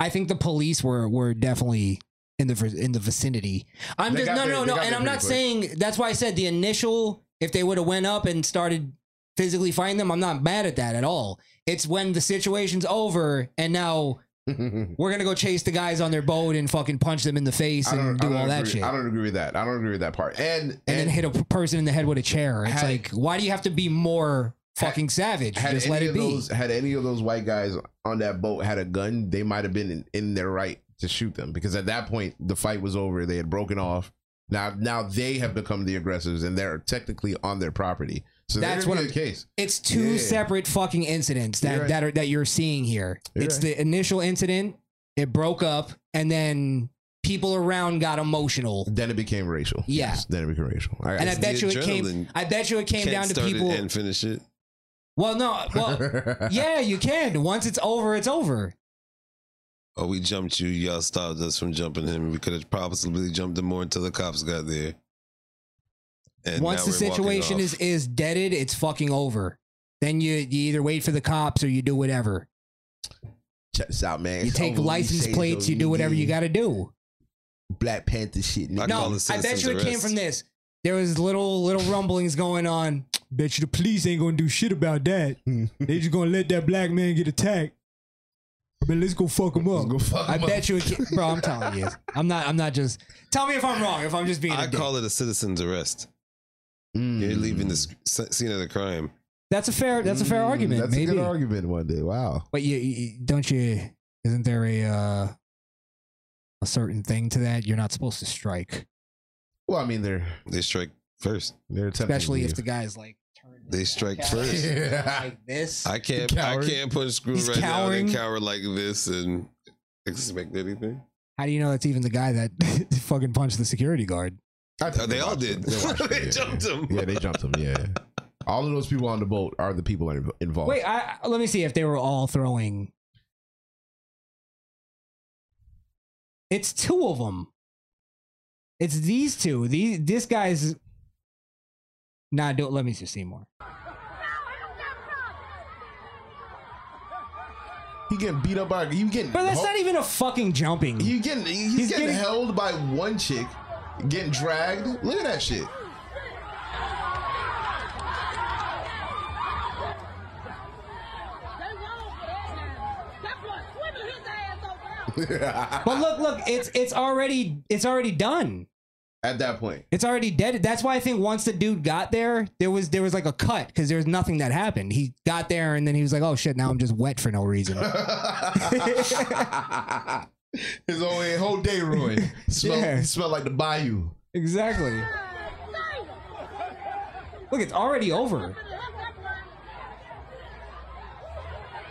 i think the police were were definitely in the vi- in the vicinity i'm They just got no there- no they no got and there i'm not pretty saying that's why i said the initial if they would have went up and started physically fighting them i'm not mad at that at all it's when the situation's over and now we're gonna go chase the guys on their boat and fucking punch them in the face I and don't- do I don't all that agree- shit I don't agree with that. I don't agree with that part. And and, then hit a p- person in the head with a chair. It's Had- like, why do you have to be more fucking savage? had Just any let it of be. those had any of those white guys on that boat had a gun, they might have been in, in their right to shoot them because at that point the fight was over. They had broken off. Now, now they have become the aggressors and they're technically on their property. So That's that's what what the I'm- case. It's two Yeah. separate fucking incidents that You're right. that are that you're seeing here. You're it's right. the initial incident. It broke up, and then people around got emotional. Then it became racial. Yeah. Then it became racial. All right. And I It's bet the you it came. adrenaline. I bet you it came Can't down to start it people. and finish it. well, no. Well, yeah, you can. Once it's over, it's over. Oh, we jumped you. Y'all stopped us from jumping him. We could have probably jumped him more until the cops got there. And Once now the we're walking situation off. is is deaded, it's fucking over. Then you you either wait for the cops or you do whatever. Check this out, man. You It's take over with license Shades plates. You do whatever you got to do. Black Panther shit. nigga. No, I bet you it came from this. There was little little rumblings going on. Bet you the police ain't gonna do shit about that. they just gonna let that black man get attacked. But let's go fuck him up. fuck I him bet up. you, it ca- bro. I'm telling you, I'm not. I'm not just. Tell me if I'm wrong. If I'm just being. a I dick. call it a citizen's arrest. Hmm. You're leaving the sc- scene of the crime. That's a fair. That's a fair argument. Mm, That's maybe. a good argument one day. Wow. But you, you you- don't you? Isn't there a uh, a certain thing to that? You're not supposed to strike, Well, I mean, they're They strike first. they're attempting especially to if leave. the guy's like They strike first. like this. I can't. Coward. I can't punch screw He's right cowering. now. They cower like this and expect anything. How do you know that's even the guy that fucking punched the security guard? Uh, they all did. They watched it, They yeah. jumped him. Yeah, they jumped him. Yeah. All of those people on the boat are the people inv- involved. Wait, I, I- let me see if they were all throwing. It's two of them. It's these two. These this guy's. Nah, don't let me just see more. He getting beat up by you getting. But that's ho- not even a fucking jumping. You getting he's, He's getting, getting- held by one chick, getting dragged. Look at that shit. but look, look, it's it's already it's already done. At that point, It's already dead. That's why I think once the dude got there, there was there was like a cut because there was nothing that happened. He got there and then he was like, "Oh shit, now I'm just wet for no reason." his whole, his whole day ruined. Smell, Yeah. He smelled like the bayou. exactly. Look, it's already over.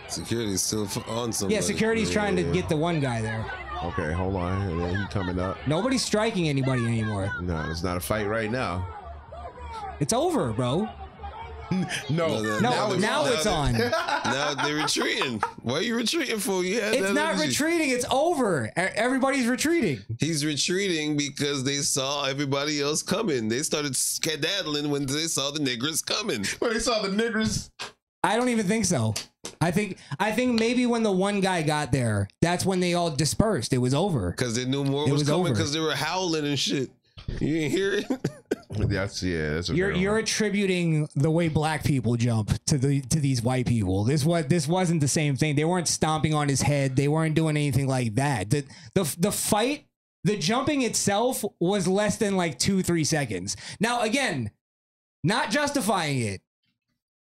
Security's still f- on somebody. Yeah, security's trying to get the one guy there. Okay, hold on. And then He coming up. Nobody's striking anybody anymore. No, it's not a fight right now. It's over, bro. No, no, No, no, No, now, it's- now it's they- on. Now they're retreating. Why are you retreating for? You had It's that not energy. retreating. It's over. E- Everybody's retreating. He's retreating because they saw everybody else coming. They started skedaddling when they saw the niggers coming. When they saw the niggers, I don't even think so. I think I think maybe when the one guy got there, that's when they all dispersed. It was over. Because they knew more was, coming because they were howling and shit. You didn't hear it? that's yeah. That's a You're great you're one. attributing the way black people jump to the to these white people. This was this wasn't the same thing. They weren't stomping on his head. They weren't doing anything like that. The the the fight, the jumping itself was less than like two three seconds. Now again, not justifying it.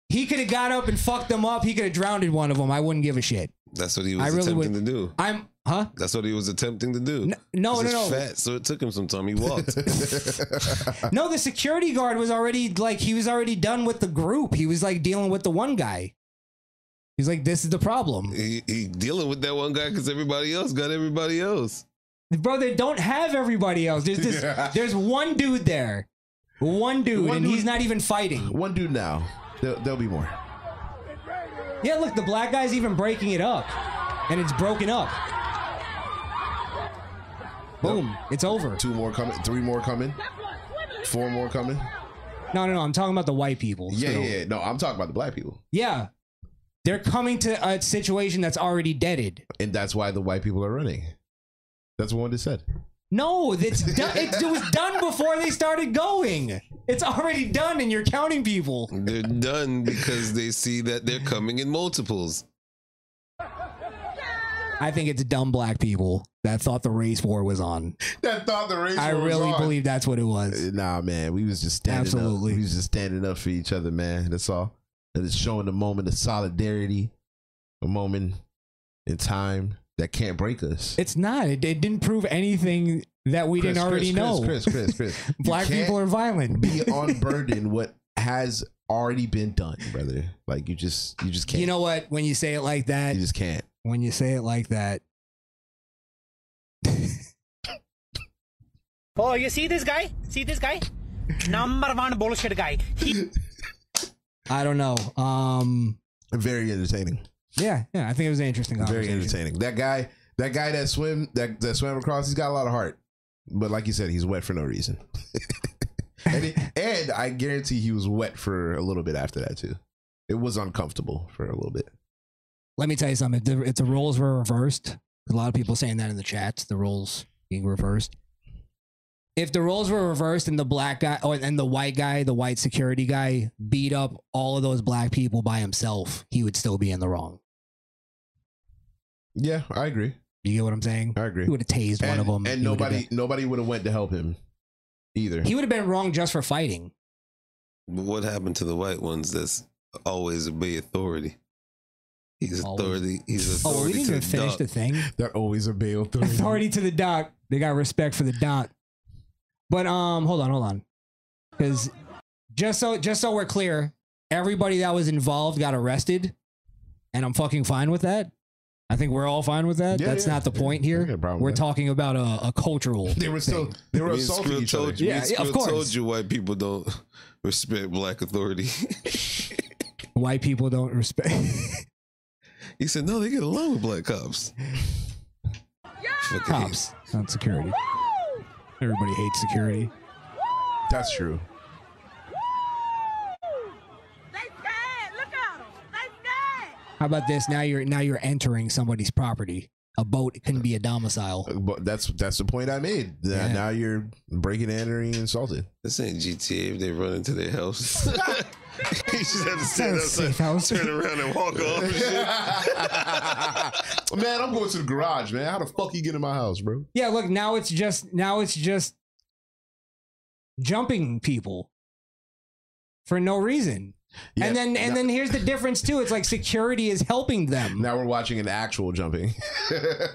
He could have got up and fucked them up. He could have drowned one of them. I wouldn't give a shit. That's what he was I really attempting would- to do. I'm huh? That's what he was attempting to do. no, 'Cause no, he's no. Fat, so it took him some time. He walked. No, the security guard was already like he was already done with the group. He was like dealing with the one guy. He's like, this is the problem, he, he dealing with that one guy because everybody else got everybody else. bro. They don't have everybody else. There's this. There's one dude there, one dude, One and dude- he's not even fighting. One dude now. There, there'll be more. Yeah, look, the black guy's even breaking it up, and it's broken up. Boom. It's over. Two more coming. Three more coming. Four more coming. No, no, no. I'm talking about the white people. Yeah, So- yeah, yeah. No, I'm talking about the black people, yeah. They're coming to a situation that's already deaded. and that's why the white people are running. That's what one just said. No, it's done, it, was done before they started going. It's already done, and you're counting people. They're done because they see that they're coming in multiples. I think it's dumb black people that thought the race war was on. That thought the race. Eh, I really believe that's what it was. Nah, man, we was just standing Absolutely. up. We was just standing up for each other, man. That's all. And it's showing the moment of solidarity, a moment in time that can't break us. It's not. It, it didn't prove anything that we didn't already Chris, know. Chris, Chris, Chris. Chris. You Black can't people are violent. be unburdened what has already been done, brother. Like you just, you just can't. You know what? When you say it like that, you just can't. when you say it like that, Oh, you see this guy? See this guy? Number one bullshit guy. He I don't know. Um, Very entertaining. yeah, yeah. I think it was an interesting. Very conversation. entertaining. That guy, that guy that swim, that that swam across, he's got a lot of heart. But like you said, he's wet for no reason. and, he- and I guarantee he was wet for a little bit after that too. It was uncomfortable for a little bit. Let me tell you something. If the, if the roles were reversed, a lot of people saying that in the chats, the roles being reversed. If the roles were reversed and the black guy or and the white guy, the white security guy beat up all of those black people by himself, he would still be in the wrong. Yeah, I agree. You get what I'm saying? I agree. He would have tased one And- of them. and He would've nobody, nobody would have went to help him either. been- he would have been wrong just for fighting. But what happened to the white ones that's always obey authority? He's Always. authority. He's Oh, well, we authority didn't to even the finish dog. the thing. They're always a bail Authority to the doc. They got respect for the doc. But um, hold on, hold on, because just so just so we're clear, everybody that was involved got arrested, and I'm fucking fine with that. I think we're all fine with that. Yeah, That's yeah. not the point I here. ain't got a problem with We're that. talking about a, a cultural. They were still, thing. they were Me and assaulting Skrill each told other. you- me and Yeah, yeah, of Skrill course. Told you white people don't respect black authority. White people don't respect. he said no, they get along with black cops. Fucking Cops, not security. Everybody hates security. That's true. How about this? Now you're now you're entering somebody's property. A boat can be a domicile. Uh, But that's that's the point I made. That Yeah. Now you're breaking in and being insulted. This ain't GTA if they run into their house. he just had to Sounds stand outside, safe house. turn around and walk off. and shit. man, I'm going to the garage, man. How the fuck you get in my house, bro? Yeah, look, now it's just now it's just jumping people for no reason. Yeah, and then and that- then here's the difference too. It's like security is helping them. Now we're watching an actual jumping.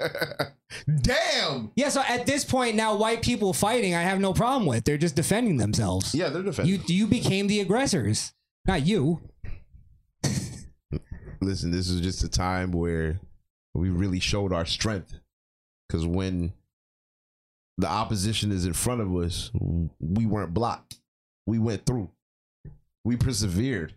Damn. Yeah, so at this point now white people fighting, I have no problem with. They're just defending themselves. Yeah, they're defending. You you became the aggressors. Not you. Listen, this is just a time where we really showed our strength. Because when the opposition is in front of us, we weren't blocked. We went through. We persevered.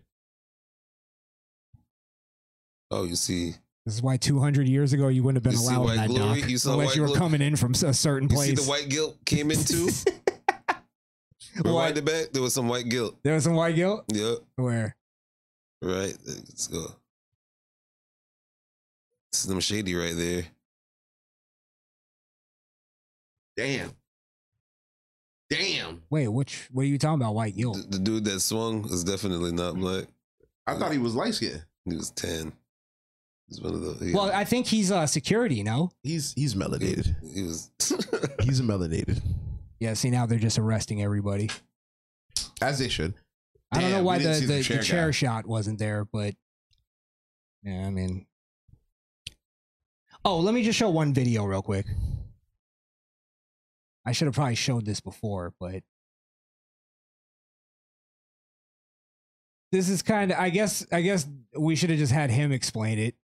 Oh, you see, This is why 200 years ago you wouldn't have been You see allowed white in that glory? dock You saw unless white you were glory? coming in from a certain you see place. the white guilt came into. Rewind it back. There was some white guilt. there was some white guilt Yep. where Right? Let's go. Slim Shady right there. Damn. Damn. Wait, which what are you talking about? White yo. The, the dude that swung is definitely not black. I thought he was light skinned. He was tan. He's one of those. Well, I think he's uh security, no? He's he's melanated. He was he's melanated. Yeah, see now they're just arresting everybody. As they should. I don't Damn, know why we the, didn't the, see the chair, chair guy. shot wasn't there, but yeah, I mean. Oh, let me just show one video real quick. I should have probably showed this before, but this is kind of. I guess. I guess we should have just had him explain it.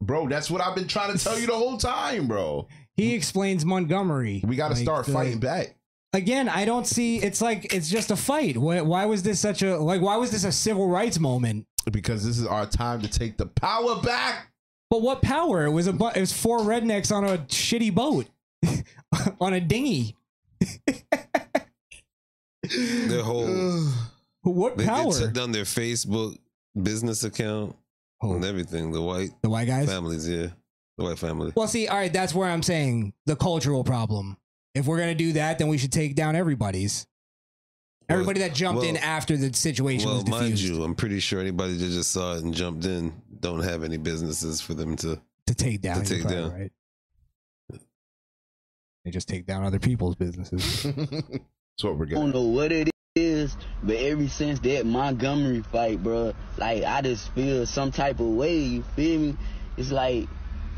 Bro, that's what I've been trying to tell you the whole time, bro. He explains Montgomery. We got to Like, start the- fighting back. Again, I don't see. It's like it's just a fight. Why, why was this such a like? Why was this a civil rights moment? Because this is our time to take the power back. But what power? It was a bu- it was four rednecks on a shitty boat, on a dinghy. Their whole. What They, they power? shut down their Facebook business account and everything. The white. The white guys? Families, yeah. The white family. Well, see, all right, that's where I'm saying the cultural problem. If we're gonna do that, then we should take down everybody's, everybody that jumped in well- after the situation Well, was diffused. mind you, I'm pretty sure anybody that just saw it and jumped in don't have any businesses for them to to take down. To you're take probably down. right. They just take down other people's businesses. That's what we're I don't know what it is, but ever since that Montgomery fight, bro, like I just feel some type of way. You feel me? It's like,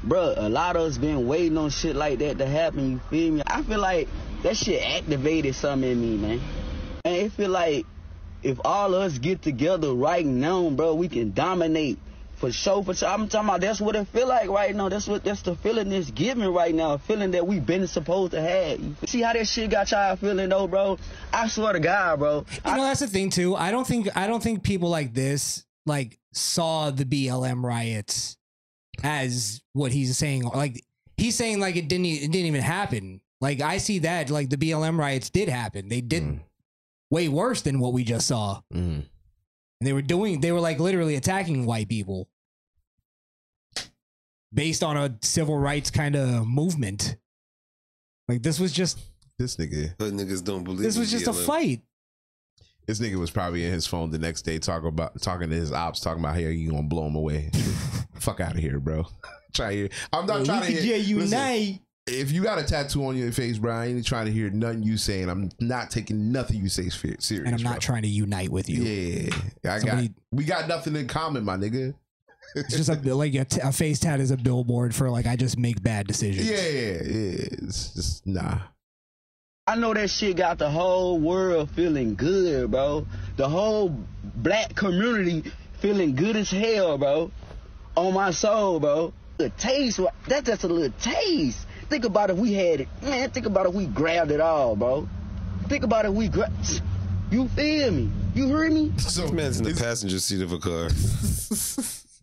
bro, a lot of us been waiting on shit like that to happen. You feel me? I feel like that shit activated something in me, man. And it feel like if all of us get together right now, bro, we can dominate. For sure, for sure. I'm talking about that's what it feel like right now. That's what that's the feeling it's giving right now. A feeling that we been supposed to have. You See how that shit got y'all feeling though, bro? I swear to God, bro. you know that's the thing too i don't think i don't think people like this like saw the blm riots as what he's saying like he's saying like it didn't e- it didn't even happen like i see that like the blm riots did happen they did way worse than what we just saw and they were doing they were like literally attacking white people based on a civil rights kind of movement like this was just This nigga. But niggas don't believe. this was just a fight This nigga was probably in his phone the next day talking about talking to his ops, talking about hey, you gonna blow him away. Fuck out of here, bro. Try here. I'm not Well, we trying could to hear. get Listen, unite. if you got a tattoo on your face, Brian, I ain't trying to hear nothing you saying. I'm not taking nothing you say ser- serious. and i'm not trying to unite with you Yeah, I Somebody- got. We got nothing in common, my nigga. It's just a, like a, t- a face tat is a billboard for like I just make bad decisions. Yeah, yeah, yeah. It's just nah. I know that shit got the whole world feeling good, bro. The whole black community feeling good as hell, bro. On my soul, bro. The taste, that's just a little taste. Think about if we had it, man. Think about if we grabbed it all, bro. Think about if we grabbed. You feel me? You hear me? this man's in the passenger seat of a car.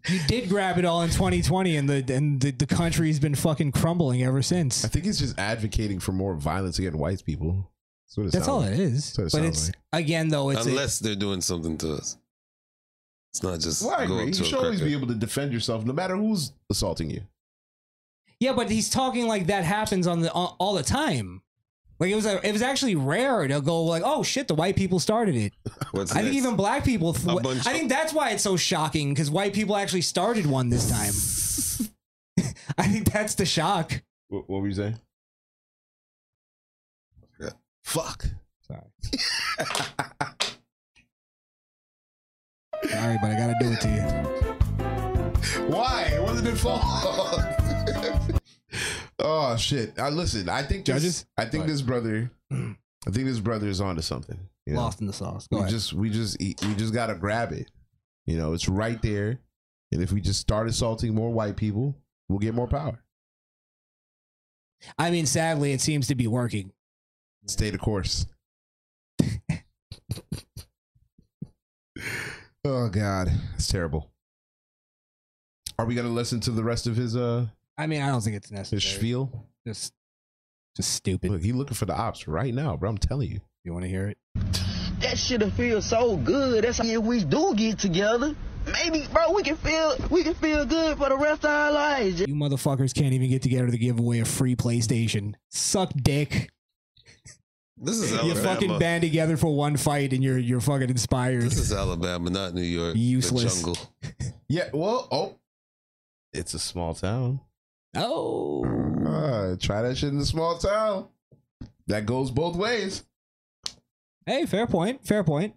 You did grab it all in 2020, and the and the, the country's been fucking crumbling ever since. I think it's just advocating for more violence against white people. That's, what it That's sound all like. it is. That's what it but sound it's like. again though it's a- Unless they're doing something to us. It's not just Well, I go agree. up You to should a always cracker. be able to defend yourself, no matter who's assaulting you. yeah, but he's talking like that happens on the all, all the time. Like it was a, it was actually rare to go like oh shit the white people started it. What's I think next? even black people. th- A bunch- I think that's why it's so shocking because white people actually started one this time. I think that's the shock. What, what were you saying? Fuck. Sorry, but I gotta do it to you. Why? It wasn't it fault. oh shit! I listen. I think this, Judges? I think this brother. I think this brother is onto something. you know? Lost in the sauce. Go We ahead. just we just eat, we just gotta grab it. You know, it's right there. And if we just start assaulting more white people, we'll get more power. I mean, sadly, it seems to be working. Stay the course. Oh God, it's terrible. Are we gonna listen to the rest of his uh I mean, I don't think it's necessary. his spiel? Just just stupid. Look, he looking for the ops right now, bro. I'm telling you. You want to hear it? That shit'll feel so good. That's if we do get together. maybe, bro, we can feel we can feel good for the rest of our lives. You motherfuckers can't even get together to give away a free PlayStation. Suck dick. This is You Alabama. fucking band together for one fight and you're you're fucking inspired. This is Alabama, not New York. The Useless. jungle. Yeah, well, oh, it's a small town. Uh, Oh, try that shit in a small town. That goes both ways. Hey, fair point. Fair point.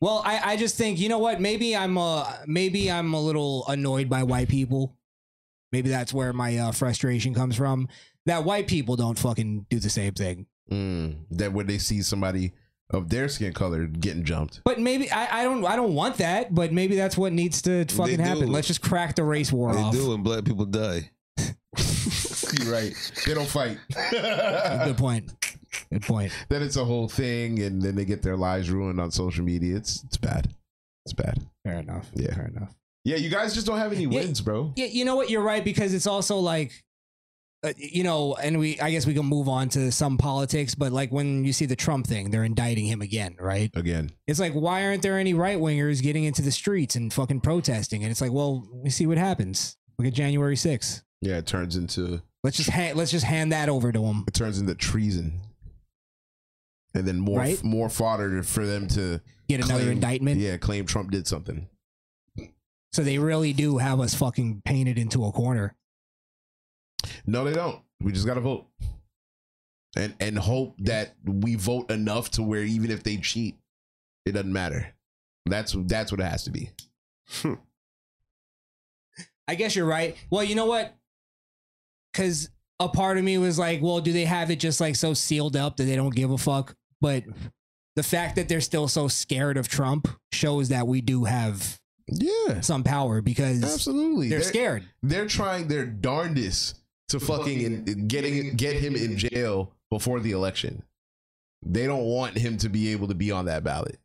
Well, I, I just think you know what? Maybe I'm a maybe I'm a little annoyed by white people. Maybe that's where my uh, frustration comes from. That white people don't fucking do the same thing. Mm, that when they see somebody of their skin color getting jumped, But maybe I, I don't I don't want that. But maybe that's what needs to fucking do. happen. Let's just crack the race war They off. do when black people die. You're right? They don't fight. Good point. Good point. Then it's a whole thing, and then they get their lives ruined on social media. It's it's bad. It's bad. Fair enough. Yeah. Fair enough. Yeah, you guys just don't have any wins, bro. Yeah, you know what? You're right because it's also like, uh, you know, and we I guess we can move on to some politics, but like when you see the Trump thing, they're indicting him again, right? Again, It's like why aren't there any right wingers getting into the streets and fucking protesting? And it's like, well, we see what happens. Look at January 6th. yeah, it turns into Let's just hand, let's just hand that over to them. it turns into treason, and then more Right? more fodder for them to Get another indictment? Yeah, claim Trump did something. So they really do have us fucking painted into a corner. No, they don't. We just gotta vote, and and hope that we vote enough to where even if they cheat, it doesn't matter. That's that's what it has to be. Hmm. I guess you're right. Well, you know what? Because a part of me was like, well, do they have it just like so sealed up that they don't give a fuck? But the fact that they're still so scared of Trump shows that we do have yeah some power because Absolutely, they're, scared. They're trying their darndest to fucking in, in getting get him in jail before the election. They don't want him to be able to be on that ballot.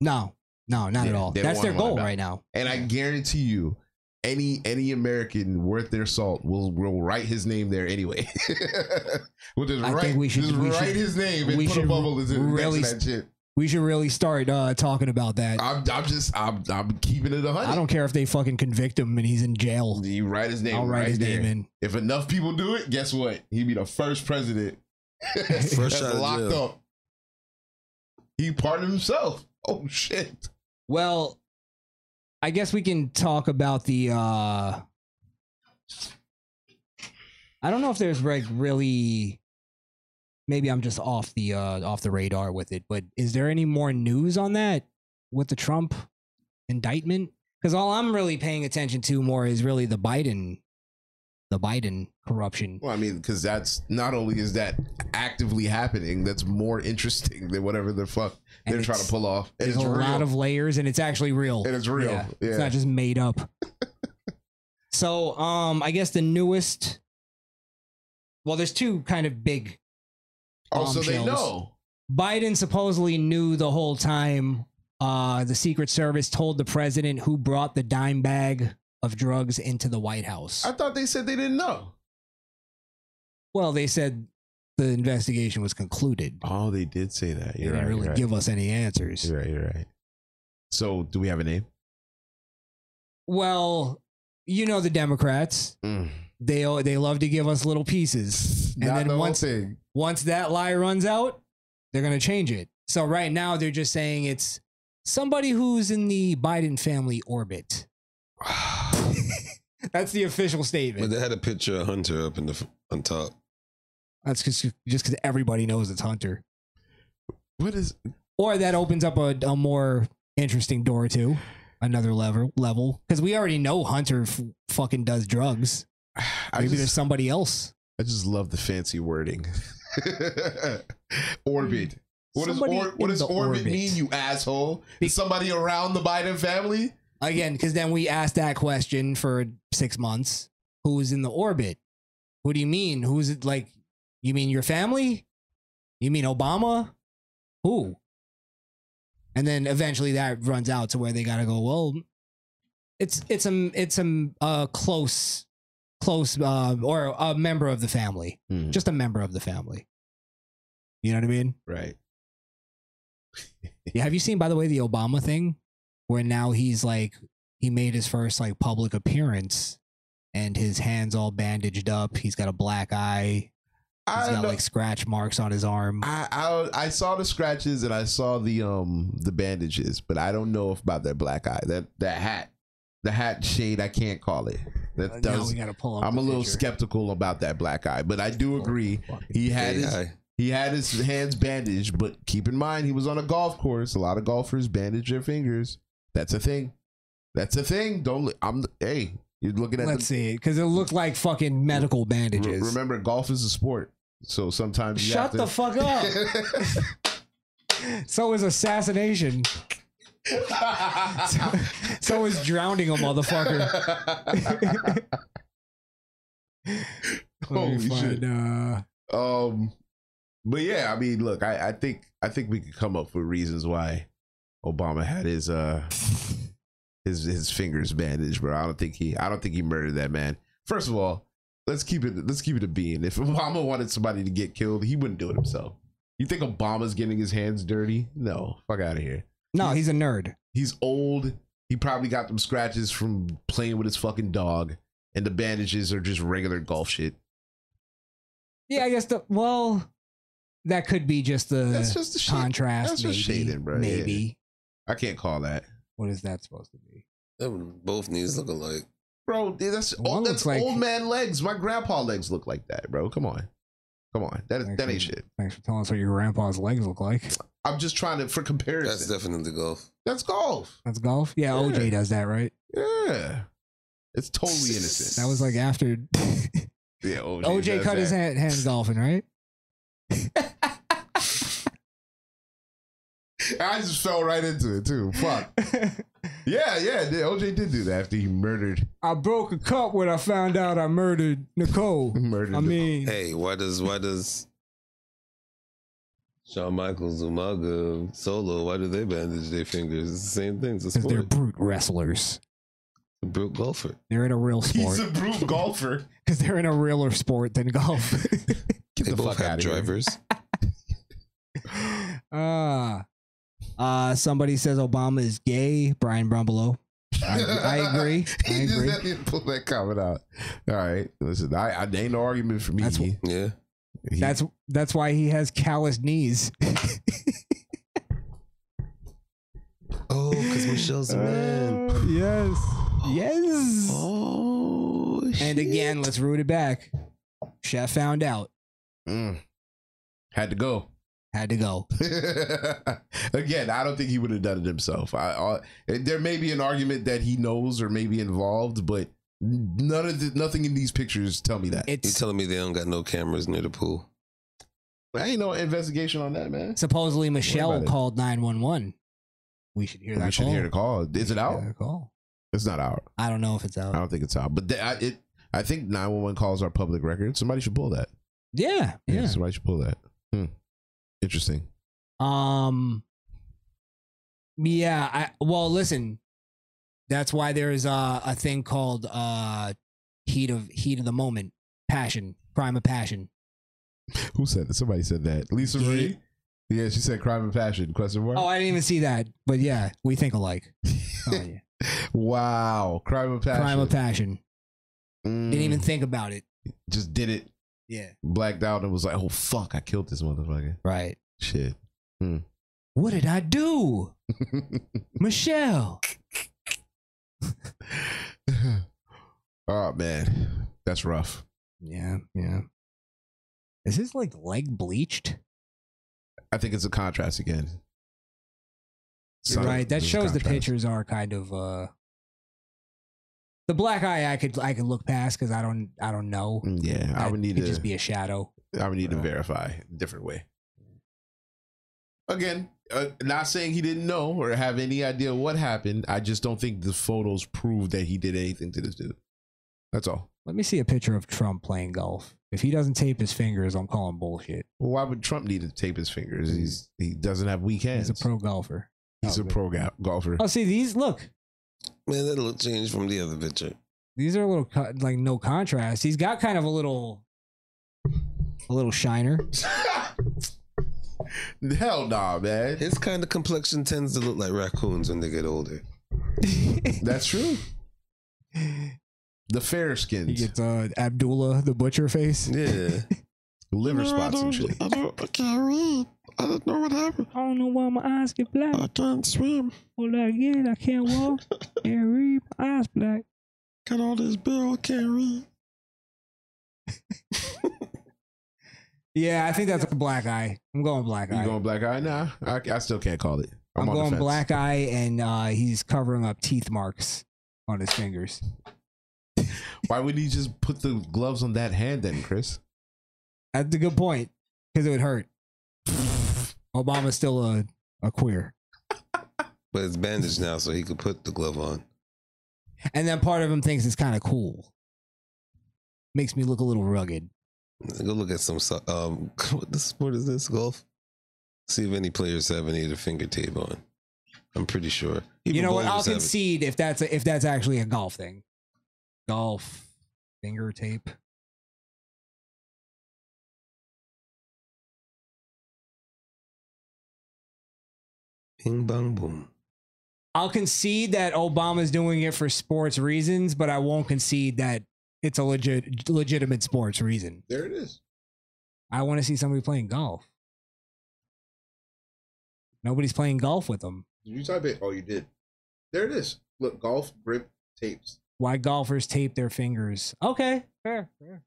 No, no, not at Yeah, all. they don't That's want their him on that goal ballot. right now. And I guarantee you, any any American worth their salt will will write his name there anyway. we'll just I write, think we should just we write should- his name and we put a should bubble in really really that shit. We should really start uh, talking about that. I'm, I'm just I'm I'm keeping it a hundred. I don't care if they fucking convict him and he's in jail. You write his name I'll write right his there. name in. If enough people do it, guess what? He'd be the first president First that's out of locked jail. up. He pardoned himself. Oh shit! Well, I guess we can talk about the. uh I don't know if there's like really. Maybe I'm just off the uh off the radar with it, but is there any more news on that with the Trump indictment? Because all I'm really paying attention to more is really the Biden, the Biden corruption. Well, I mean, because that's not only is that actively happening, that's more interesting than whatever the fuck And they're trying to it's- pull off. And There's it's a real. lot of layers, and it's actually real. And it's real. Yeah. It's not just made up. so, um, I guess the newest. Well, there's two kind of big. oh, so they bombshells. know. Biden supposedly knew the whole time. Uh, the Secret Service told the president who brought the dime bag of drugs into the White House. I thought they said they didn't know. Well, they said the investigation was concluded. Oh, they did say that. They didn't really give us any answers. right. You're right. So, do we have a name? Well, you know the Democrats. They they love to give us little pieces, and Mm. Not then the whole once thing. once that lie runs out, they're gonna change it. So right now they're just saying it's somebody who's in the Biden family orbit. That's the official But statement. they had a picture of Hunter up in the f- on top. That's 'cause- just because everybody knows it's Hunter, What is? or that opens up a, a more interesting door to another level level because we already know Hunter f- fucking does drugs. I Maybe just- there's somebody else. I just love the fancy wording. Hmm. orbit. What does, Somebody or, what in does the orbit, orbit. mean, you asshole? Is somebody around the Biden family? again because then we asked that question for six months who's in the orbit what do you mean who's it like you mean your family you mean obama who and then eventually that runs out to where they gotta go well it's it's a it's a uh, close close uh, or a member of the family Hmm. just a member of the family you know what i mean Right. yeah, have you seen by the way the obama thing where now he's like he made his first like public appearance and his hands all bandaged up. He's got a black eye. He's I got know- like scratch marks on his arm. I, I I saw the scratches and I saw the um the bandages, but I don't know if about that black eye. That that hat, the hat shade. I can't call it. That Now does. we Uh, gotta pull up I'm the a little picture. Oh, skeptical about that black eye, but I do agree he had his AI. he had his hands bandaged. But keep in mind he was on a golf course. A lot of golfers bandage their fingers. That's a thing. That's a thing. Don't. li- I'm. Hey, you're looking at. Let's the, see it because it looked like fucking medical bandages. Remember, golf is a sport, so sometimes you Shut have to, the fuck up. so is assassination. so, so is drowning a motherfucker. Let me Holy find, shit. uh, Um, but yeah, I mean, look, I, I think I think we could come up with reasons why Obama had his uh his his fingers bandaged, bro. I don't think he I don't think he murdered that man. First of all, let's keep it let's keep it a being. If Obama wanted somebody to get killed, he wouldn't do it himself. You think Obama's getting his hands dirty? No, fuck out of here. No, he's a nerd. He's old. He probably got them scratches from playing with his fucking dog, and the bandages are just regular golf shit. Yeah, I guess the well, that could be just the, That's just the shade- contrast. that's maybe, just shaded, bro. Yeah. Maybe I can't call that. what is that supposed to be? Them both knees look alike. Bro, dude, that's One old, that's looks like- old man legs. My grandpa legs look like that, bro. Come on. Come on. That is that ain't shit. Thanks for telling us what your grandpa's legs look like. I'm just trying to for comparison. That's That's, definitely golf. golf. That's golf. Yeah, OJ does that, right? Yeah. It's totally innocent. That was like after yeah, OJ, OJ does cut his that. hand, hands golfing, right? I just fell right into it too. Fuck. yeah, yeah. yeah, OJ did do that after he murdered I broke a cup when I found out I murdered Nicole. murdered I mean, Hey, why does why does Shawn Michaels, Umaga, Solo, why do they bandage their fingers? It's the same thing. It's a because they're sport. brute wrestlers. A brute golfer. They're in a real sport He's a brute golfer. because they're in a realer sport than golf. They the fuck both have outta here. drivers. Ah. Uh, somebody says Obama is gay. Brian Brumbelow. I, I agree. I he just agree. had to pull that comment out. All right. Listen, I, I ain't no argument for me. That's wh- Yeah. He- That's that's why he has calloused knees. Oh, because Michelle's a man. Uh, yes. Yes. Oh, and again, let's root it back. Chef found out. Mm. had to go. Had to go. Again, I don't think he would have done it himself. I, I there may be an argument that he knows or may be involved, but none of the, nothing in these pictures tell me that. You It's telling me they don't got no cameras near the pool? I ain't no investigation on that, man. supposedly Michelle about it. called nine one one. We should hear that. we should call. hear the call. Is it out? Hear that call. It's not out. I don't know if it's out. I don't think it's out. But th- I, it, I think nine one one calls are public record. Somebody should pull that. yeah, yeah. somebody should pull that. Hmm. Interesting. Um Yeah, I well listen. That's why there is a, a thing called uh heat of heat of the moment, passion, crime of passion. Who said that? Somebody said that. Lisa Marie. Yeah, she said crime and passion. Question mark. Oh, I didn't even see that. But yeah, we think alike. Oh, yeah. wow, crime and passion. Crime of passion. Mm. Didn't even think about it. just did it. Yeah. blacked out and was like, "Oh fuck, I killed this motherfucker." Right. Shit. Hmm. What did I do? Michelle. oh man, that's rough. Yeah, yeah. Is his like leg bleached? I think it's a contrast again. You're right. That It's a shows the contrast. pictures are kind of uh the black eye I could I could look past because I don't I don't know. Mm, Yeah, I That would need could to. just be a shadow. Uh, I would need to verify a different way. Again, uh, not saying he didn't know or have any idea what happened. I just don't think the photos prove that he did anything to this dude. That's all. Let me see a picture of Trump playing golf. If he doesn't tape his fingers, I'm calling bullshit. Well, why would Trump need to tape his fingers? He's he doesn't have weak hands. He's a pro golfer. He's a pro go- golfer. Oh, see these look. Man, that'll change from the other picture. These are a little co- like no contrast. He's got kind of a little a little shiner. Hell nah, man. His kind of complexion tends to look like raccoons when they get older. That's true. The fair skins. He gets uh, Abdullah the butcher face. Yeah. Liver spots and shit. I don't. I can't read. I don't know what happened. I don't know why my eyes get black. I can't swim. All I get, I can't walk. can't read. My eyes black. Got all this bill. I can't read. yeah, I think that's a black eye. I'm going black eye. You going black eye? Nah, I, I still can't call it. I'm, I'm going black eye, and uh, he's covering up teeth marks on his fingers. Why would he just put the gloves on that hand then, Chris? That's a good point because it would hurt. Obama's still a, a queer. But it's bandaged now, so he could put the glove on. And then part of him thinks it's kind of cool. Makes me look a little rugged. Go look at some. Um, what the sport is this? Golf. See if any players have any of the finger tape on. I'm pretty sure. Even you know what? I'll concede if that's a, if that's actually a golf thing. Golf finger tape. Bing bang boom. I'll concede that Obama's doing it for sports reasons, but I won't concede that it's a legit legitimate sports reason. There it is. I want to see somebody playing golf. Nobody's playing golf with them. Did you type it? Oh, you did. There it is. Look, golf grip tapes. Why golfers tape their fingers? Okay, fair, fair,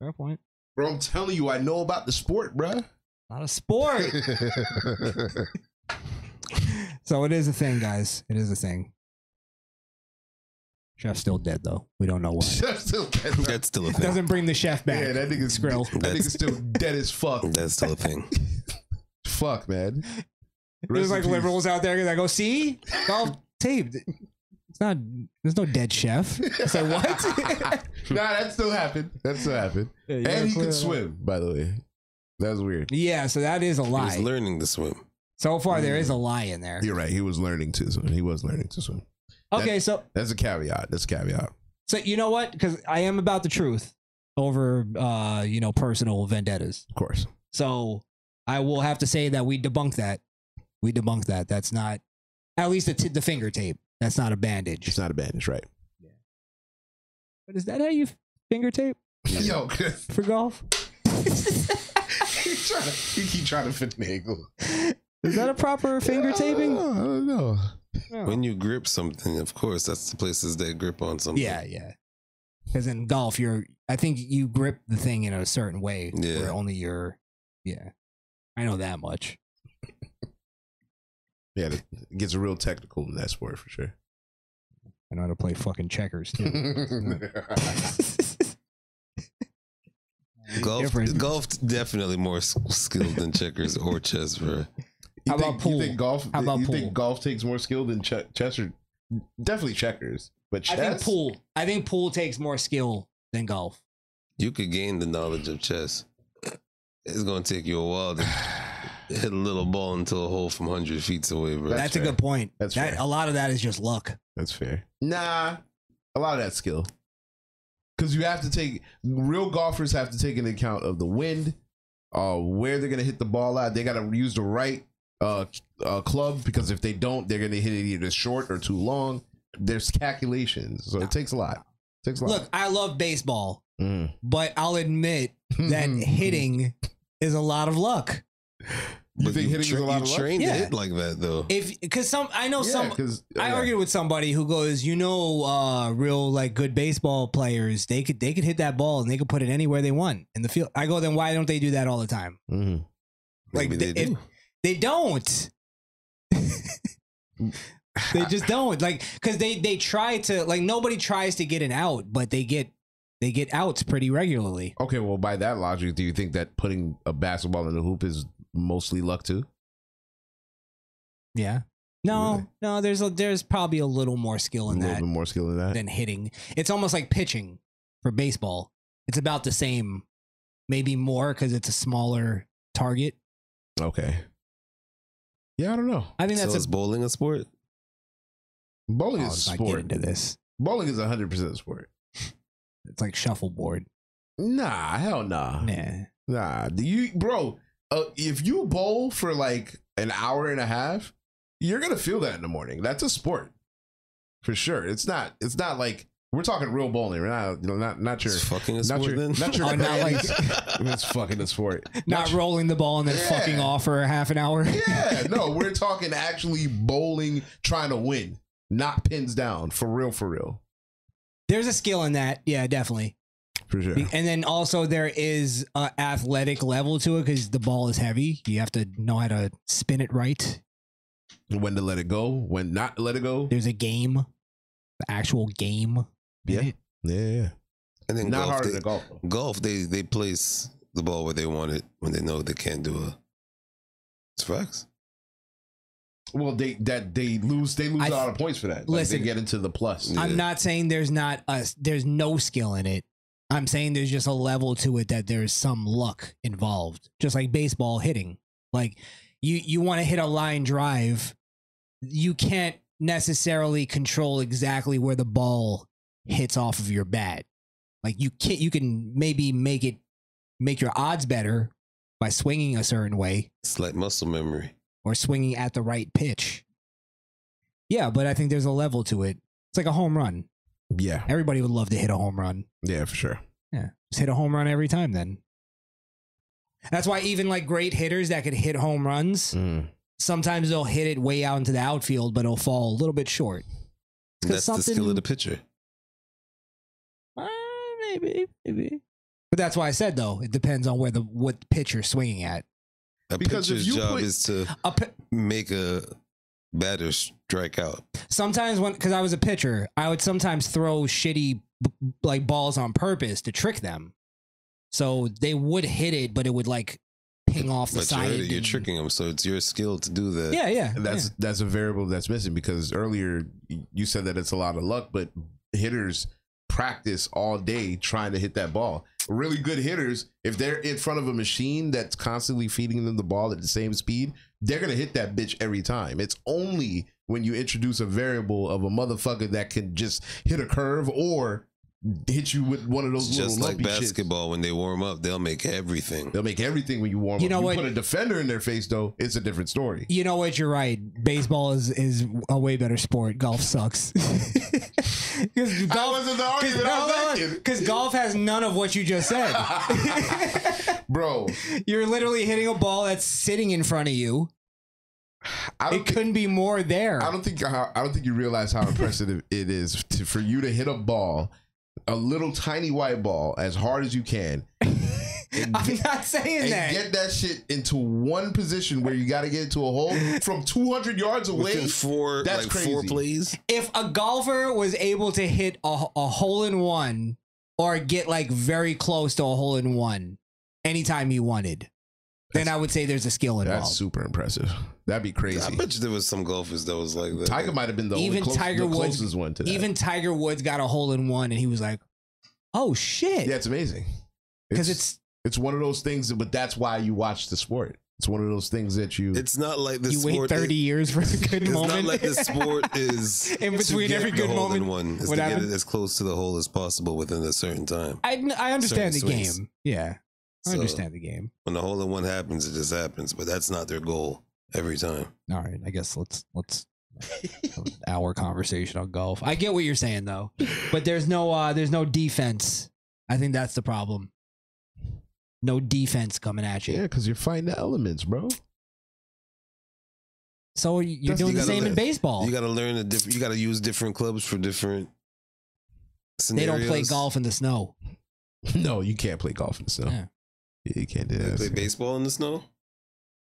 fair point. Bro, I'm telling you, I know about the sport, bro. Not a sport. so it is a thing, guys. It is a thing. Chef's still dead though. We don't know why. Chef's still dead. That's still a thing. Doesn't bring the chef back. Yeah, that nigga's grill. That nigga's still dead as fuck. That's still a thing. fuck, man. There's like liberals out there that go, see, all taped. It's not. There's no dead chef. It's like what? nah, that still happened. That still happened. Yeah, and he can swim, by the way. That was weird. Yeah, so that is a lie. He's learning to swim. So far, there is a lie in there. Mm-hmm. You're right. He was learning to swim. He was learning to swim. Okay, that, so that's a caveat. That's a caveat. So you know what? Because I am about the truth over, uh, you know, personal vendettas. Of course. So I will have to say that we debunked that. We debunked that. That's not, at least the, t- the finger tape. That's not a bandage. It's not a bandage, right? Yeah. But is that how you finger tape? Yo, for golf. you, trying to, you keep trying to finagle. Is that a proper finger taping? I don't know. Oh, When you grip something, of course, that's the places they grip on something. Yeah, yeah. Because in golf, you're, I think you grip the thing in a certain way yeah. where only your, yeah. I know that much. yeah, it gets real technical in that sport for sure. I know how to play fucking checkers too. golf, different. golf definitely more skilled than checkers or chess, You bro. How think, about pool? You think golf? How about you pool? think golf takes more skill than ch- chess or definitely checkers? But chess? I think pool. I think pool takes more skill than golf. You could gain the knowledge of chess. It's gonna take you a while to hit a little ball into a hole from hundred feet away, bro. That's, That's a good point. That's that, a lot of that is just luck. That's fair. Nah, a lot of that skill. Because you have to take real golfers have to take into account of the wind, uh, where they're gonna hit the ball at. They gotta use the right uh, uh, club because if they don't, they're going to hit it either short or too long. There's calculations, so it takes a lot. It takes a lot. Look, I love baseball, mm. but I'll admit Hmm, that hitting is a lot of luck. You but think you hitting tra- is a lot of luck? trained yeah. to hit like that though. If because some I know yeah, some because uh, I argued with somebody who goes, you know, uh, real like good baseball players, they could they could hit that ball and they could put it anywhere they want in the field. I go, then why don't they do that all the time? Mm. Like they, they do. If, they don't. they just don't like because they they try to like nobody tries to get an out, but they get they get outs pretty regularly. Okay, well by that logic, do you think that putting a basketball in the hoop is mostly luck too? Yeah. No, really? no. There's a, there's probably a little more skill in a that. more skill in that than hitting. It's almost like pitching for baseball. It's about the same, maybe more because it's a smaller target. Okay. Yeah, I don't know. I think so that's a, bowling a sport. Bowling oh, is a sport. into this. Bowling is hundred percent sport. It's like shuffleboard. Nah, hell nah. Nah, nah. Do you, bro? Uh, if you bowl for like an hour and a half, you're gonna feel that in the morning. That's a sport. for sure. It's not. It's not like we're talking real bowling. We're not. You know, not not your It's fucking a not sport your, then? Not your. Oh, not like- it's fucking a sport. Not rolling the ball and then fucking off for half an hour. Yeah, no, we're talking actually bowling, trying to win, not pins down. For real, for real, There's a skill in that. Yeah, definitely. for sure. Be- And then also there is a athletic level to it because the ball is heavy. You have to know how to spin it right. When to let it go, when not to let it go. There's a game, the actual game. Yeah, yeah, yeah. And then Not golf, harder they, than golf, golf, they they place the ball where they want it when they know they can't do it. It's facts. Well, they that they lose, they lose I a lot th- of points for that. like Listen. they get into the plus. I'm not saying there's not a there's no skill in it. I'm saying there's just a level to it that there's some luck involved. Just like baseball hitting. Like you you want to hit a line drive, you can't necessarily control exactly where the ball hits off of your bat. Like you can you can maybe make it make your odds better by swinging a certain way It's like muscle memory. or swinging at the right pitch. Yeah, but I think there's a level to it. It's like a home run. Yeah, Everybody would love to hit a home run. yeah, for sure. Yeah. Just hit a home run every time then. That's why even like great hitters that could hit home runs, Mm. sometimes they'll hit it way out into the outfield, but it'll fall a little bit short. It's 'cause That's the skill of something- the pitcher. Uh, maybe, maybe. But that's why I said though, it depends on where the what pitch you're swinging at. A Because if pitcher's you job put- is to A pi- make a batter strike out. sometimes when because I was a pitcher, I would sometimes throw shitty b- like balls on purpose to trick them. So they would hit it, but it would like ping off the But you side. heard it, you're and- tricking them, so it's your skill to do that. Yeah, yeah. And that's that's a variable that's missing because earlier y- you said that it's a lot of luck, but hitters practice all day trying to hit that ball. Really good hitters, if they're in front of a machine that's constantly feeding them the ball at the same speed, they're gonna hit that bitch every time. It's only when you introduce a variable of a motherfucker that can just hit a curve or hit you with one of those Just little like lumpy shits. basketball, when they warm up, they'll make everything. They'll make everything when you warm You up. know you what? put a defender in their face though, it's a different story. You know what? You're right. Baseball is is a way better sport. Golf sucks. Because That golf, wasn't the argument I was making. because golf has none of what you just said. Bro, You're literally hitting a ball that's sitting in front of you. I don't It couldn't be more there. I don't think how, I don't think you realize how impressive it is to, for you to hit a ball, a little tiny white ball, as hard as you can, and, I'm not saying and that. get that shit into one position where you got to get it to a hole from 200 yards away. Within four, That's like four crazy. plays. if a golfer was able to hit a, a hole in one or get like very close to a hole in one anytime he wanted, then I would say there's a skill That's involved. super impressive. That'd be I crazy. bet you there was some golfers that was like that. Tiger might have been the only Even close- Tiger the Woods- closest one to that. Even Tiger Woods got a hole in one and he was like, oh yeah, shit. it's amazing. Because it's, it's one of those things, that- but that's why you watch the sport. It's one of those things that you. It's not like the you wait sport. 30 years for a good It's moment. not like the sport is In to between get every the good hole in moment. One is What to get happened? it as close to the hole as possible within a certain time. I, I understand the Certain swings. game. Yeah. I So- understand the game. When the hole in one happens, it just happens. But that's not their goal every time. All right. I guess let's, let's, uh, our conversation on golf. I get what you're saying though, but there's no uh there's no defense. I think that's the problem. No defense coming at you. yeah, because you're fighting the elements, bro. So you're That's- doing you the gotta same in learn- baseball. You got to learn a different. You got to use different clubs for different. they Scenarios. don't play golf in the snow. No, you can't play golf in the snow. Yeah. Yeah, you can't do They that. play baseball in the snow.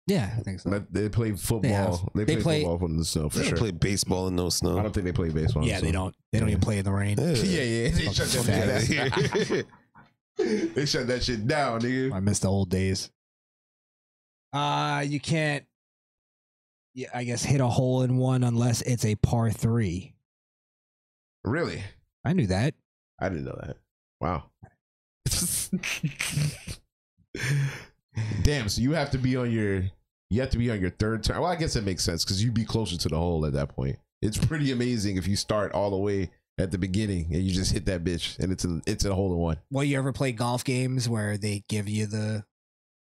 Yeah, I think so. But They play football. They, They play, play- football from the snow for They sure. don't play baseball in no snow. I don't think they play baseball. in yeah, the they snow. don't. They don't even play in the rain. Yeah, yeah. They shut, that shit Fuck outta here. down. they shut that shit down, nigga. I miss the old days. Uh you can't. Yeah, I guess hit a hole in one unless it's a par three. Really? I knew that. I didn't know that. Wow. Damn. So you have to be on your. You have to be on your third turn. Well, I guess that makes sense because you'd be closer to the hole at that point. It's pretty amazing if you start all the way at the beginning and you just hit that bitch and it's a it's a hole in one. Well, you ever play golf games where they give you the,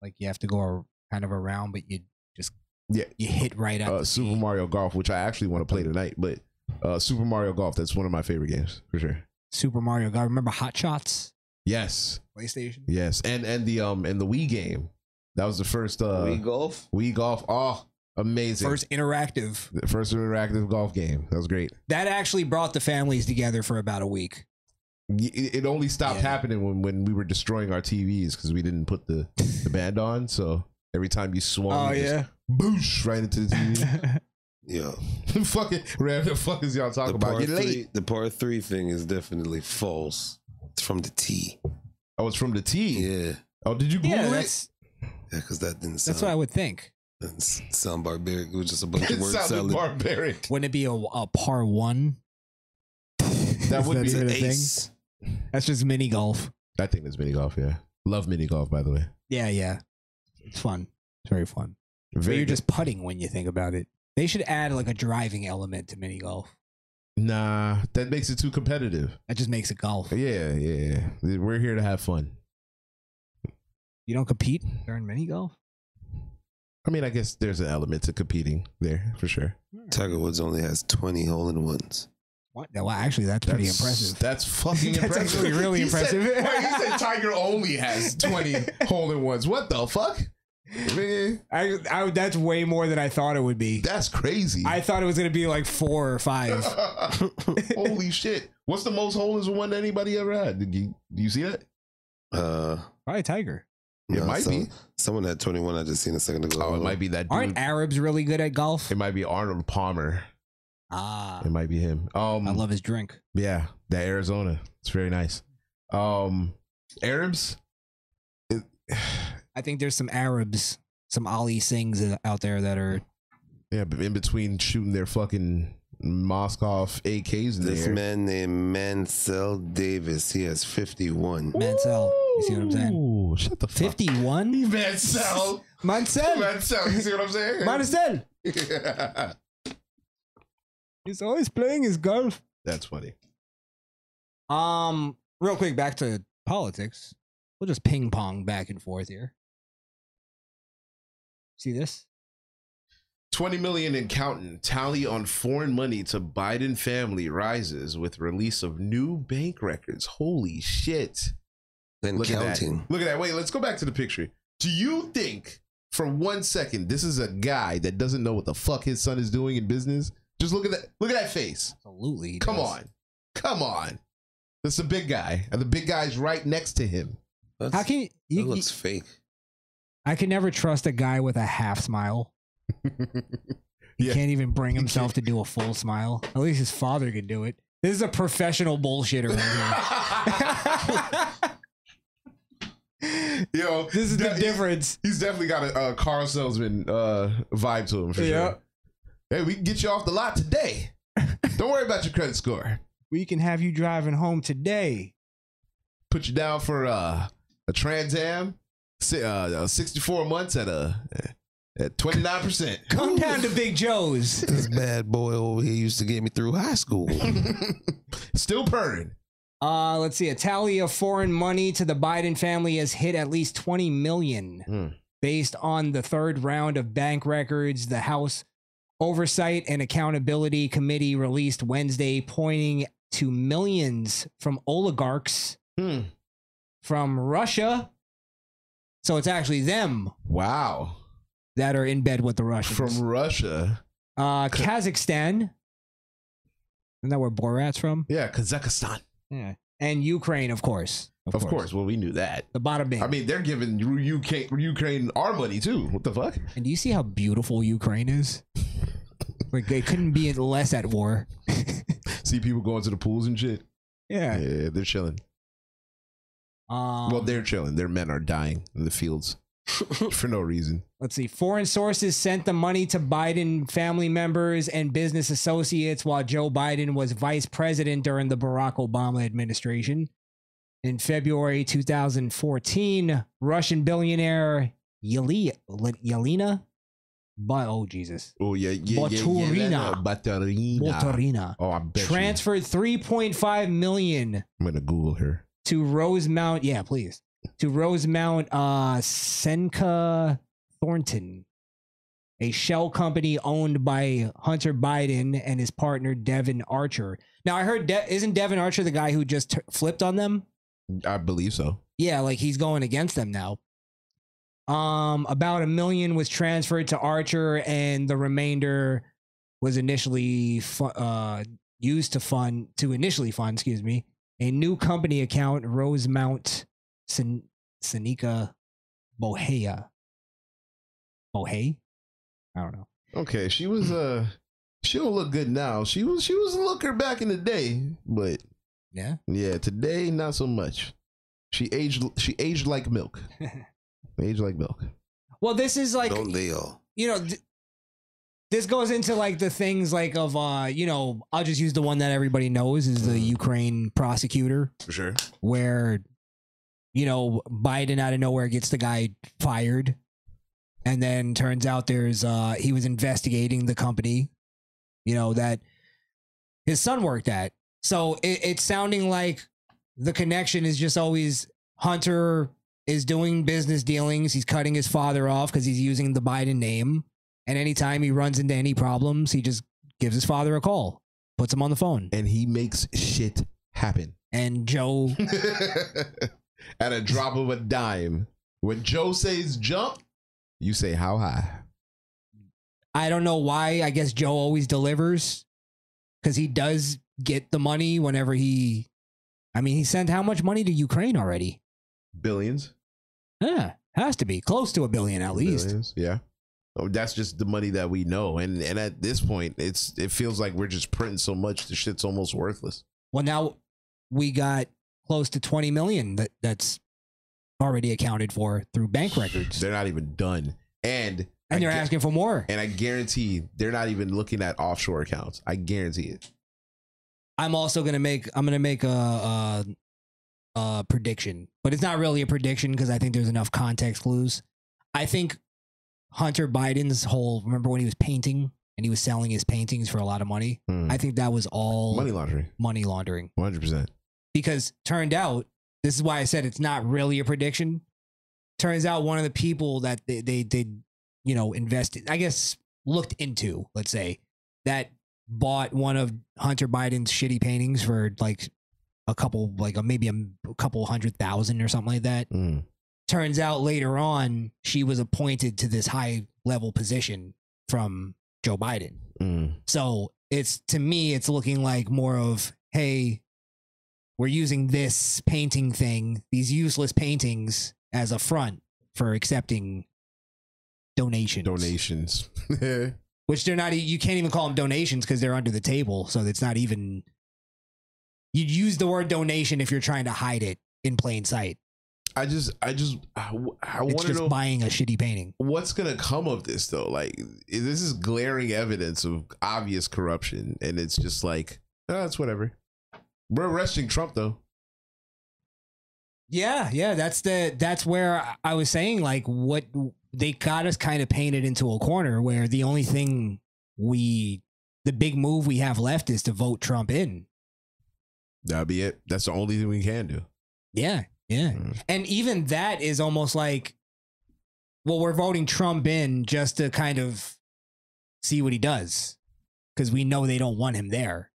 like you have to go a, kind of around, but you just Yeah. you hit right at uh, the Super Mario Golf, which I actually want to play tonight, but Uh, Super Mario Golf. That's one of my favorite games for sure. Super Mario Golf. Remember Hot Shots? Yes. PlayStation. Yes, and and the um and the Wii game. That was the first uh, Wii golf. Wii golf. Oh, amazing! First interactive. The first interactive golf game. That was great. That actually brought the families together for about a week. It, it only stopped Yeah. happening when when we were destroying our TVs because we didn't put the the band on. So every time you swung, Oh, you just yeah. boosh right into the TV. Yeah. fucking whatever the fuck is y'all talking about? part You're late. Three, the part three thing is definitely false. It's from the T. Oh, it's from the T. Yeah. Oh, did you Google yeah, it? that's Yeah, because that didn't sound. that's what I would think. didn't sound barbaric. It was just a bunch It of word sounded salad. barbaric. Wouldn't it be a, a par one? That would That's be it, I think. Ace. That's just mini golf. I think that's mini golf. Yeah, love mini golf. By the way, Yeah, yeah. It's fun. It's very fun. but very you're good. just putting when you think about it. They should add like a driving element to mini golf. nah. That makes it too competitive. That just makes it golf. Yeah, yeah. yeah. We're here to have fun. You don't compete during mini golf? I mean, I guess there's an element to competing there for sure. Tiger Woods only has 20 hole in ones. What? Well, actually, that's, pretty impressive. That's fucking That's impressive. actually really He said- impressive. wait, he said Tiger only has 20 hole in ones. What the fuck? Man, I, I, that's way more than I thought it would be. that's crazy. I thought it was going to be like four or five. Holy shit. What's the most holes in one that anybody ever had? Did you, do you see that? Uh, Probably Tiger. It might some- be. Someone had 21 I just seen a second ago. Oh, it might be that dude. Aren't Arabs really good at golf? it might be Arnold Palmer. Ah, It might be him. Um, I love his drink. Yeah, that Arizona. It's very nice. Um, Arabs. I think there's some Arabs, some Ali Singhs out there that are. Yeah, but in between shooting their fucking Moskov AKs in This there. man named Mansell Davis. He has 51. Mansell. You see what I'm saying? Ooh, shut the fuck. 51? Mansell. Mansell. Mansell. You see what I'm saying? Mansell. He's always playing his golf. That's funny. Um, real quick, back to politics. We'll just ping pong back and forth here. See this? 20 million and counting tally on foreign money to Biden family rises with release of new bank records. Holy shit. Then Look counting. at that. Look at that. Wait, let's go back to the picture. Do you think for one second this is a guy that doesn't know what the fuck his son is doing in business? Just look at that. Look at that face. Absolutely. he Come does. on. Come on. That's the big guy. And the big guy's right next to him. That's- How can you, that you- looks fake. I can never trust a guy with a half smile. He Yeah. can't even bring himself to do a full smile. At least his father could do it. This is a professional bullshitter right here. Yo, this is the that- difference. He's definitely got a uh, car salesman uh, vibe to him for Yeah. sure. Hey, we can get you off the lot today. Don't worry about your credit score. We can have you driving home today. Put you down for uh, a Trans Am, si- uh, uh, sixty-four months at a uh, at twenty-nine percent. Come down to Big Joe's. This bad boy over here used to get me through high school. Still purring. Uh, let's see. A tally of foreign money to the Biden family has hit at least 20 million Hmm. based on the third round of bank records the House Oversight and Accountability Committee released Wednesday, pointing to millions from oligarchs Hmm. from Russia. So it's actually them Wow, that are in bed with the Russians. from Russia. uh, Kazakhstan. Isn't that where Borat's from? Yeah, Kazakhstan. Yeah. And Ukraine, of course. Of, course. Well, we knew that. The bottom bank. I mean, they're giving Ru- UK, Ukraine our money too. What the fuck? And do you see how beautiful Ukraine is? like they couldn't be less at war. See people going to the pools and shit. Yeah. Yeah, they're chilling. Um, well, they're chilling. Their men are dying in the fields for no reason. let's see. Foreign sources sent the money to Biden family members and business associates while Joe Biden was vice president during the Barack Obama administration. In February 2014, Russian billionaire Yeli- Yelena, but oh Jesus, Oh yeah, yeah, yeah, yeah. Boturina. no, Batarina. Motorina, Oh, I bet. you- transferred 3.5 million I'm gonna Google her. to Rosemount. Yeah, please. To Rosemount uh Senka Thornton a shell company owned by Hunter Biden and his partner Devin Archer. Now I heard De- isn't Devin Archer the guy who just t- flipped on them? I believe so. Yeah, like he's going against them now. Um, about a million was transferred to Archer, and the remainder was initially fu- uh, used to fund to initially fund, excuse me, a new company account, Rosemount Sen- Seneca Bohea. Bohea, I don't know. Okay, she was uh, she don't look good now. She was she was a looker back in the day, but yeah, yeah, today not so much. She aged she aged like milk. Age like milk. Well, this is like Don't they all? you know, th- this goes into like the things like of uh, you know, I'll just use the one that everybody knows is the Ukraine prosecutor, Mm. For sure. where you know Biden out of nowhere gets the guy fired, and then turns out there's uh he was investigating the company, you know that his son worked at. So it, it's sounding like the connection is just always Hunter is doing business dealings. He's cutting his father off because he's using the Biden name. And anytime he runs into any problems, he just gives his father a call, puts him on the phone. And he makes shit happen. And Joe, At a drop of a dime. When Joe says jump, you say how high. I don't know why. I guess Joe always delivers because he does get the money whenever he. I mean, he sent how much money to Ukraine already? Billions. Yeah, has to be close to a billion at least. Billions, Yeah. Oh, that's just the money that we know. And and at this point, it's it feels like we're just printing so much the shit's almost worthless. Well, now we got close to 20 million that, that's already accounted for through bank records. They're not even done. And And they're gu- asking for more. and I guarantee they're not even looking at offshore accounts. I guarantee it. I'm also gonna make I'm gonna make a, a, a prediction, but it's not really a prediction because I think there's enough context clues. I think Hunter Biden's whole remember when he was painting and he was selling his paintings for a lot of money. Hmm. I think that was all Money laundering. money laundering 100%. because turned out this is why I said it's not really a prediction. Turns out one of the people that they they, they you know invested, I guess looked into, let's say that bought one of Hunter Biden's shitty paintings for like a couple, like a, maybe a, m- a couple hundred thousand or something like that. Turns out later on, she was appointed to this high level position from Joe Biden. So it's to me, it's looking like more of, hey, we're using this painting thing, these useless paintings, as a front for accepting donations. Donations. Which they're not, e- you can't even call them donations because they're under the table. So it's not even, you'd use the word donation if you're trying to hide it in plain sight. I just, I just, I, It's want to just know buying a shitty painting. what's gonna come of this though. Like this is glaring evidence of obvious corruption, and it's just like, oh, it's whatever. We're arresting Trump though. Yeah, yeah, that's the that's where I- I was saying like what they got us kind of painted into a corner where the only thing we the big move we have left is to vote Trump in. That'll be it. That's the only thing we can do. Yeah, yeah. And even that is almost like well we're voting Trump in just to kind of see what he does cuz we know they don't want him there.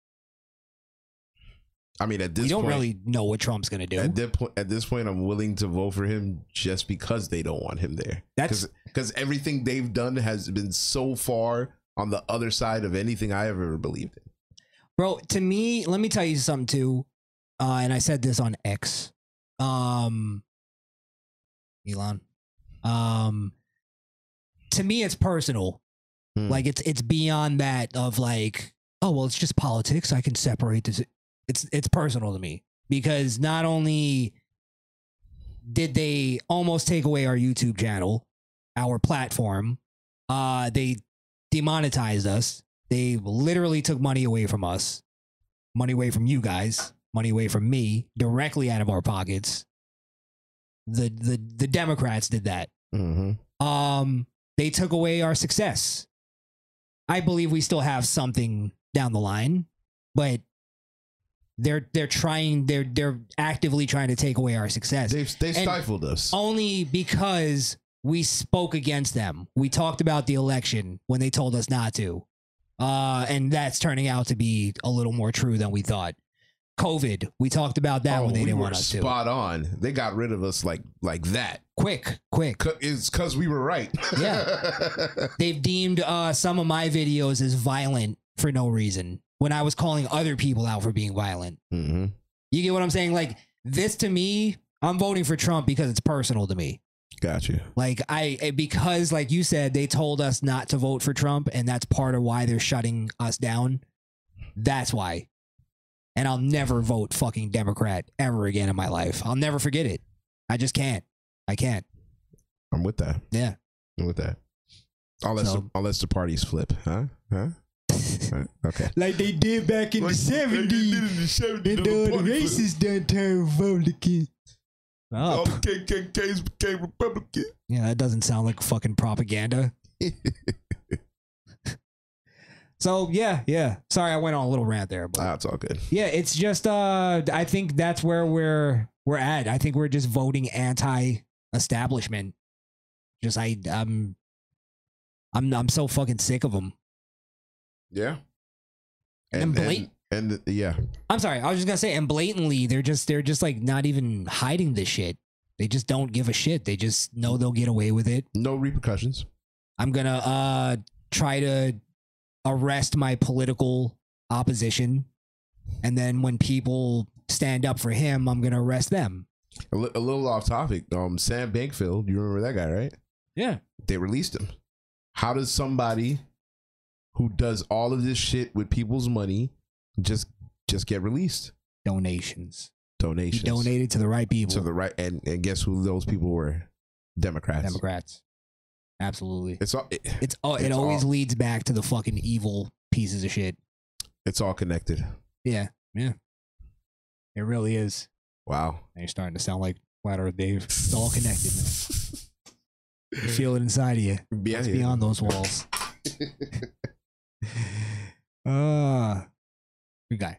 I mean, at this We don't point, really know what Trump's going to do. at this point, at this point, I'm willing to vote for him just because they don't want him there. That's- because everything they've done has been so far on the other side of anything I have ever believed in. bro to me let me tell you something too uh and i said this on x um elon um to me it's personal like it's it's beyond that of like oh well it's just politics i can separate this it's it's personal to me because not only did they almost take away our youtube channel our platform uh they demonetized us. They literally took money away from us, money away from you guys, money away from me, directly out of our pockets. The the the Democrats did that. Um, they took away our success. I believe we still have something down the line, but they're they're trying they're they're actively trying to take away our success. They've they And stifled us. only because we spoke against them. We talked about the election when they told us not to. Uh, and that's turning out to be a little more true than we thought. COVID, we talked about that Oh, when they we didn't were want us to. spot on. They got rid of us like like that. Quick, quick. It's because we were right. Yeah. They've deemed uh, some of my videos as violent for no reason when I was calling other people out for being violent. Mm-hmm. You get what I'm saying? Like, this to me, I'm voting for Trump because it's personal to me. Gotcha. Like, I, eh, because, like you said, they told us not to vote for Trump, and that's part of why they're shutting us down. That's why. And I'll never vote fucking Democrat ever again in my life. I'll never forget it. I just can't. I can't. I'm with that. Yeah. I'm with that. Unless So- the, unless the parties flip, huh? Huh? Huh? okay. Like they did back in the seventies. And the racists done turned Republican. All the KKKs became Republican. Yeah, that doesn't sound like fucking propaganda. so yeah, yeah. Sorry, I went on a little rant there, but That's all good. yeah, it's just uh, I think that's where we're we're at. I think we're just voting anti-establishment. Just I I'm I'm I'm so fucking sick of them. Yeah. And blatant- And, and yeah, I'm sorry. I was just gonna say, and blatantly, they're just they're just like not even hiding this shit. They just don't give a shit. They just know they'll get away with it. No repercussions. I'm gonna uh try to arrest my political opposition, and then when people stand up for him, I'm gonna arrest them. a, li- a little off topic. Um, Sam Bankfield, you remember that guy, right? Yeah. They released him. How does somebody who does all of this shit with people's money just just get released? Donations. Donations. donated to the right people. To the right, and, and guess who those people were? Democrats. Democrats. Absolutely. It's all. It, It's oh, it It's always all- leads back to the fucking evil pieces of shit. it's all connected. Yeah, yeah. It really is. Wow. Now you're starting to sound like Flat Earth Dave. It's all connected, man. You feel it inside of you. Yeah, it's yeah. beyond those walls. Uh good guy.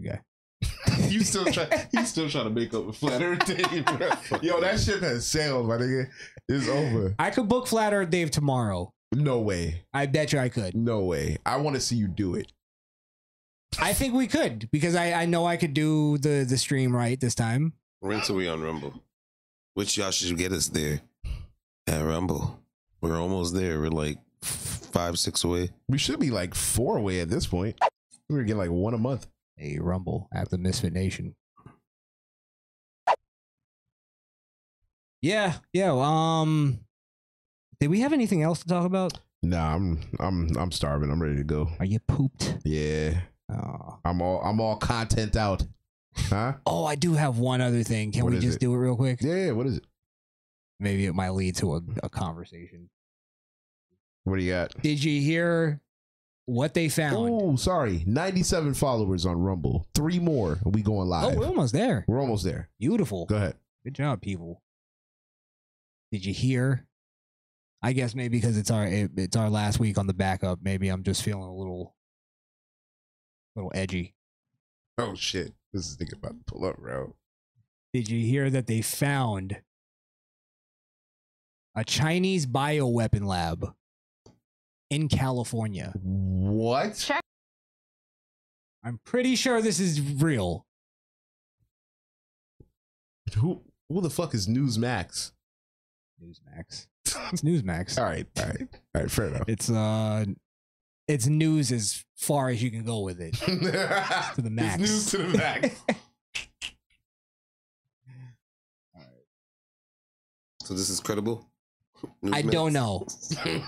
Good guy. you still try. You still trying to make up with flat Earth Dave, bro. Yo, that shit has sailed, my nigga. It's over. I could book Flat Earth Dave tomorrow. No way. I bet you I could. No way. I want to see you do it. I think we could because I, I know I could do the, the stream right this time. Rent we on Rumble. Which y'all should get us there at Rumble. We're almost there. We're like f- five, six away. We should be like four away at this point. We were getting like one a month. Hey, Rumble at the Misfit Nation. Yeah, yeah. Um, did we have anything else to talk about? Nah, I'm I'm I'm starving. I'm ready to go. Are you pooped? Yeah. I'm all I'm all content out. Huh? Oh, I do have one other thing. Can What we is just it? do it real quick? Yeah, what is it? Hmm. Maybe it might lead to a, a conversation. What do you got? Did you hear what they found? Oh, sorry. 97 followers on Rumble. Three more. and We going Oh, live. we're almost there. we're almost there. Beautiful. Go ahead. Good job, people. Did you hear? I guess maybe because it's our it, it's our last week on the backup. Maybe I'm just feeling a little, little edgy. Oh shit. This is nigga about to pull up, bro. Did you hear that they found a Chinese bioweapon lab in California? What? I'm pretty sure this is real. Who who the fuck is Newsmax? Newsmax. It's Newsmax. All right, all right. All right, fair enough. It's uh it's news as far as you can go with it. to the max. It's news to the max. So this is credible? I don't know.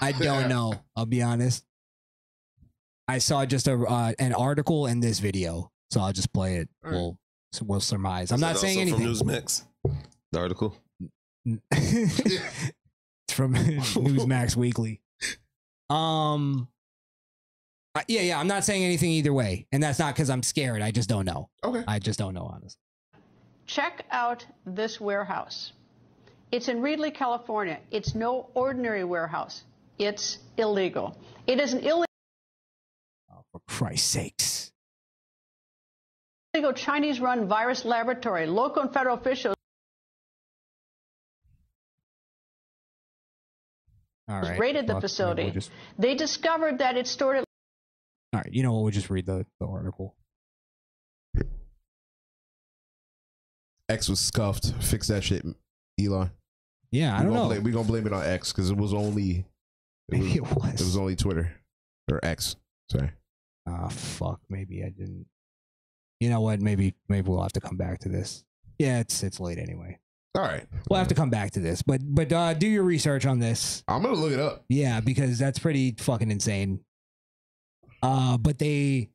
I don't know. I'll be honest. I saw just a uh, an article in this video, so I'll just play it. All right. We'll so we'll surmise. I'm Is not that saying also anything. From Newsmax, the article. it's from Newsmax Weekly. Um. I- yeah, yeah. I'm not saying anything either way, and that's not because I'm scared. I just don't know. Okay. I just don't know, honestly. Check out this warehouse. It's in Reedley, California. It's no ordinary warehouse. It's illegal. It is an illegal. For Christ's sakes. illegal Chinese run virus laboratory. Local and federal officials All right. raided the Fuck, maybe facility. we'll just- They discovered that it stored at All right. You know what? We'll just read the, the article. X was scuffed. Fix that shit, Elon. Yeah, I We don't gonna know. Blame, we gonna blame it on X because it was only. Maybe it was. It was only Twitter or X. Sorry. Ah, fuck. Maybe I didn't. You know what? Maybe maybe we'll have to come back to this. Yeah, it's it's late anyway. All right. We'll have to come back to this, but but uh, do your research on this. I'm gonna look it up. Yeah, because that's pretty fucking insane. Uh, but they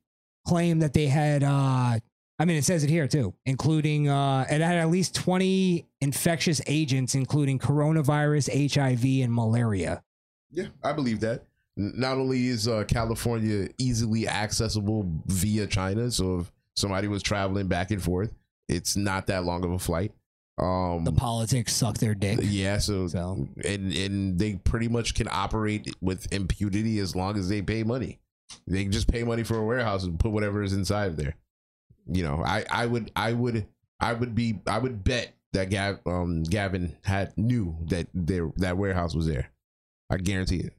claim that they had. Uh, I mean, it says it here too, including uh, it had at least 20 infectious agents, including coronavirus, HIV, and malaria. Yeah, I believe that. N- Not only is uh, California easily accessible via China, so if somebody was traveling back and forth, it's not that long of a flight. Um, the politics suck their dick. Yeah, so, and and they pretty much can operate with impunity as long as they pay money. They can just pay money for a warehouse and put whatever is inside of there. You know, I I would I would I would be I would bet that Gav, um, Gavin had knew that there that warehouse was there. I guarantee it.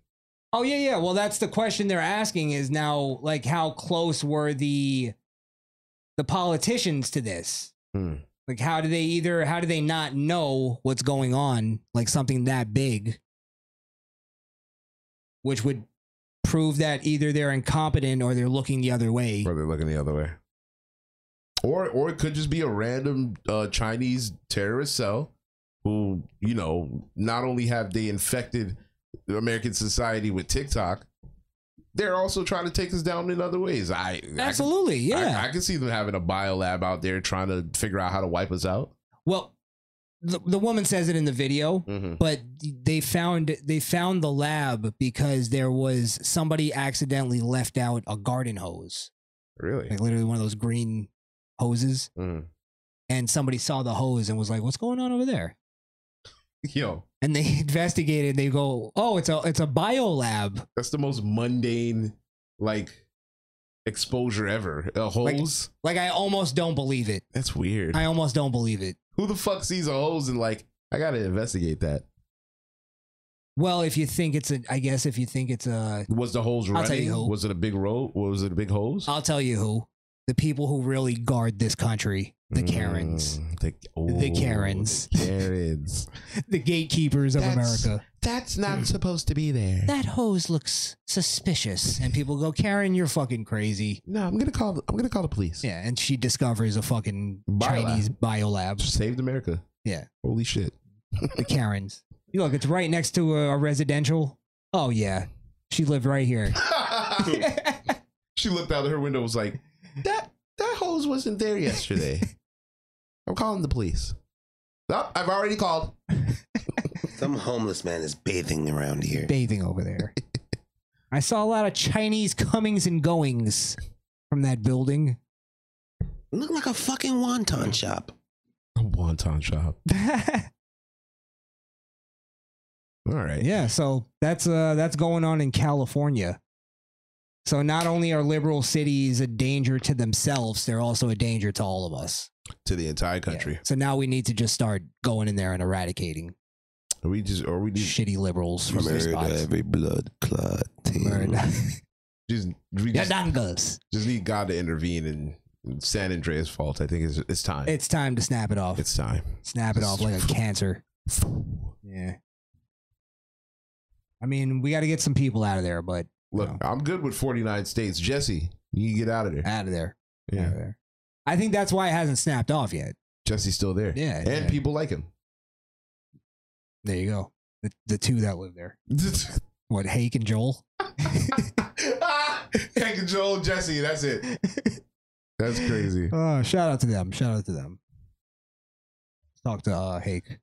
Oh yeah, yeah. Well, that's the question they're asking is now like how close were the the politicians to this? Like how do they either how do they not know what's going on like something that big which would prove that either they're incompetent or they're looking the other way. Or they're looking the other way. or or it could just be a random uh, Chinese terrorist cell who you know not only have they infected American society with TikTok, they're also trying to take us down in other ways. I absolutely yeah, I, I can see them having a bio lab out there trying to figure out how to wipe us out. Well, the, the woman says it in the video, Mm-hmm. Mm. but they found they found the lab because there was somebody accidentally left out a garden hose. Really? Mm. Like literally one of those green hoses. And somebody saw the hose and was like, "What's going on over there?" Yo. And they investigated. They go, "Oh, it's a it's a bio lab." That's the most mundane like exposure ever. A hose. Like, I almost don't believe it. That's weird. I almost don't believe it. Who the fuck sees a hose and like I gotta investigate that? Well, if you think it's a, I guess if you think it's a, Was the hose running? I'll tell you who. Was it a big road? Was it a big hose? I'll tell you who. The people who really guard this country, the Karens, Mm, the, oh, the Karens, Karens, the gatekeepers of That's- America. That's not supposed to be there. That hose looks suspicious, and people go, "Karen, you're fucking crazy." No, I'm gonna call. I'm gonna call the police. Yeah, and she discovers a fucking Biolab. Chinese biolab. Saved America. Yeah. Holy shit. The Karens. You look, it's right next to a, a residential. Oh yeah, she lived right here. she looked out of her window. and Was like, that that hose wasn't there yesterday. I'm calling the police. Nope, I've already called. Some homeless man is bathing around here. bathing over there. I saw a lot of Chinese comings and goings from that building. Look like a fucking wonton shop. A wonton shop. All right. Yeah, so that's uh that's going on in California. So not only are liberal cities a danger to themselves, they're also a danger to all of us. To the entire country. So now we need to just start going in there and eradicating Are we just? Are we just shitty liberals from their Murder spots. every blood clot. Murder. Just we just, Yodangos. just need God to intervene in San Andreas' fault. I think it's it's time. It's time to snap it off. It's time. Snap it off like a cancer. Yeah. I mean, we got to get some people out of there, but Look, I'm good with 49 states. Jesse, you can get out of there. Out of there. Yeah. I think that's why it hasn't snapped off yet. Jesse's still there. Yeah, And yeah. people like him. There you go. The, the two that live there. what, Hake and Joel? Hey, control Jesse. That's it. That's crazy. Uh, shout out to them. Shout out to them. Talk to uh, Hake.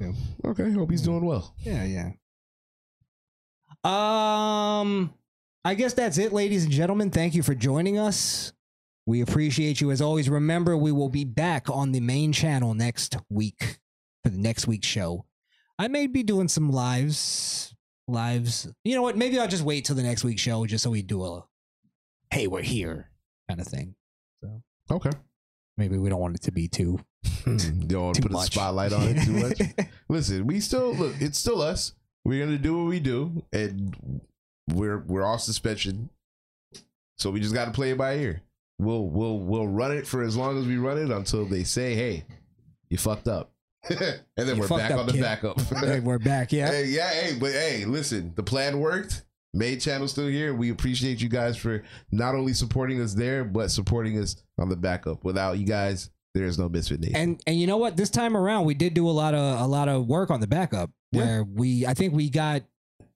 too. Okay. Hope he's doing well. Yeah, yeah. Um, I guess that's it, ladies and gentlemen. Thank you for joining us. We appreciate you as always. Remember, we will be back on the main channel next week for the next week's show. I may be doing some lives. Lives. You know what? Maybe I'll just wait till the next week's show just so we do a hey, we're here kind of thing. So Okay. maybe we don't want it to be too Don't want to Too put much. a spotlight on it too much. Listen, we still look. It's still us. We're gonna do what we do, and we're we're off suspension, so we just got to play it by ear. We'll we'll we'll run it for as long as we run it until they say, "Hey, you fucked up," and then You we're fucked back up, on the kid. backup. Hey, we're back, yeah. Hey, yeah, hey, but hey, listen, the plan worked. Made channel still here. We appreciate you guys for not only supporting us there, but supporting us on the backup. Without you guys, there is no Misfit Nation. And and you know what? This time around, we did do a lot of a lot of work on the backup. Where we, I think we got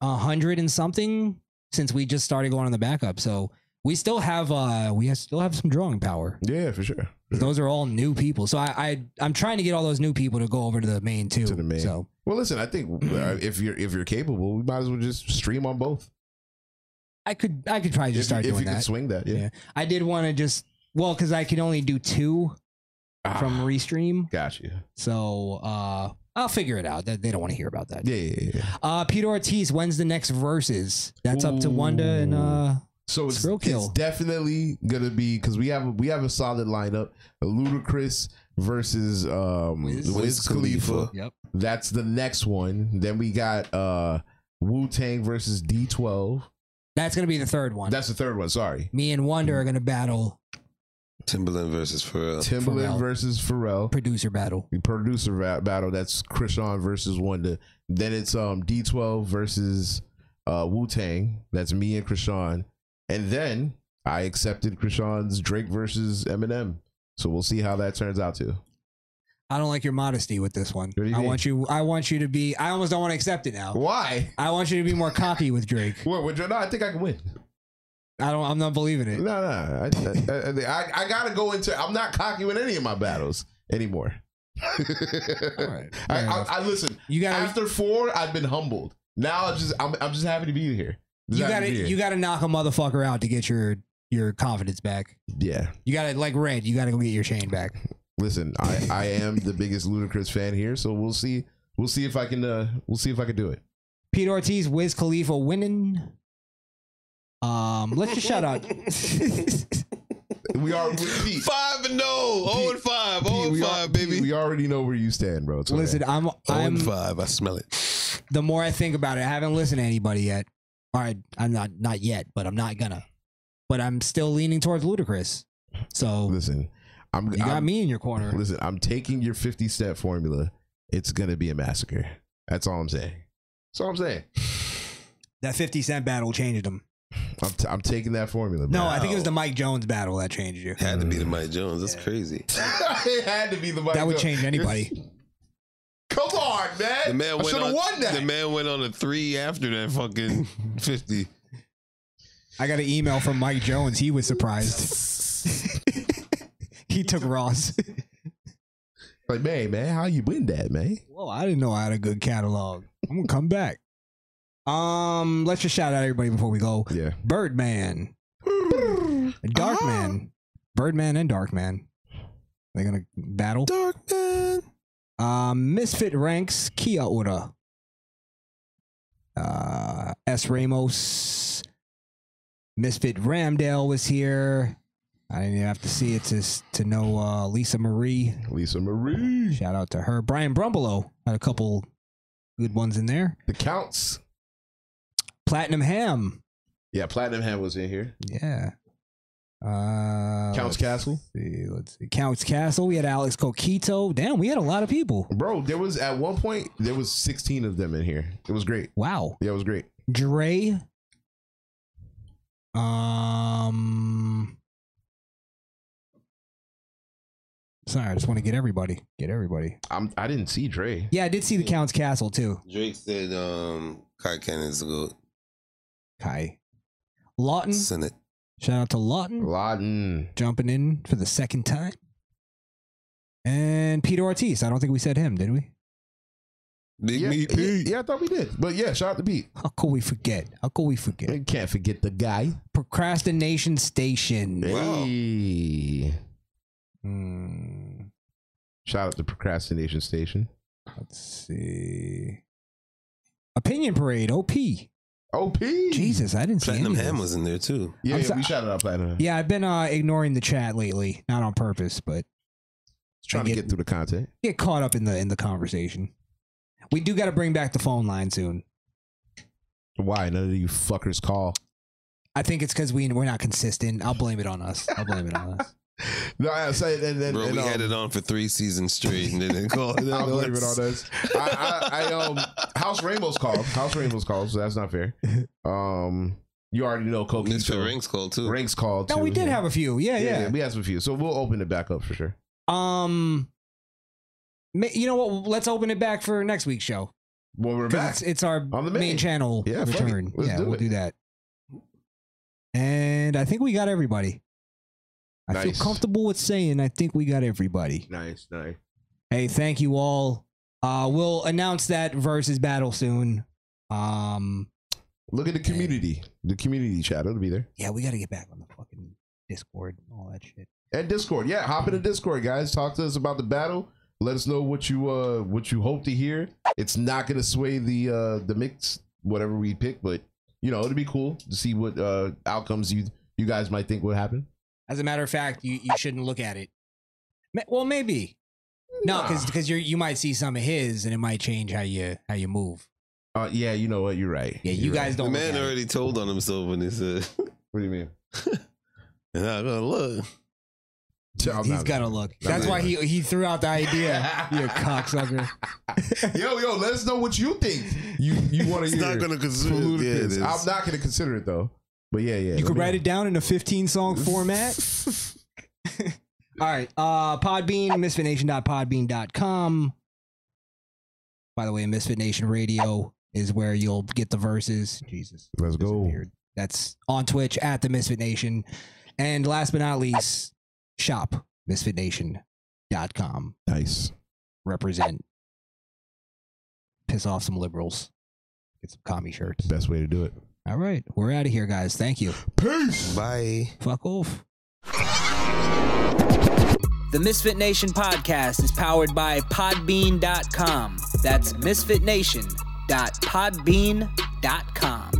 a hundred and something since we just started going on the backup. So we still have uh we have- still have some drawing power. Yeah, for sure. Those are all new people. So I, I I'm trying to get all those new people to go over to the main too. To the main. So Well, listen, I think uh, Mm-hmm. if you're if you're capable, we might as well just stream on both. I could I could probably just If- start if doing you could that. swing that, yeah. I did want to just well because I can only do two from Ah. restream. Got you. So uh, I'll figure it out. They they don't want to hear about that. Yeah, yeah, yeah. Uh, Peter Ortiz, when's the next verses? That's up to Wanda and uh. So it's, Skrill. it's definitely gonna be because we have a, we have a solid lineup. Ludacris versus um, Wiz, Wiz. Wiz Khalifa. Khalifa. Yep. That's the next one. Then we got uh, Wu Tang versus D12. That's gonna be the third one. That's the third one. Sorry. Mm. Me and Wonder are gonna battle. Timberland versus Pharrell. Timberland Pharrell. versus Pharrell. uh, Producer battle. Producer va- battle. That's Krishan versus Wanda. Then it's um D12 versus uh Wu Tang. That's me and Krishan. And then I accepted Krishan's Drake versus Eminem. So we'll see how that turns out too. I don't like your modesty with this one. do you I mean? want you. I want you to be. I almost don't want to accept it now. Why? I want you to be more cocky with Drake. What? Would you, no, I think I can win. I don't. I'm not believing it. No, no. I, I, I, I gotta go into. I'm not cocky with any of my battles anymore. I, I, I listen. You got after four. I've been humbled. Now I'm just. I'm, I'm just happy to be here. Just You happy gotta. be here. You gotta knock a motherfucker out to get your your confidence back. Yeah. You gotta like red. You gotta go get your chain back. Listen, I, I am the biggest ludicrous fan here, so we'll see. We'll see if I can. Uh, we'll see if I can do it. Pete Ortiz, Wiz Khalifa winning. Um, let's just shout out. We are with Pete. Five and no, zero and five, zero and we, five, al- baby. we already know where you stand, bro. It's okay. Listen, I'm. Zero I'm. and five. I smell it. The more I think about it, I haven't listened to anybody yet. All right, I'm not not yet, but I'm not gonna. But I'm still leaning towards Ludacris. So listen, I'm. You got I'm- me in your corner. Listen, I'm taking your 50 cent formula. It's gonna be a massacre. That's all I'm saying. That's all I'm saying. That 50 Cent battle changed him. I'm, t- I'm taking that formula. No, bro. I think it was the Mike Jones battle that changed you. Had to Mm. be the Mike Jones. That's crazy. it had to be the. Mike That would Jones. change anybody. Come on, man. The man I went should have on. won The that. man went on a three after that fucking fifty. I got an email from Mike Jones. He was surprised. he took Ross. Like, man, man, how you win that, man? Whoa, I didn't know I had a good catalog. I'm gonna come back. Um, let's just shout out everybody before we go. Yeah. Birdman. Darkman. Birdman and Darkman. They're gonna battle. Darkman. Um, Misfit ranks Kia Ora. Uh S Ramos. Misfit Ramdale was here. I didn't even have to see it to s- to know uh, Lisa Marie. Lisa Marie. Shout out to her. Brian Brumbelow had a couple good ones in there. The counts. Platinum Ham. Yeah, Platinum Hand was in here. Yeah. Uh, Counts let's Castle. see, let's see. Counts Castle. We had Alex Coquito. Damn, we had a lot of people. Bro, there was at one point there was 16 of them in here. It was great. Wow. Yeah, it was great. Dre. Um. Sorry, I just want to get everybody. Get everybody. I'm I didn't see Dre. Yeah, I did see the Counts Castle too. Drake said, um, "Kai Cannon's a goat." Kai. Lawton. Send it. Shout out to Lawton. Lawton. Jumping in for the second time. And Peter Ortiz. I don't think we said him, did we? Big yeah, me, yeah, Pete. yeah, I thought we did. But yeah, shout out to Pete. How could we forget? How could we forget? You can't forget the guy. Procrastination Station. Wow. Hey. Hmm, Shout out to Procrastination Station. let's see. Opinion Parade. OP. OP. Jesus, I didn't see any Platinum of Ham those. was in there too. Yeah, I'm yeah so- we shouted out Platinum. Hand. Yeah, I've been uh, ignoring the chat lately, not on purpose, but Trying I to get through the content. get caught up in the in the conversation. We do got to bring back the phone line soon. Why none of you fuckers call? I think it's because we we're not consistent. I'll blame it on us. I'll blame it on us. No, I say and, and, Bro, and, we um, had it on for three seasons straight and didn't call it. I'll blame it on us. I, I, I um House Rainbow's called. House Rainbow's called, so that's not fair. Um you already know Coquito. Mr. Rinks called too. Rinks called No, too. we did have a few. Yeah, yeah. We had some few. So we'll open it back up for sure. Um, ma- you know what? Let's open it back for next week's show. Well, we're 'Cause back. It's, it's our On the main, main. channel Yeah, fuck it. return. Let's yeah, do we'll it. do that. And I think we got everybody. I feel Nice. comfortable with saying I think we got everybody. Nice, nice. Hey, thank you all. Uh, we'll announce that versus battle soon. Um, Look at the community. The community chat. It'll be there. yeah, we got to get back on the fucking Discord and all that shit. And Discord. Yeah, hop into Discord, guys. Talk to us about the battle. Let us know what you uh what you hope to hear. It's not gonna sway the uh the mix, whatever we pick, but you know, it'll be cool to see what uh outcomes you you guys might think would happen. As a matter of fact, you, you shouldn't look at it. Ma- Well, maybe. No, because because you you might see some of his and it might change how you how you move. Uh yeah, you know what, you're right. Yeah, you guys The don't. look man at it. already told on himself when he said, What do you mean? "And I gotta look." I'm He's not- got to look. I'm That's not- why he he threw out the idea. you cocksucker. yo, yo, let us know what you think. You you want to It's hear? not gonna consider- from Ludacris. yeah, it is. I'm not gonna consider it though. But yeah, yeah. You let could me- write it down in a 15 song format. All right. Uh, Podbean, misfitnation.podbean.com. By the way, Misfit Nation Radio is where you'll get the verses. Jesus. Let's go. That's on Twitch at the Misfit Nation. And last but not least, shop misfitnation.com. Nice. Represent. Piss off some liberals. Get some commie shirts. Best way to do it. All right. We're out of here, guys. Thank you. Peace. Bye. Fuck off. The Misfit Nation podcast is powered by Podbean.com. That's misfitnation.podbean.com.